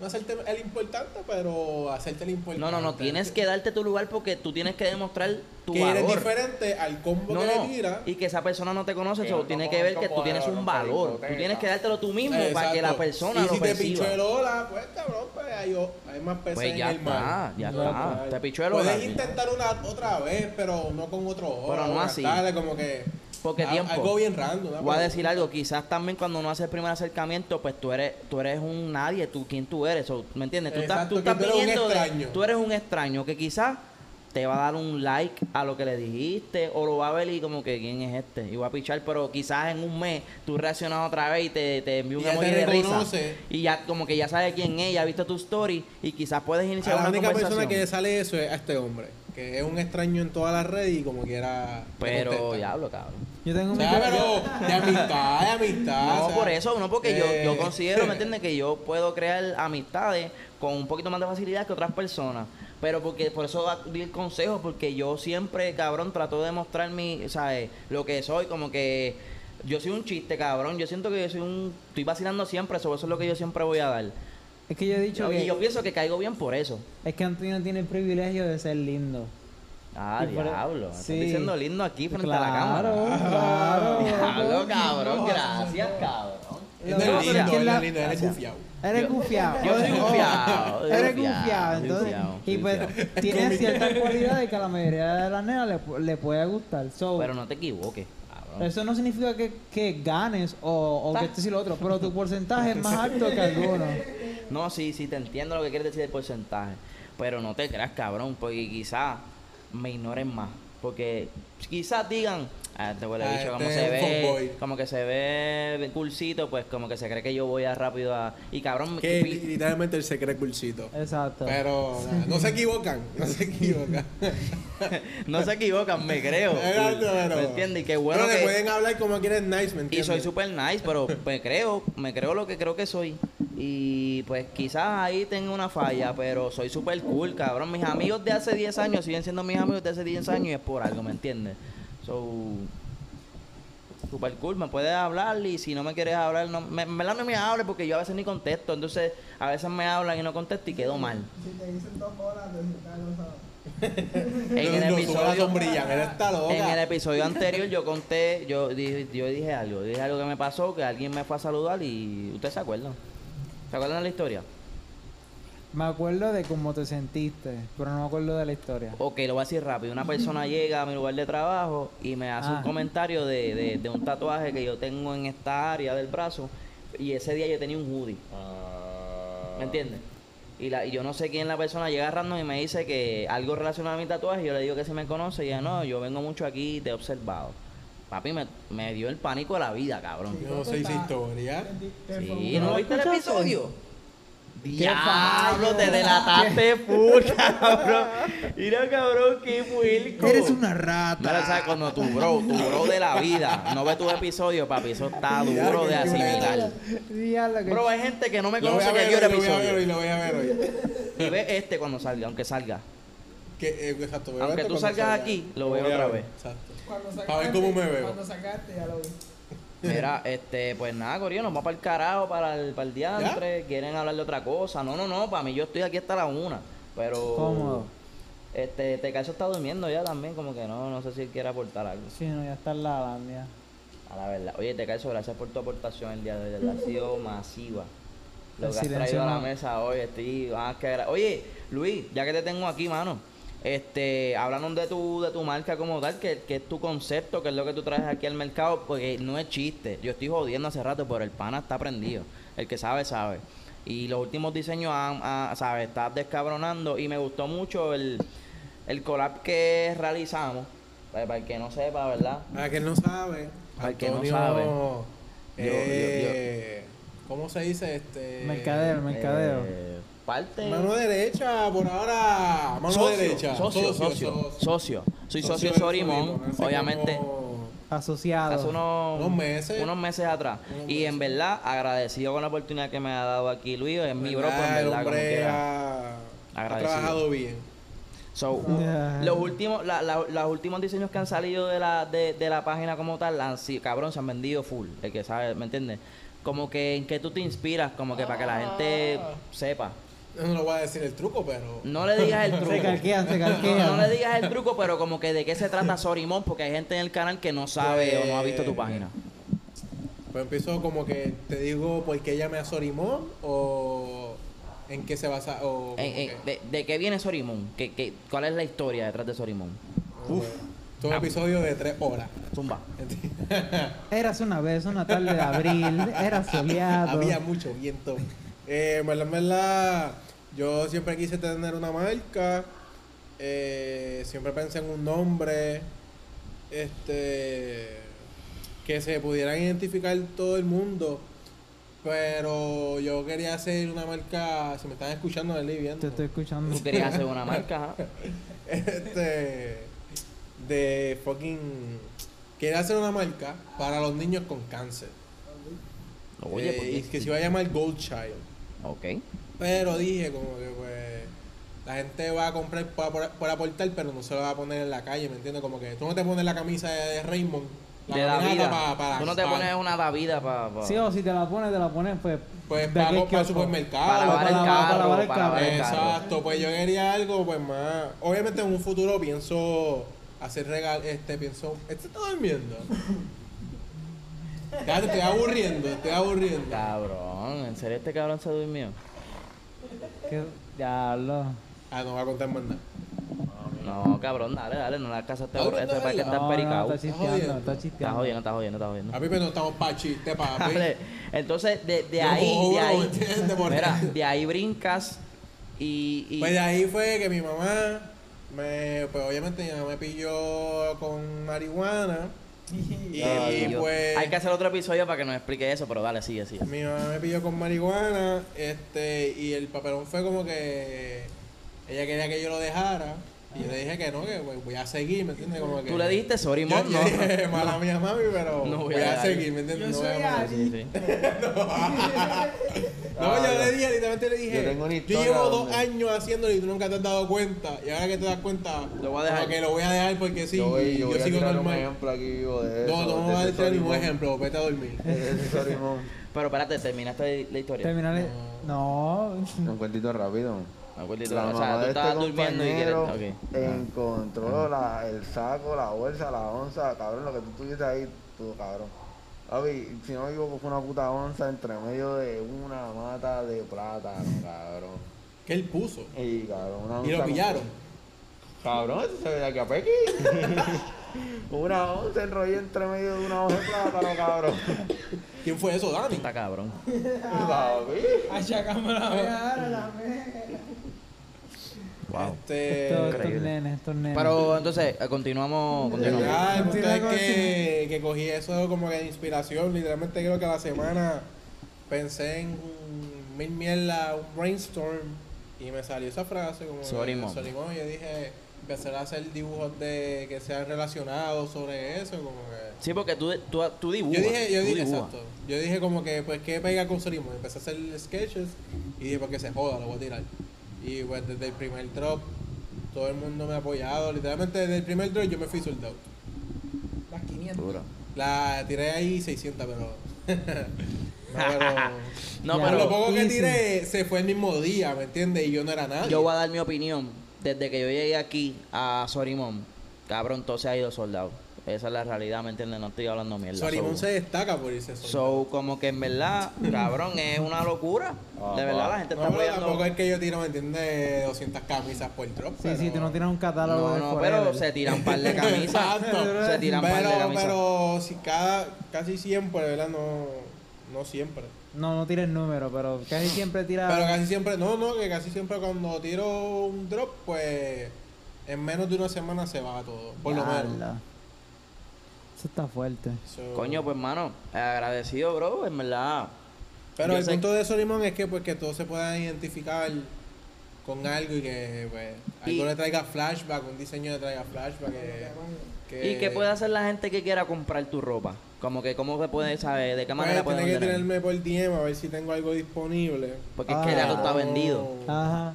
Speaker 3: no hacerte el importante pero hacerte el importante
Speaker 2: No, no, no, tienes que darte tu lugar porque tú tienes que demostrar tu
Speaker 3: que eres
Speaker 2: valor.
Speaker 3: diferente al combo
Speaker 2: No,
Speaker 3: que
Speaker 2: no,
Speaker 3: le tira
Speaker 2: y que esa persona no te conoce,
Speaker 4: Que
Speaker 2: so,
Speaker 4: no
Speaker 2: tiene
Speaker 4: conozco
Speaker 2: que ver que tú
Speaker 4: como
Speaker 2: tienes
Speaker 4: valor,
Speaker 2: un
Speaker 4: no tengo
Speaker 2: valor. Tú
Speaker 4: hipoteca.
Speaker 2: tienes que dártelo tú mismo
Speaker 3: Eh, Exacto.
Speaker 2: para que la persona
Speaker 3: y
Speaker 2: lo
Speaker 3: si te pichó
Speaker 2: perciba.
Speaker 3: el ola pues cabrón pues hay, o- hay más peces
Speaker 2: Pues
Speaker 3: en
Speaker 2: ya
Speaker 3: el mar
Speaker 2: está, ya
Speaker 3: No,
Speaker 2: está.
Speaker 3: pues,
Speaker 2: Te pichó el ola.
Speaker 3: puedes intentar una otra vez pero no con otro ola
Speaker 2: Pero no
Speaker 3: buenas
Speaker 2: así.
Speaker 3: tardes, como que
Speaker 2: Porque
Speaker 3: a-
Speaker 2: tiempo.
Speaker 3: algo bien random ¿no?
Speaker 2: Voy a decir algo, quizás también cuando uno hace el primer acercamiento, pues tú eres, tú eres un nadie, tú quién tú eres, o, ¿me entiendes? Tú estás, tú
Speaker 3: Exacto,
Speaker 2: estás
Speaker 3: que tú eres un
Speaker 2: viniendo de-
Speaker 3: extraño.
Speaker 2: tú eres un extraño que quizás te va a dar un like a lo que le dijiste, o lo va a ver y como que quién es este, y va a pichar, pero quizás en un mes tú reaccionas otra vez y te, te envía un
Speaker 3: Y ya
Speaker 2: emoji
Speaker 3: te
Speaker 2: de risa.
Speaker 3: reconoce.
Speaker 2: Y ya como que ya sabe quién es, ya ha visto tu story, y quizás puedes
Speaker 3: A
Speaker 2: iniciar
Speaker 3: la
Speaker 2: una
Speaker 3: única persona
Speaker 2: conversación.
Speaker 3: que sale eso es a este hombre que es un extraño en toda la red y como quiera le
Speaker 2: Pero
Speaker 3: contesta.
Speaker 2: diablo, cabrón.
Speaker 1: yo tengo
Speaker 3: O
Speaker 1: un
Speaker 3: sea, pero de amistad, de amistad.
Speaker 1: Ah,
Speaker 2: No,
Speaker 3: o sea,
Speaker 2: por eso, no, porque yo,
Speaker 3: eh,
Speaker 2: yo considero, ¿me entiendes? Que yo puedo crear amistades con un poquito más de facilidad que otras personas. Pero porque por eso da- di el consejo, porque yo siempre, cabrón, trato de mostrar mi, ¿sabes? Lo que soy, como que yo soy un chiste, cabrón. Yo siento que yo soy un... Estoy vacilando siempre, sobre eso es lo que yo siempre voy a dar.
Speaker 1: Es que yo he dicho
Speaker 2: Y
Speaker 1: que
Speaker 2: yo pienso que caigo bien por eso.
Speaker 1: es que Antonio tiene el privilegio de ser lindo.
Speaker 2: Ah,
Speaker 1: Y por-
Speaker 2: diablo. me
Speaker 1: sí.
Speaker 2: Estás diciendo lindo aquí frente a la
Speaker 1: Claro,
Speaker 2: cámara.
Speaker 1: claro.
Speaker 2: Diablo, cabrón, gracias, cabrón.
Speaker 3: Él
Speaker 1: No,
Speaker 3: no es
Speaker 1: pero es
Speaker 3: lindo,
Speaker 1: que
Speaker 3: él no
Speaker 1: la-
Speaker 3: es lindo, él es gufiado.
Speaker 1: Eres gufiado.
Speaker 2: Yo soy gufiado, soy
Speaker 1: Eres
Speaker 2: gufiado,
Speaker 1: gufiado.
Speaker 2: soy
Speaker 1: Entonces,
Speaker 2: gufiado,
Speaker 1: y
Speaker 2: soy
Speaker 1: pues
Speaker 2: gufiado.
Speaker 1: tiene ciertas cualidades que a la mayoría de las nenas le, pu- le puede gustar. So,
Speaker 2: Pero no te equivoques, cabrón.
Speaker 1: Eso no significa que, que ganes o, o que
Speaker 2: Ta.
Speaker 1: estés y lo otro, pero tu porcentaje es más alto que alguno.
Speaker 2: No, sí, sí, te entiendo lo que quieres decir del porcentaje. Pero no te creas, cabrón, porque quizás me ignoren más. Porque quizás digan, ah, este huele
Speaker 3: Ah,
Speaker 2: bicho,
Speaker 3: este
Speaker 2: como
Speaker 3: es
Speaker 2: se
Speaker 3: un
Speaker 2: ve,
Speaker 3: fuckboy".
Speaker 2: como que se ve de cursito, pues como que se cree que yo voy a rápido a. Y cabrón,
Speaker 3: Que
Speaker 2: pi-
Speaker 3: literalmente él se cree cursito.
Speaker 1: Exacto.
Speaker 3: Pero nada, no se equivocan, no se equivocan.
Speaker 2: no se equivocan, me creo.
Speaker 3: Exacto, pero-
Speaker 2: ¿Me entiendes? Y qué bueno
Speaker 3: Pero le
Speaker 2: que.
Speaker 3: pueden hablar como quieren nice, ¿me
Speaker 2: Y
Speaker 3: entiendes?
Speaker 2: soy super nice, pero me creo, me creo lo que creo que soy. Y pues quizás ahí tengo una falla, pero soy super cool, cabrón. Mis amigos de hace 10 años siguen siendo mis amigos de hace 10 años y es por algo, ¿me entiendes? So, super cool, me puedes hablar y si no me quieres hablar, no, me, en verdad no me hables porque yo a veces ni contesto. Entonces, a veces me hablan y no contesto y quedo mal.
Speaker 7: Si te dicen dos horas, te dicen Carlos Sabat.
Speaker 2: En el
Speaker 3: Los- los ojos
Speaker 2: episodio,
Speaker 3: son brillantes, él está loca.
Speaker 2: En el episodio anterior yo conté, yo dije, yo dije algo, dije algo que me pasó, que alguien me fue a saludar y ustedes se acuerdan. ¿Se acuerdan de la historia?
Speaker 1: Me acuerdo de cómo te sentiste, pero no me acuerdo de la historia.
Speaker 2: Ok, lo voy a decir rápido. Una persona llega a mi lugar de trabajo y me hace
Speaker 1: Ah.
Speaker 2: un comentario de, de- de un tatuaje que yo tengo en esta área del brazo y ese día yo tenía un hoodie.
Speaker 4: Ah,
Speaker 2: ¿Me entiendes? Y, la, y yo no sé quién la persona llega random y me dice que algo relacionado a mi tatuaje. Y yo le digo que si me conoce. Y ella, no, yo vengo mucho aquí y te he observado. Papi, me, me dio el pánico de la vida, cabrón.
Speaker 3: Yo no sé esa historia.
Speaker 2: Sí, ¿no viste el
Speaker 1: escuchaste?
Speaker 2: episodio? Diablo, te delataste full, cabrón. Mira, cabrón, qué puerco.
Speaker 1: Eres una rata.
Speaker 2: Mira, ¿sabes? Cuando tu bro, tu bro de la vida, no ve tus episodios, papi, eso está duro de asimilar.
Speaker 1: Diablo, que-
Speaker 2: Bro, hay gente que no me
Speaker 3: Lo voy
Speaker 2: conoce
Speaker 3: a
Speaker 2: que
Speaker 3: ver
Speaker 2: vio el
Speaker 3: hoy, lo voy a ver hoy,
Speaker 2: episodio.
Speaker 3: lo voy a ver hoy.
Speaker 2: Y ve este cuando salga, aunque salga.
Speaker 3: Que, eh, exacto, veo
Speaker 2: Aunque
Speaker 3: esto
Speaker 2: tú
Speaker 3: cuando
Speaker 2: salgas
Speaker 3: salga.
Speaker 2: aquí, lo veo
Speaker 3: voy a
Speaker 2: otra
Speaker 3: ver,
Speaker 2: vez.
Speaker 3: Exacto.
Speaker 7: Cuando
Speaker 3: A ver cómo me veo.
Speaker 7: Cuando sacaste, ya lo vi.
Speaker 2: Mira, este, pues nada, Corillo, nos va para el carajo, para el, para el diantre. Quieren hablar de otra cosa. No, no, no, para mí yo estoy aquí hasta la una. Pero.
Speaker 1: Cómodo.
Speaker 2: Este, Tecaso está durmiendo ya también, como que no, no sé si él quiere aportar algo.
Speaker 1: Sí, no, ya está en la bandia.
Speaker 2: A la verdad. Oye, Tecaso, gracias por tu aportación el día de hoy. de verdad, Ha sido masiva. Lo
Speaker 1: El
Speaker 2: que has
Speaker 1: silencio
Speaker 2: traído a
Speaker 1: no.
Speaker 2: la mesa hoy, estoy más que agra- Oye, Luis, ya que te tengo aquí, mano, este, háblanos de tu, de tu marca como tal, que, que es tu concepto, que es lo que tú traes aquí al mercado, porque no es chiste. Yo estoy jodiendo hace rato, pero el pana está prendido. El que sabe, sabe. Y los últimos diseños, han- ha- ¿sabes? Estás descabronando. Y me gustó mucho el, el collab que realizamos. Para para el que no sepa, ¿verdad?
Speaker 3: Para que no sabe.
Speaker 2: Para que no
Speaker 3: Antonio,
Speaker 2: sabe.
Speaker 3: eh, ¿Cómo se dice este?
Speaker 1: Mercadeo, mercadeo.
Speaker 2: Eh, parte.
Speaker 3: Mano derecha, por ahora. Mano
Speaker 2: socio,
Speaker 3: derecha.
Speaker 2: Socio, socio, socio. Soy socio, de
Speaker 3: del
Speaker 2: Sorimón,
Speaker 3: Solimón, hace
Speaker 2: obviamente.
Speaker 3: como-
Speaker 1: Asociado.
Speaker 2: Hace unos,
Speaker 3: unos meses.
Speaker 2: unos meses atrás.
Speaker 3: Unos
Speaker 2: y en verdad, agradecido con la oportunidad que me ha dado aquí Luis. Es mi bro, pues en
Speaker 3: Ah, el
Speaker 2: verdad, como
Speaker 3: hombre
Speaker 2: quiera.
Speaker 3: ha, ha
Speaker 2: Agradecido.
Speaker 3: trabajado bien.
Speaker 2: So,
Speaker 1: Yeah.
Speaker 2: los últimos, la- la- los últimos diseños que han salido de la, de, de la página como tal, la han si- cabrón, se han vendido full. El que sabe, ¿me entiendes? Como que en qué tú te inspiras, como que para que la gente sepa.
Speaker 3: Yo No lo voy a decir el truco, pero.
Speaker 2: No le digas el
Speaker 1: Se
Speaker 2: truco.
Speaker 1: calquean, se calquean.
Speaker 2: No, no le digas el truco, pero como que de qué se trata Sorimón, porque hay gente en el canal que no sabe o no ha visto tu página.
Speaker 3: Pues empiezo como que te digo por qué llame a Sorimón o en qué se basa. O como
Speaker 2: Eh, eh,
Speaker 3: que-
Speaker 2: de, de qué viene Sorimón? ¿Qué, qué, cuál es la historia detrás de Sorimón?
Speaker 3: Uf. Es un episodio de tres horas.
Speaker 2: Zumba.
Speaker 1: Eras una vez, una tarde de abril, era soleado.
Speaker 3: Había mucho viento. Eh, en verdad, en verdad, yo siempre quise tener una marca. eh, siempre pensé en un nombre. Este. Que se pudieran identificar todo el mundo. Pero yo quería hacer una marca. Si me están escuchando, me viendo.
Speaker 1: Te estoy escuchando.
Speaker 2: Tú querías hacer una marca. ajá.
Speaker 3: este de fucking quiere hacer una marca para los niños con cáncer
Speaker 2: Oye, pues,
Speaker 3: Eh,
Speaker 2: porque-
Speaker 3: y que se iba a llamar Gold Child
Speaker 2: Ok.
Speaker 3: pero dije como que pues la gente va a comprar por, por- por aportar pero no se lo va a poner en la calle me entiendes como que tú no te pones la camisa de Raymond la
Speaker 2: de Davida.
Speaker 3: caminata pa- para-
Speaker 2: Tú no te
Speaker 3: para-
Speaker 2: pones una Davida para.
Speaker 1: Sí, o si te la pones, te la pones, pues.
Speaker 3: pues
Speaker 1: de
Speaker 3: para,
Speaker 1: aquel
Speaker 3: para el
Speaker 1: kiosco.
Speaker 3: supermercado
Speaker 2: Para lavar el
Speaker 1: para lavar- para lavar
Speaker 2: carro.
Speaker 1: el
Speaker 2: Para lavar el
Speaker 1: carro.
Speaker 2: carro.
Speaker 3: Exacto, pues yo quería algo pues más. Obviamente en un futuro pienso hacer regal, este pienso, este está durmiendo. Ya te estoy aburriendo, te estoy aburriendo.
Speaker 2: Cabrón, ¿en serio este cabrón se durmió?
Speaker 1: Que- Diablo.
Speaker 3: Ah, no va a contar más nada.
Speaker 2: No, cabrón, dale, dale, no la casa te
Speaker 3: Cabrón,
Speaker 2: Este para que
Speaker 3: dale.
Speaker 2: está
Speaker 1: No, no,
Speaker 2: pericado.
Speaker 1: está chisteando,
Speaker 3: jodiendo.
Speaker 1: está
Speaker 2: Está
Speaker 1: chisteando.
Speaker 2: jodiendo, está jodiendo, está jodiendo.
Speaker 3: A mí no estamos pa' chiste, papi.
Speaker 2: Dale. Entonces, de, de
Speaker 3: Yo
Speaker 2: ahí, de
Speaker 3: juro,
Speaker 2: ahí,
Speaker 3: ¿me entiendes? Por-
Speaker 2: mira, de ahí brincas y, y-
Speaker 3: Pues de ahí fue que mi mamá me, pues obviamente mi mamá me pilló con marihuana. Y,
Speaker 2: Ay, Dios.
Speaker 3: pues
Speaker 2: Ah, eh, hay que hacer otro episodio para que nos explique eso, pero dale, sigue, sigue.
Speaker 3: Mi mamá me pilló con marihuana, este, y el papelón fue como que ella quería que yo lo dejara. Y yo le dije que no, que pues, voy a seguir, ¿me entiendes? Como que,
Speaker 2: Tú le dijiste sorry,
Speaker 3: yo,
Speaker 2: mom,
Speaker 3: yo
Speaker 2: no.
Speaker 3: dije, mala mía, mami, pero
Speaker 2: No voy
Speaker 3: voy,
Speaker 2: a
Speaker 3: a,
Speaker 2: dejar.
Speaker 3: seguir, ¿me entiendes?
Speaker 8: Yo
Speaker 3: no, voy
Speaker 8: soy
Speaker 3: a-
Speaker 8: adicto.
Speaker 3: No, yo le dije, literalmente le dije,
Speaker 4: Yo tengo una historia
Speaker 3: llevo dos
Speaker 4: donde-
Speaker 3: años haciéndolo y tú nunca te has dado cuenta. Y ahora que te das cuenta,
Speaker 2: Lo voy a dejar.
Speaker 3: como que lo voy a dejar porque sí,
Speaker 4: yo voy,
Speaker 3: y
Speaker 4: yo
Speaker 3: yo,
Speaker 4: voy a
Speaker 3: sigo
Speaker 4: tirar un
Speaker 3: normal.
Speaker 4: ejemplo aquí vivo de eso. este
Speaker 3: No, no
Speaker 4: de
Speaker 3: voy a
Speaker 4: ese
Speaker 3: tirar ningún
Speaker 4: Solimón.
Speaker 3: ejemplo, vete a dormir.
Speaker 4: De ese Solimón.
Speaker 2: Pero espérate, terminaste la historia.
Speaker 1: Terminale. No.
Speaker 3: Eh,
Speaker 4: Un cuentito rápido.
Speaker 2: No, gordito,
Speaker 4: La
Speaker 2: o sea,
Speaker 4: mamá
Speaker 2: tú
Speaker 4: de este
Speaker 2: estabas durmiendo y quieres.
Speaker 4: compañero
Speaker 2: ok.
Speaker 3: Ah.
Speaker 4: encontró la, el saco, la bolsa, la onza, cabrón, lo que tú tuviste ahí, tú, cabrón. Papi, si no me equivoco, fue una puta onza entre medio de una mata de plátano, cabrón.
Speaker 3: Que él puso.
Speaker 4: Y, cabrón, una
Speaker 3: Y
Speaker 4: onza
Speaker 3: lo
Speaker 4: con-
Speaker 3: pillaron.
Speaker 4: Cabrón, eso se veía que a Pequi. Una once enrollé entre medio de una hoja de plátano, cabrón.
Speaker 3: ¿Quién fue eso, Dani?
Speaker 2: Está cabrón.
Speaker 4: Papi.
Speaker 7: Achacame la vea, la vea.
Speaker 2: Wow.
Speaker 1: Estos,
Speaker 3: Este.
Speaker 1: estos nenes, estos nenes.
Speaker 2: Pero entonces, eh, continuamos. continuamos.
Speaker 3: Ya, el punto
Speaker 7: Continúa
Speaker 3: es
Speaker 7: con-
Speaker 3: que, que cogí eso como que de inspiración. Literalmente creo que a la semana pensé en un- mil mierda, un brainstorm. Y me salió esa frase como que
Speaker 2: Sorry, mom.
Speaker 3: sorry, mom. Yo dije, empezar a hacer dibujos de que sean relacionados sobre eso, como que.
Speaker 2: Sí, porque tú, tú, tú
Speaker 3: Yo
Speaker 2: dibujas.
Speaker 3: dije, yo
Speaker 2: tú
Speaker 3: dije,
Speaker 2: dibujas.
Speaker 3: exacto. Yo dije como que, pues, ¿qué pega con Sorry, mom? Empecé a hacer sketches y dije, porque se joda, lo voy a tirar. Y pues desde el primer drop, todo el mundo me ha apoyado. Literalmente desde el primer drop yo me fui sold out.
Speaker 7: Las 500.
Speaker 2: Duro.
Speaker 3: La tiré ahí 600, pero. no, pero.
Speaker 2: No,
Speaker 1: Ya.
Speaker 3: Pero
Speaker 2: pero
Speaker 3: lo poco que
Speaker 1: Easy.
Speaker 3: tiré se fue el mismo día, ¿me entiendes? Y yo no era nadie.
Speaker 2: yo voy a dar mi opinión. Desde que yo llegué aquí a Sorimón, cabrón, todo se ha ido soldado. Esa es la realidad, ¿me entiendes? No estoy hablando mierda.
Speaker 3: Sorimón
Speaker 2: So-
Speaker 3: se destaca por irse solo.
Speaker 2: So, como que en verdad, cabrón, es una locura.
Speaker 4: Ah,
Speaker 2: de verdad, la gente
Speaker 3: no,
Speaker 2: está
Speaker 3: pero tampoco
Speaker 2: apoyando.
Speaker 3: es que yo tiro, ¿me entiendes? 200 camisas por drop.
Speaker 1: Sí, sí, tú no tienes un catálogo
Speaker 2: No,
Speaker 1: de
Speaker 2: no,
Speaker 1: forever.
Speaker 2: pero se tiran par de camisas.
Speaker 3: Exacto.
Speaker 2: se tiran par
Speaker 3: pero,
Speaker 2: de camisas.
Speaker 3: pero si cada, casi siempre, ¿verdad? No, no siempre.
Speaker 1: No, no tires número, pero casi siempre tira.
Speaker 3: Pero casi siempre, no, no, que casi siempre cuando tiro un drop, pues en menos de una semana se va todo. Por lo menos.
Speaker 1: Diabla. Eso está fuerte.
Speaker 3: So-
Speaker 2: Coño, pues, hermano, agradecido, bro, en verdad.
Speaker 3: Pero
Speaker 2: Yo
Speaker 3: el
Speaker 2: sé-
Speaker 3: punto de eso, Limón, es que pues que todos se puedan identificar con algo y que pues, algo
Speaker 2: Y-
Speaker 3: le traiga flashback, un diseño le traiga flashback. Que,
Speaker 2: ¿Y
Speaker 3: Eh.
Speaker 2: qué puede hacer la gente que quiera comprar tu ropa? Como que, ¿cómo se puede saber? ¿De qué manera
Speaker 3: Pues,
Speaker 2: pueden
Speaker 3: tiene que
Speaker 2: ordenar?
Speaker 3: tenerme por DM a ver si tengo algo disponible.
Speaker 2: Porque es que ya
Speaker 1: Ah.
Speaker 2: tú está vendido.
Speaker 1: Ajá.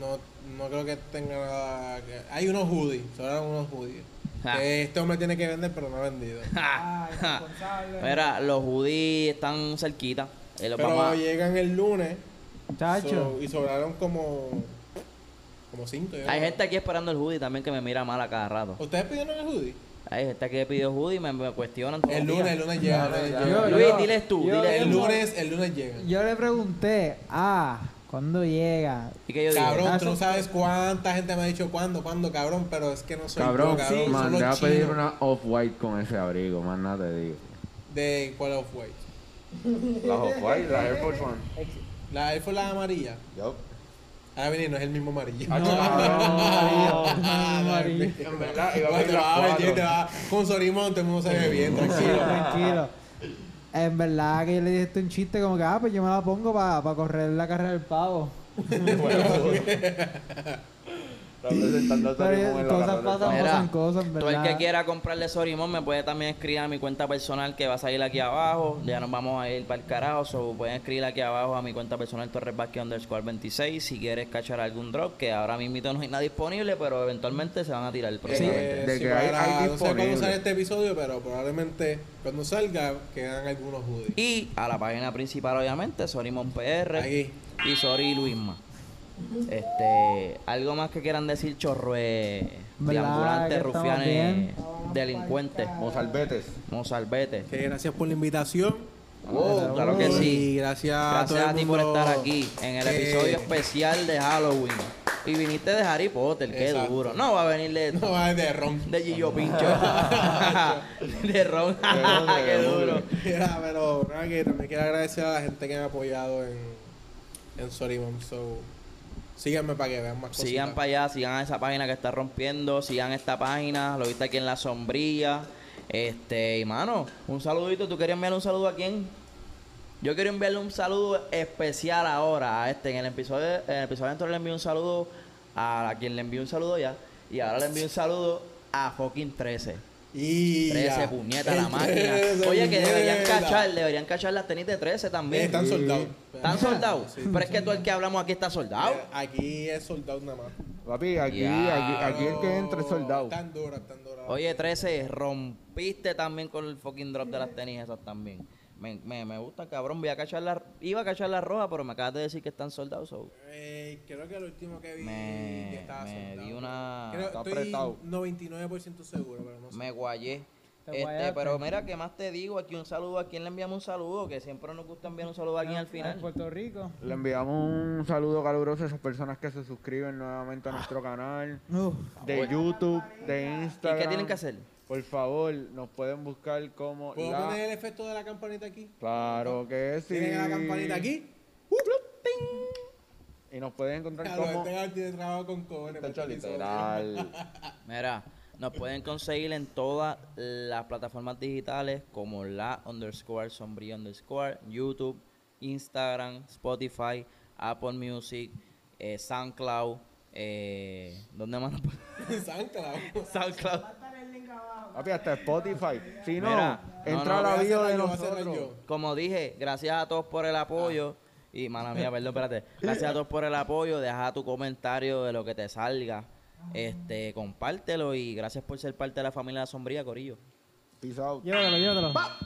Speaker 3: No, no creo que tenga nada. que- Hay unos hoodies, sobraron unos hoodies.
Speaker 2: Ja.
Speaker 3: Que este hombre tiene que vender, pero no ha vendido.
Speaker 7: Ah, irresponsable.
Speaker 2: Mira, los hoodies están cerquita. Y los vamos
Speaker 3: pero
Speaker 2: a-
Speaker 3: llegan el lunes
Speaker 1: Chacho.
Speaker 3: so- y sobraron como. como cinco. yo
Speaker 2: Hay
Speaker 3: creo.
Speaker 2: gente aquí esperando el hoodie también que me mira mal a cada rato.
Speaker 3: ¿Ustedes pidieron el hoodie?
Speaker 2: Hay gente que pidió hoodie y me, me cuestionan todos
Speaker 3: El
Speaker 2: los
Speaker 3: lunes,
Speaker 2: días.
Speaker 3: el lunes llega. el lunes llega.
Speaker 1: Yo-
Speaker 2: Luis,
Speaker 1: yo-
Speaker 2: diles tú,
Speaker 1: yo-
Speaker 2: diles
Speaker 3: El
Speaker 2: tú.
Speaker 3: lunes, el lunes llega.
Speaker 1: Yo le pregunté, ah, ¿cuándo llega?
Speaker 2: ¿Y que yo digo?
Speaker 3: Cabrón,
Speaker 1: Ah,
Speaker 3: tú no
Speaker 1: eso-
Speaker 3: sabes cuánta gente me ha dicho cuándo, cuándo, cabrón, pero es que no soy yo, cabrón. son
Speaker 4: mandé a
Speaker 3: los
Speaker 4: pedir
Speaker 3: chinos.
Speaker 4: una off-white con ese abrigo, más nada te digo.
Speaker 3: De cuál off white.
Speaker 4: Las off-white, las Air Force One.
Speaker 3: La Air Force la amarilla. Ah, venir, no es el mismo amarillo.
Speaker 4: Ah,
Speaker 1: Ah, no, no, amarillo.
Speaker 4: En verdad, iba a
Speaker 3: Bueno,
Speaker 4: pedir
Speaker 3: te vas a
Speaker 4: las
Speaker 3: vestir, te
Speaker 4: cuatro.
Speaker 3: vas a- con Sorimón, todo el mundo se ve bien,
Speaker 1: Tranquilo,
Speaker 3: tranquilo.
Speaker 1: tranquilo. En verdad que yo le dije esto un chiste como que, ah, pues yo me la pongo para correr la carrera del pavo.
Speaker 4: Está presentando a Tony Moon
Speaker 1: Pero
Speaker 4: en la
Speaker 1: cosas
Speaker 4: carrera del
Speaker 1: pasan,
Speaker 4: pavo.
Speaker 2: Mira,
Speaker 1: pasan cosas, en
Speaker 2: Todo el
Speaker 1: verdad.
Speaker 2: que quiera comprarle Sorimón me puede también escribir a mi cuenta personal que va a salir aquí abajo. Ya nos vamos a ir para el carajo. So, pueden escribir aquí abajo a mi cuenta personal Torres Vázquez underscore 26 si quieres cachar algún drop que ahora mismo no hay nada disponible, pero eventualmente se van a tirar. próximamente.
Speaker 3: Eh,
Speaker 4: de
Speaker 3: sí,
Speaker 4: que hay-
Speaker 3: para-
Speaker 4: hay
Speaker 3: no sé cuándo
Speaker 4: disponible.
Speaker 3: sale este episodio, pero probablemente cuando salga quedan algunos hoodies.
Speaker 2: Y a la página principal, obviamente, Sorimón PR
Speaker 3: Aquí.
Speaker 2: y Sori Luisma. Este, algo más que quieran decir, chorrue,
Speaker 1: ¿Verdad
Speaker 2: deambulantes,
Speaker 1: que estamos
Speaker 2: rufianes,
Speaker 1: bien?
Speaker 2: delincuentes,
Speaker 4: Mozalbetes.
Speaker 2: mozalbetes.
Speaker 3: Que gracias por la invitación. oh,
Speaker 2: Wow, Oh, claro que sí.
Speaker 3: Y gracias, Ah, todo
Speaker 2: Gracias
Speaker 3: el
Speaker 2: a ti por
Speaker 3: mundo
Speaker 2: estar aquí en el
Speaker 3: que-
Speaker 2: episodio especial de Halloween. Y viniste de Harry Potter, qué
Speaker 3: Exacto.
Speaker 2: duro. No va a venir de,
Speaker 3: No, va de ron.
Speaker 2: de Gillo Pincho. de Ron, qué duro.
Speaker 3: Mira, pero nada, que también quiero agradecer a la gente que me ha apoyado en, en Sorimon. So, síganme para que vean más cosas.
Speaker 2: Sigan para allá, sigan a esa página que está rompiendo, sigan esta página, lo viste aquí en la sombrilla. Este, y mano, un saludito, ¿tú querías enviarle un saludo a quién? Yo quiero enviarle un saludo especial ahora a este. En el episodio, en el episodio anterior le envié un saludo a, a quien le envió un saludo ya. Y ahora le envío un saludo a fucking 13.
Speaker 3: Y
Speaker 2: 13,
Speaker 3: ya.
Speaker 2: puñeta, la
Speaker 3: El
Speaker 2: máquina.
Speaker 3: 13,
Speaker 2: Oye, que deberían
Speaker 3: puñeta.
Speaker 2: cachar, deberían cachar las tenis de 13
Speaker 3: Eh,
Speaker 2: también.
Speaker 3: están soldados.
Speaker 2: ¿Están soldados?
Speaker 3: Sí,
Speaker 2: Pero es que todo el que hablamos aquí está soldado.
Speaker 3: Eh, Aquí es soldado nada más.
Speaker 4: Papi, aquí,
Speaker 2: Ya.
Speaker 4: aquí, aquí el que entre es soldado.
Speaker 3: Tan dura, tan dura.
Speaker 2: Oye, 13, rompiste también con el fucking drop de las tenis esas también. Me, me, me gusta, cabrón. Voy a cachar la, iba a cachar la roja, pero me acabas de decir que están soldados. so.
Speaker 3: Eh, creo que el último que vi
Speaker 2: Me-
Speaker 3: que estaba
Speaker 2: me
Speaker 3: soldado.
Speaker 2: di una-
Speaker 3: Creo,
Speaker 4: Ah, Está
Speaker 3: estoy
Speaker 4: apretado.
Speaker 3: 99% seguro, pero no sé.
Speaker 2: Me guayé.
Speaker 1: Te
Speaker 2: Este,
Speaker 1: guayaste.
Speaker 2: pero mira, ¿qué más te digo? Aquí un saludo, ¿a quién le enviamos un saludo? Que siempre nos gusta enviar un saludo a alguien al
Speaker 1: En
Speaker 2: final.
Speaker 1: Puerto Rico.
Speaker 4: Le enviamos un saludo caluroso a esas personas que se suscriben nuevamente a nuestro canal de YouTube, de
Speaker 2: ¿Y
Speaker 4: Instagram.
Speaker 2: qué tienen que hacer?
Speaker 4: Por favor, nos pueden buscar como
Speaker 3: ¿Puedo
Speaker 4: la-
Speaker 3: poner el efecto de la campanita aquí?
Speaker 4: Claro que sí.
Speaker 3: ¿Tienen la campanita aquí?
Speaker 4: Y nos pueden encontrar
Speaker 3: Claro,
Speaker 4: como
Speaker 3: este Gabriel tiene trabajo con cojones.
Speaker 4: Tacho,
Speaker 3: este episodio.
Speaker 4: literal.
Speaker 2: Mira, nos pueden conseguir en todas las plataformas digitales como la underscore, sombría underscore, YouTube, Instagram, Spotify, Apple Music, eh, SoundCloud. Eh, ¿Dónde más? nos pueden-
Speaker 3: Sáncala.
Speaker 2: SoundCloud.
Speaker 4: Papi, hasta Spotify. Si no,
Speaker 2: Mira, no,
Speaker 4: entra
Speaker 2: no,
Speaker 4: a la
Speaker 3: voy a
Speaker 4: bio
Speaker 3: cerrar
Speaker 4: de
Speaker 3: yo, voy a cerrar
Speaker 4: nosotros.
Speaker 3: yo.
Speaker 2: Como dije, gracias a todos por el apoyo. Y, mala mía, perdón, espérate. Gracias a todos por el apoyo. Deja tu comentario de lo que te salga. Este, compártelo y gracias por ser parte de la familia Sombría, Corillo.
Speaker 4: Peace out.
Speaker 1: Llévatelo, llévatelo.